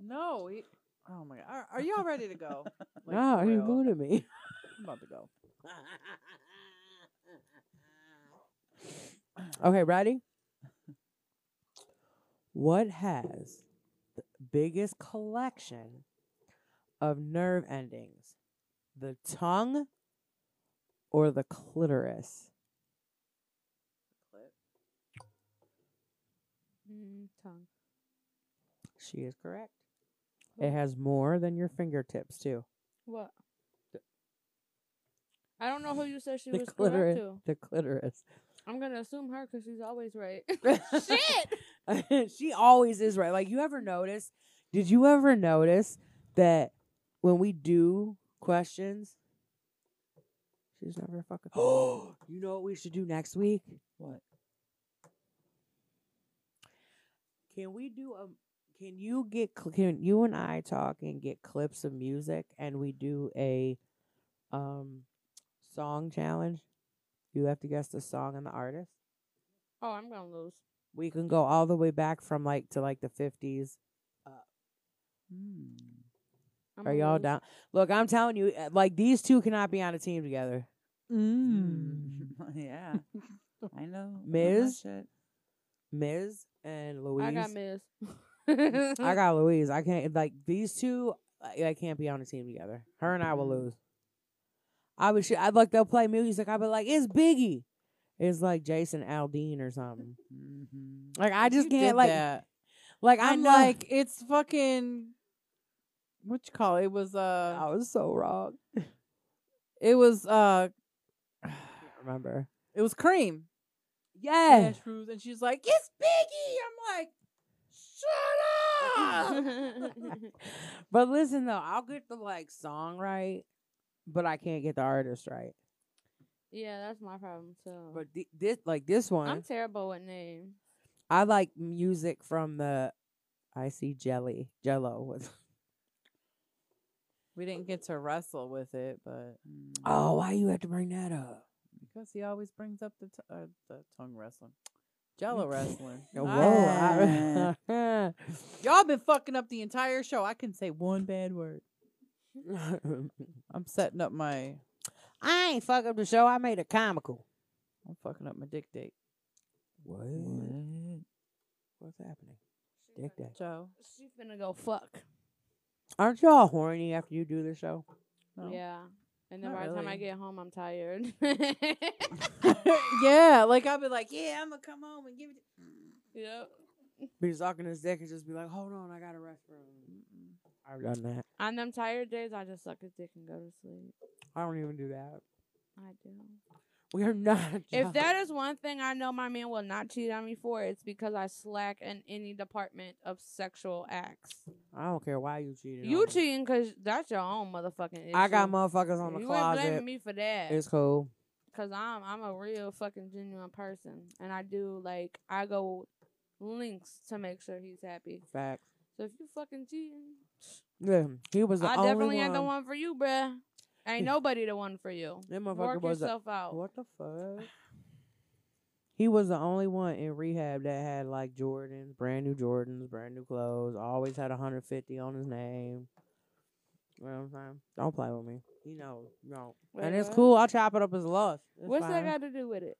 F: No. He, oh my god. Are, are y'all ready to go? Like,
B: no,
F: for
B: he
F: real.
B: mooted me.
F: I'm about to go.
B: Okay, ready? What has the biggest collection of nerve endings? The tongue or the clitoris?
D: Mm, tongue.
B: She is correct. It has more than your fingertips, too.
D: What?
B: The-
D: I don't know who you said she
B: the
D: was correct
B: clitoris.
D: to.
B: The clitoris.
D: I'm gonna assume her because she's always right.
B: she always is right. Like you ever notice? Did you ever notice that when we do questions, she's never fucking. Oh, you know what we should do next week?
C: What?
B: Can we do a? Can you get? cl- Can you and I talk and get clips of music, and we do a, um, song challenge. You have to guess the song and the artist.
D: oh, I'm gonna lose.
B: We can go all the way back from like to like the fifties.
C: Hmm.
D: I'm
B: Are
D: gonna
B: y'all
D: lose.
B: down? Look, I'm telling eh,
F: Hmm.
B: you, uh, like these two cannot be on a team together.
C: Mm. yeah. I know. I'm not
B: Miz?
C: shit.
B: Ms. and Louise.
D: I got Miz.
B: I got Louise. I can't like these two. I I can't be on a team together. Her and I will lose. I would. sh- I'd like they'll play music. I'd be like, it's Biggie. It's like Jason Aldean or something.
C: Mhm.
B: Like I just
F: You
B: can't.
F: did
B: Like
F: that.
B: like
F: I'm
B: I'm like
F: like it's fucking. What you call it? It was uh,
B: I was so wrong.
F: it was uh,
B: Remember?
F: it was cream.
B: Yeah.
F: Ash Cruz, and she's like, "It's Biggie." I'm like, "Shut up!"
B: but listen though, I'll get the like song right, but I can't get the artist right.
D: yeah, that's my problem too.
B: But thi- this like this one,
D: I'm terrible with names.
B: I like music from the Icy Jelly Jello. Was,
F: we didn't get to wrestle with it, but
C: Mm.
F: Uh,
B: oh, why you had to bring that up?
F: because he always brings up the t- uh, the tongue wrestling, Jello wrestling.
B: Oh,
C: Ah.
B: Whoa! I-
F: Y'all been fucking up the entire show. I can say one bad word. I'm setting up my.
B: I ain't fuck up the show. I made a comical.
F: I'm fucking up my dick date.
B: What?
C: What?
B: What's happening? Dick day.
F: Joe.
D: She's gonna go fuck.
B: Aren't y'all horny after you do the show?
F: No.
D: Yeah. And then
F: Not
D: by the time I
F: really.
D: get home, I'm tired.
F: yeah, like I'll be like, yeah, I'm gonna come home and give it.
D: yep.
B: Be sucking his dick and just be like, hold on, I got a restroom. I've done that.
D: On them tired days, I just suck a dick and go to sleep.
B: I don't even do that.
D: I do.
B: We are not.
D: If that is one thing I know my man will not cheat on me for, it's because I slack in any department of sexual acts.
B: I don't care why you cheated.
D: You
B: on me.
D: cheating because that's your own motherfucking issue.
B: I got motherfuckers on the
D: you ain't
B: closet.
D: blaming me for that.
B: It's cool.
D: Cause I'm I'm a real fucking genuine person, and I do like I go links to make sure he's happy.
B: Facts.
D: So if you fucking cheating,
B: Yeah, he was the
D: I
B: only
D: definitely
B: one.
D: ain't the one for you, bruh. Ain't
B: Yeah.
D: nobody the one for you.
B: That motherfucker
D: Work
B: was the,
D: yourself out.
B: what the fuck? He was the only one in rehab that had like Jordans, brand new Jordans, brand new clothes. Always had 150 on his name. You know what I'm saying? Don't play with me. You know, no.
D: Wait,
B: and it's
D: what?
B: cool. I'll chop it up as loss. It's
D: What's
B: fine.
D: that got to do with it?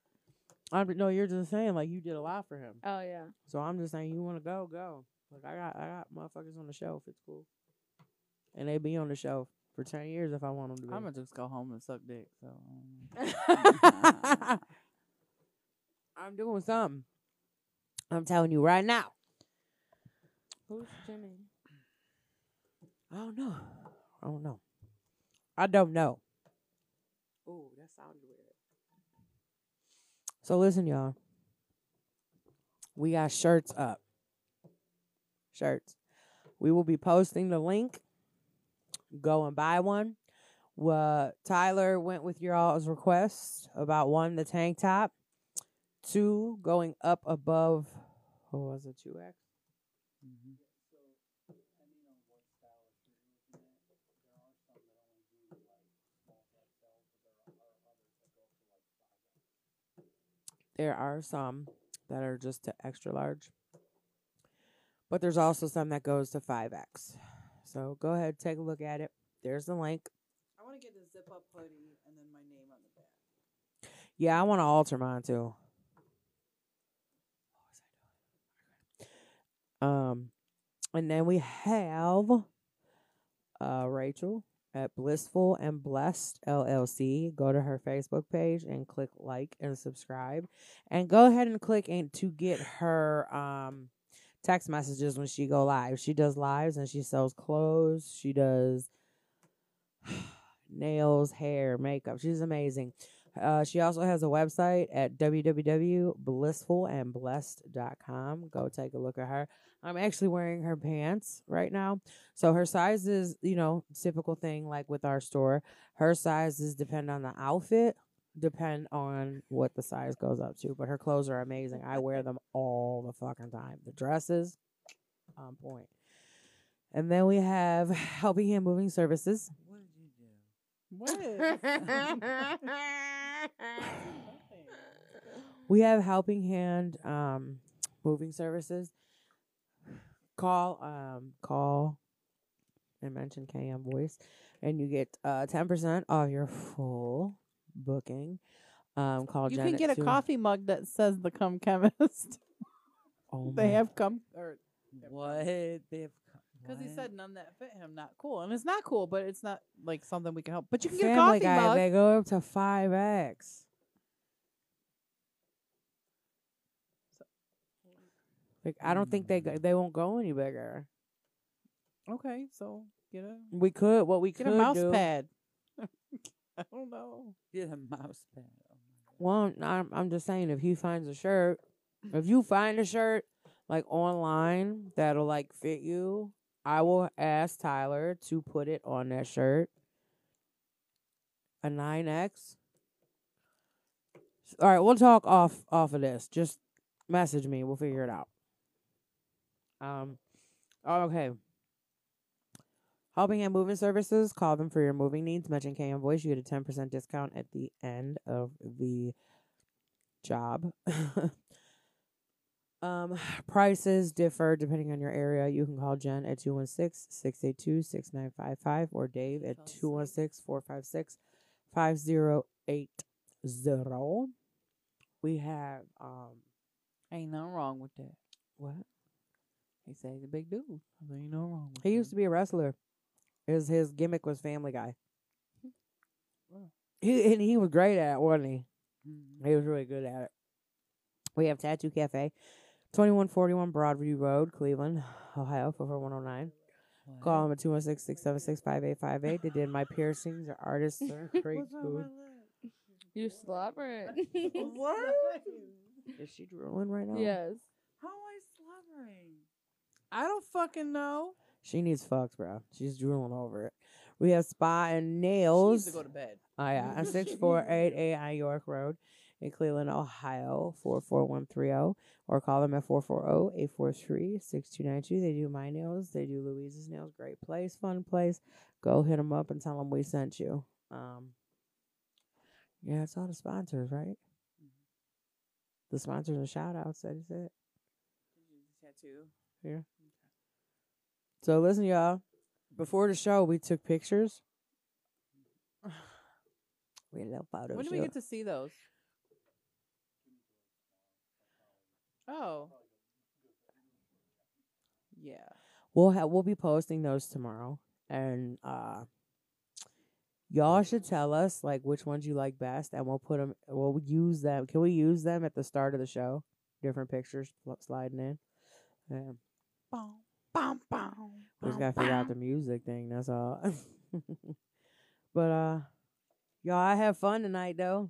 B: I'm, no, you're just saying like you did a lot for him.
D: Oh yeah,
B: So I'm just saying, you want to go, go. Like I got, I got motherfuckers on the shelf. It's cool, and they be on the shelf for ten years if I want them to. Be.
F: I'm gonna just go home and suck dick. So um,
B: I'm, doing something. I'm telling you right now.
D: who's Jimmy?
B: I don't know. I don't know. I don't know. Ooh, that sounded weird. So listen, y'all. We got shirts up. Shirts. We will be posting the link. Go and buy one. Well, Tyler went with y'all's request about one, the tank top. Two, going up above. What was it? Two X.
C: Mhm.
B: There are some that are just to extra large, but there's also some that goes to five X. So go ahead, take a look at it. There's the link.
F: I want to get the zip up hoodie and then my name on the back.
B: Yeah, I want to alter mine too. Um, and then we have uh Rachel at Blissful and Blessed LLC. Go to her Facebook page and click like and subscribe, and go ahead and click and to get her um text messages when she go live. She does lives and she sells clothes. She does nails, hair, makeup. She's amazing. Uh, she also has a website at www.blissfulandblessed.com. Go take a look at her. I'm actually wearing her pants right now. So her size is, you know, typical thing like with our store. Her sizes depend on the outfit, depend on what the size goes up to. But her clothes are amazing. I wear them all the fucking time. The dresses, on point. And then we have Helping Hand Moving Services.
C: What did you do?
B: We have Helping Hand um, Moving Services. Call, um, call, and mention uh, KM Voice, and you get ten percent off your full booking. Um, called
C: You
B: Janet
C: can get a
B: Sewell.
C: coffee mug that says the cum chemist.
B: Oh
C: they
B: my-
C: have cum or
F: What they have
C: because he
F: what?
C: said none that fit him, not cool, and it's not cool, but it's not like something we can help. But you can get a
B: Family
C: coffee
B: Guy.
C: mug.
B: They go up to five X. Like I don't think they go, they won't go any bigger.
C: Okay, so get a
B: We could what we
C: get a
B: could
C: mouse
B: do-
C: pad. I don't know.
F: get a mouse pad. Oh my God.
B: Well, I'm, I'm just saying, if he finds a shirt, if you find a shirt like online that'll like fit you, I will ask Tyler to put it on that shirt. A nine X. All right, we'll talk off off of this. Just message me. We'll figure it out. Um, okay. Helping and Moving Services. Call them for your moving needs. Mention KM Voice. You get a ten percent discount at the end of the job. um, prices differ depending on your area. You can call Jen at 216-682-6955 or Dave at
F: Fell asleep.
B: 216-456-5080. We have um
F: Ain't nothing wrong with that.
B: what?
F: He said he's a big dude. I said, ain't no wrong with
B: He used to be a wrestler. His his gimmick was Family Guy.
F: Wow.
B: He and he was great at it, wasn't he?
F: Mhm.
B: He was really good at it. We have Tattoo Cafe, twenty one forty one Broadview Road, Cleveland, Ohio, four four one oh nine.
F: What?
B: Call him at 216-676-5858. They did my piercings, are artists, they're great
E: What's on my
B: food.
E: lip?
D: You slobber it.
E: What?
B: Is she drooling right now?
D: yes.
E: How am I slobbering?
C: I don't fucking know.
B: She needs fucks, bro. She's drooling over it. We have Spa and
F: She
B: Nails.
F: needs to go to bed.
B: Oh yeah, on six four eight eight on York Road in Cleveland, Ohio, four four one three zero, or call them at oh, 440-843-6292. They do my nails, they do Louise's nails. Great place, fun place. Go hit them up and tell them we sent you. Um, yeah, it's all the sponsors, right?
F: Mm-hmm.
B: The sponsors and shout outs. That is it.
F: Tattoo.
B: So listen, y'all. Before the show, we took pictures. We love photos.
C: When do we
B: y'all.
C: get to see those? Oh. Yeah.
B: we'll have we'll be posting those tomorrow and uh y'all should tell us like which ones you like best and we'll put them we'll use them can we use them at the start of the show different pictures fl- sliding in yeah
C: Boom, boom, boom.
B: we just gotta figure out the music thing that's all but uh y'all i had fun tonight though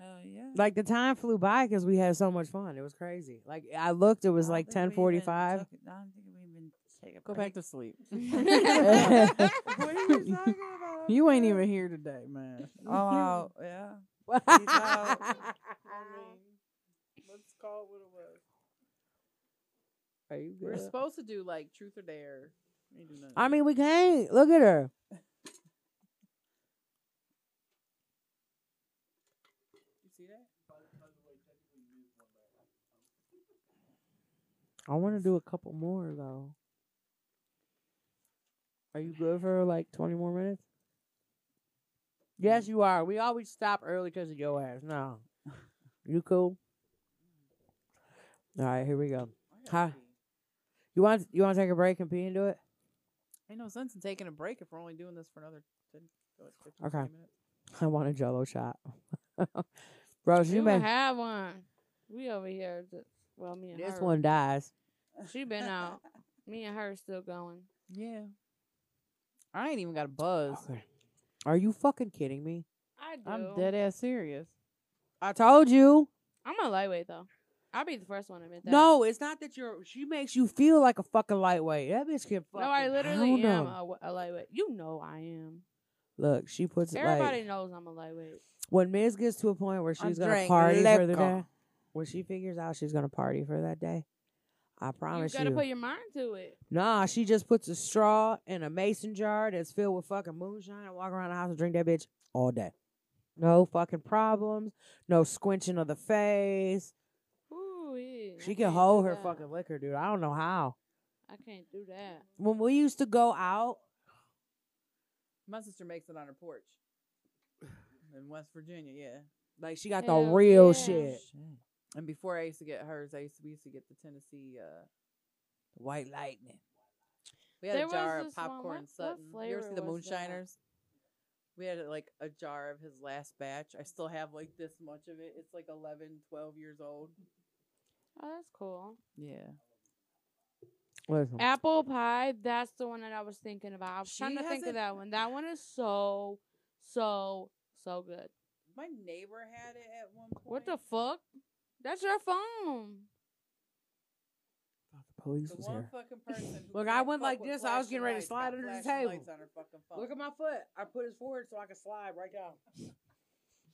E: Hell yeah.
B: like the time flew by because we had so much fun it was crazy like i looked it was
E: I
B: like
E: don't think we even
B: 1045
E: took- I don't think we even take a
C: Go back to
E: break.
C: sleep.
E: What are you talking about?
C: You ain't even here today, man.
E: Oh, wow, yeah. out.
C: Let's call it what it was.
B: Are you
C: We're
B: good?
C: supposed to do like truth or dare. We ain't do none of
B: I
C: that.
B: mean, we can't. Look at her.
C: you see that?
B: I want to do a couple more though. Are you good for like twenty more minutes? Yes, you are. We always stop early because of your ass. No, you cool? All right, here we go. Hi. You want you want to take a break and pee and do it?
C: Ain't no sense in taking a break if we're only doing this for another 10, what, 15,
B: Okay.
C: 20 minutes.
B: I want a Jello shot, bro.
D: We
B: She
D: don't
B: may
D: have one. We over here. Just, well, me and
B: this
D: her.
B: one dies.
D: She been out. Me and her still going.
C: Yeah. I ain't even got a buzz.
B: Okay. Are you fucking kidding me?
D: I do.
C: I'm dead ass serious.
B: I told you.
D: I'm a lightweight though. I'll be the first one to admit that.
B: No, it's not that you're. She makes you feel like a fucking lightweight. That bitch can fucking.
D: no, I literally
B: pound 'em.
D: am a, a lightweight. You know I am.
B: Look, she puts it
D: Everybody
B: like
D: knows I'm a lightweight.
B: when Miz gets to a point where
C: I
B: she's gonna
C: drank
B: party for the
C: liquor.
B: day. When she figures out she's gonna party for that day, I
D: You
B: promise you.
D: gotta put your mind to it.
B: nah, she just puts a straw in a mason jar that's filled with fucking moonshine and walk around the house and drink that bitch all day. No fucking problems. No squinching of the face.
D: Ooh, yeah.
B: She can hold her fucking liquor, dude. I don't know how.
D: I can't do that.
B: When we used to go out,
C: My sister makes it on her porch in West Virginia. Yeah,
B: Like she got the
D: Hell
B: real
D: yeah.
B: shit.
F: And before I used to get hers, I used to, we used to get the Tennessee uh, White Lightning. We had
D: There
F: a
D: was
F: jar
D: this
F: of
D: one,
F: popcorn
D: what- what
F: Sutton. You ever
D: flavor
F: see the
D: was that?
F: Moonshiners? We had like a jar of his last batch. I still have like this much of it. It's like 11, 12 years old.
D: Oh, that's cool.
F: Yeah.
B: Listen,
D: Apple pie. That's the one that I was thinking about. I was trying
F: She
D: to think
F: hasn't-
D: of that one. That one is so, so, so good.
F: My neighbor had it at one point.
D: What the fuck? That's your phone.
B: the police
F: The
B: was
F: one
B: here.
F: fucking person. who
B: Look, I
F: can't
B: went
F: fuck
B: like
F: with
B: this, I was getting ready to
F: flashing lights
B: slide
F: got
B: under the
F: flashing
B: table.
F: lights on her fucking phone.
B: Look at my foot. I put it forward so I can slide right down.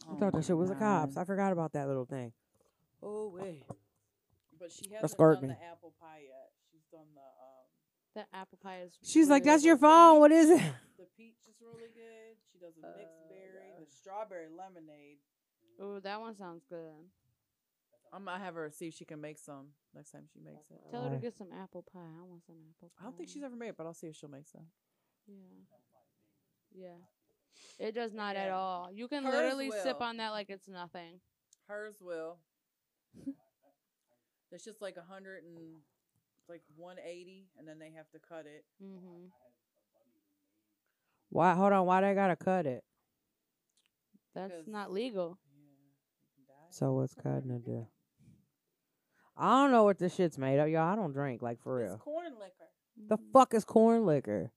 C: Oh
B: I thought
C: my
B: that shit was the cops.
C: God.
B: I forgot about that little thing.
F: Oh wait. But she hasn't
B: scarred
F: done
B: me.
F: the apple pie yet. She's done the um
D: That apple pie is.
B: She's like,
D: really
B: "That's your
D: good."
B: phone. What is it?"
F: the peach is really good. She does a
C: Uh,
F: mixed berry,
C: yeah.
F: the strawberry lemonade.
D: Ooh, that one sounds good.
F: I'm gonna have her see if she can make some next time she makes it.
D: Tell her
B: Why?
D: to get some apple pie. I want some apple pie.
F: I don't think she's ever made it, but I'll see if she'll make some.
D: Yeah. Yeah. It does not at
F: Yeah.
D: all. You can
F: Hers
D: literally sip
F: will.
D: on that like it's nothing.
F: Hers will. It's just like a hundred and like one eighty, and then they have to cut it.
D: hmm
F: Mm-hmm.
B: Why? Hold on. Why they gotta cut it?
D: That's
F: Because-
D: not legal.
F: Yeah, you can die.
B: So what's cutting it do? I don't know what this shit's made of, y'all. I don't drink like for
F: it's
B: real.
F: corn liquor.
B: The
D: Mhm.
B: fuck is corn liquor?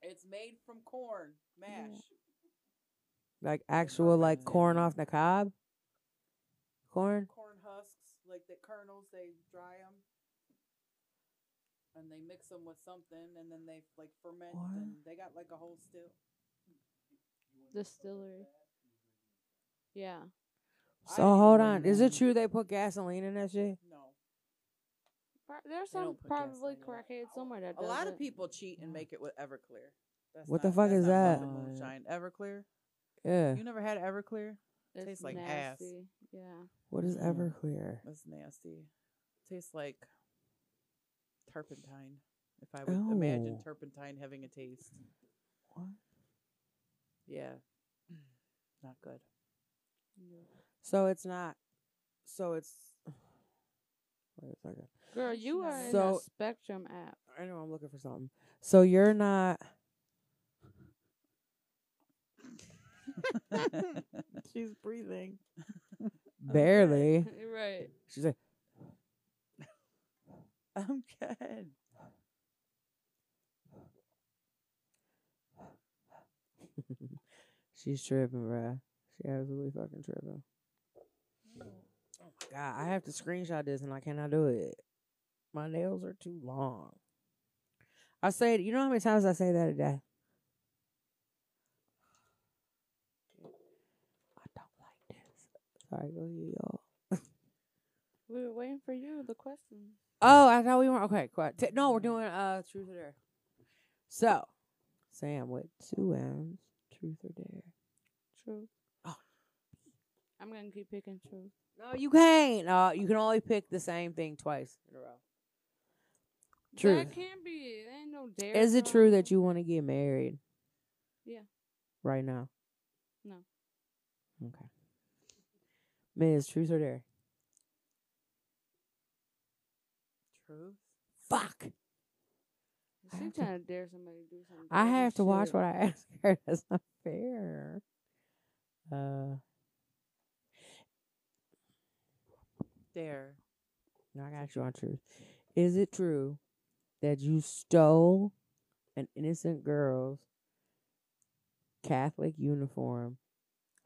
F: It's made from corn mash.
B: Like actual like
F: fermented.
B: corn off the cob? Corn?
F: corn husks, like the kernels, they dry them and they mix them with something, and then they like ferment,
B: What?
F: and they got like a whole stew.
D: Distillery. Yeah.
F: I
B: So
F: didn't
B: hold
F: even
B: on. Is it
F: know.
B: true they put gasoline in that shit?
F: No,
D: Pro- There's
F: They don't
D: some
F: put gas
D: probably
F: in it.
D: crackhead somewhere that
F: a
D: does
F: lot
D: it.
F: of people cheat and make it with Everclear. That's
B: What the fuck
F: that's
B: is
F: not fucking
C: that?
F: Moonshine Everclear.
B: Yeah.
F: You never had Everclear?
D: It's
F: tastes like ass.
D: nasty. Yeah.
B: What is
C: Yeah.
B: Everclear?
F: That's nasty. Tastes like turpentine. If I would
B: Ew.
F: imagine turpentine having a taste,
B: What?
F: yeah, not good.
B: So it's not. So it's. Wait a second.
D: Girl, you
C: not
D: are in
B: So-
D: a Spectrum app.
B: I know I'm looking for something. So you're not.
C: She's breathing.
B: Barely.
D: right.
B: She's like,
C: I'm good.
B: she's tripping, bruh. She absolutely fucking tripping. Oh my god, I have to screenshot this and I cannot do it. My nails are too long. I say it. You know how many times I say that a day? I don't like this. Sorry, go ahead, y'all.
D: We were waiting for you, the question.
B: Oh, I thought we weren't okay. Quite. T- no, we're doing uh truth or dare. So, Sam with two M's, truth or dare.
D: True.
B: Oh.
D: I'm going to keep picking true.
B: No, you can't. Uh, you can only pick the same thing twice in a row. Truth.
D: That can't be. There ain't no dare.
B: Is it true that
D: zone.
B: you want to get married?
D: Yeah.
B: Right now.
D: No.
B: Okay. Miss, truth or dare?
F: Truth.
B: Fuck. I
D: She
B: have to-
D: trying to dare somebody to do something.
B: I have to watch what I ask her. That's not fair. Uh,
F: There.
B: No, I got you on truth. Is it true that you stole an innocent girl's Catholic uniform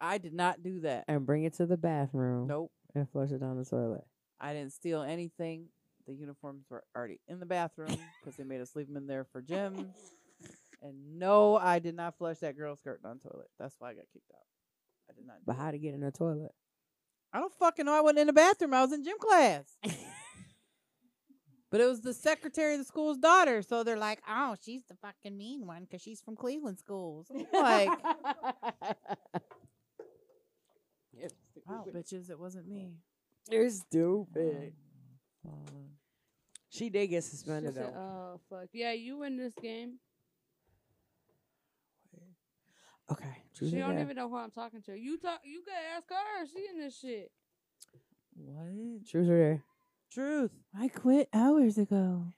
F: I did not do that.
B: and bring it to the bathroom
F: Nope.
B: and flush it down the toilet?
F: I didn't steal anything. The uniforms were already in the bathroom because they made us leave them in there for gym. And no, I did not flush that girl's skirt down the toilet. That's why I got kicked out. I did not. do
B: But
F: it.
B: how to get in the toilet?
F: I don't fucking know. I wasn't in the bathroom. I was in gym class. but it was the secretary of the school's daughter, so they're like, "Oh, she's the fucking mean one because she's from Cleveland schools." I'm like, wow, bitches, it wasn't me.
B: You're stupid. Um, She did get
D: She
B: suspended
D: said, uh,
B: though.
D: oh, fuck. Yeah, you win this game.
B: Okay.
D: She
B: Julia
D: don't
B: Day.
D: even know who I'm talking to. You talk. You gotta ask her. She in this shit.
C: What?
B: Truth or dare?
C: Truth.
F: I quit hours ago.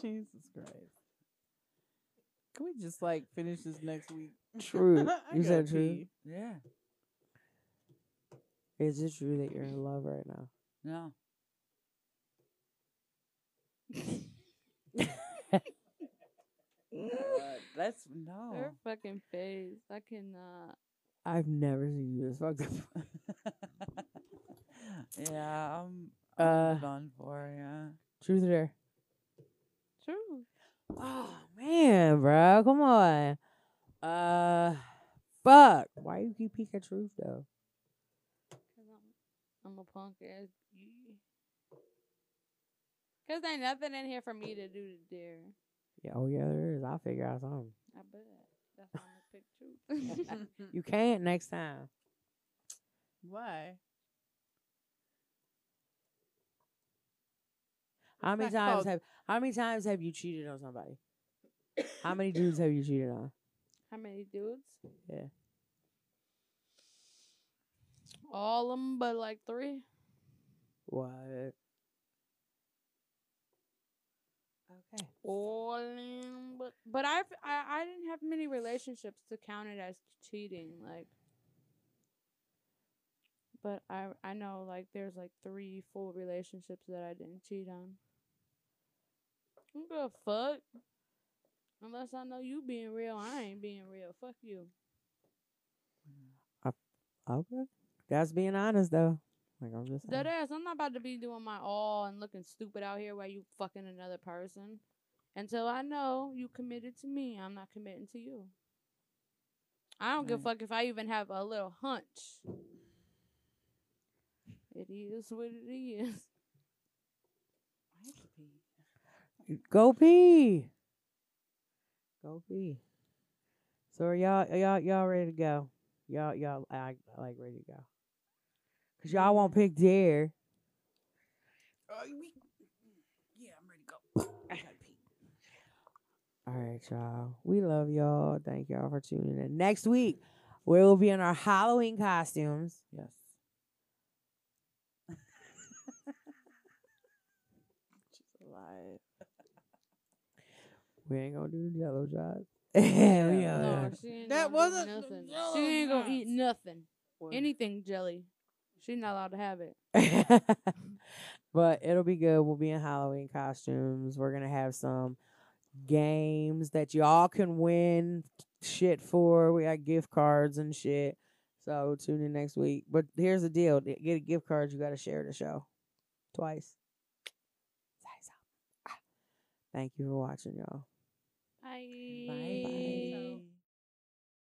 F: Jesus Christ. Can we just like finish this next week?
B: Truth.
F: I
B: you said
F: gotta
B: truth.
F: pee.
C: yeah.
B: Is it true that you're in love right now?
C: No. Uh, that's no.
D: Her fucking face. I cannot.
B: I've never seen you this fucked up.
C: yeah, I'm, I'm
B: Uh,
C: done for. Yeah.
B: Truth or dare?
D: True.
B: Oh man, bro, come on. Uh, fuck. Why you keep peeking truth though?
D: Cause I'm, I'm a punk ass. Cause ain't nothing in here for me to do to dare.
B: Yeah, oh yeah, there is. I'll figure out something.
D: I bet. That's why I'm gonna pick truth.
B: You can't next time.
F: Why?
B: How many
F: It's not
B: times
F: called-
B: have How many times have you cheated on somebody? How many dudes have you cheated on?
D: How many dudes?
B: Yeah.
D: All of them, but like three.
B: What? Okay.
D: All of 'em, but but I've, I I didn't have many relationships to count it as cheating. Like, but I I know like there's like three full relationships that I didn't cheat on. I'm gonna fuck. Unless I know you being real, I ain't being real. Fuck you.
B: Okay. That's being honest though. Like I'm just.
D: Dead
B: saying.
D: ass, I'm not about to be doing my all and looking stupid out here while you fucking another person. Until I know you committed to me, I'm not committing to you. I don't give a fuck if I even have a little hunch. It is what it is.
B: Go pee. Go pee. So are y'all are y'all y'all ready to go? Y'all y'all I, I like ready to go. Cause
C: Mm.
B: y'all won't pick dare.
C: Uh, Yeah, I'm ready to go. I gotta pee.
B: All right, y'all. We love y'all. Thank y'all for tuning in. Next week we will be in our Halloween costumes.
C: Yes. She's alive.
B: We ain't gonna do jello shots. Hell yeah.
D: No, she ain't
F: That
D: gonna
F: wasn't
D: do nothing.
F: no
D: She ain't gonna
F: shots.
D: eat nothing. Anything jelly. She's not allowed to have it.
B: but it'll be good. We'll be in Halloween costumes. We're gonna have some games that y'all can win shit for. We got gift cards and shit. So tune in next week. But here's the deal: to get a gift card, you gotta share the show twice. Size up. Ah. Thank you for watching, y'all.
D: Bye.
C: Bye.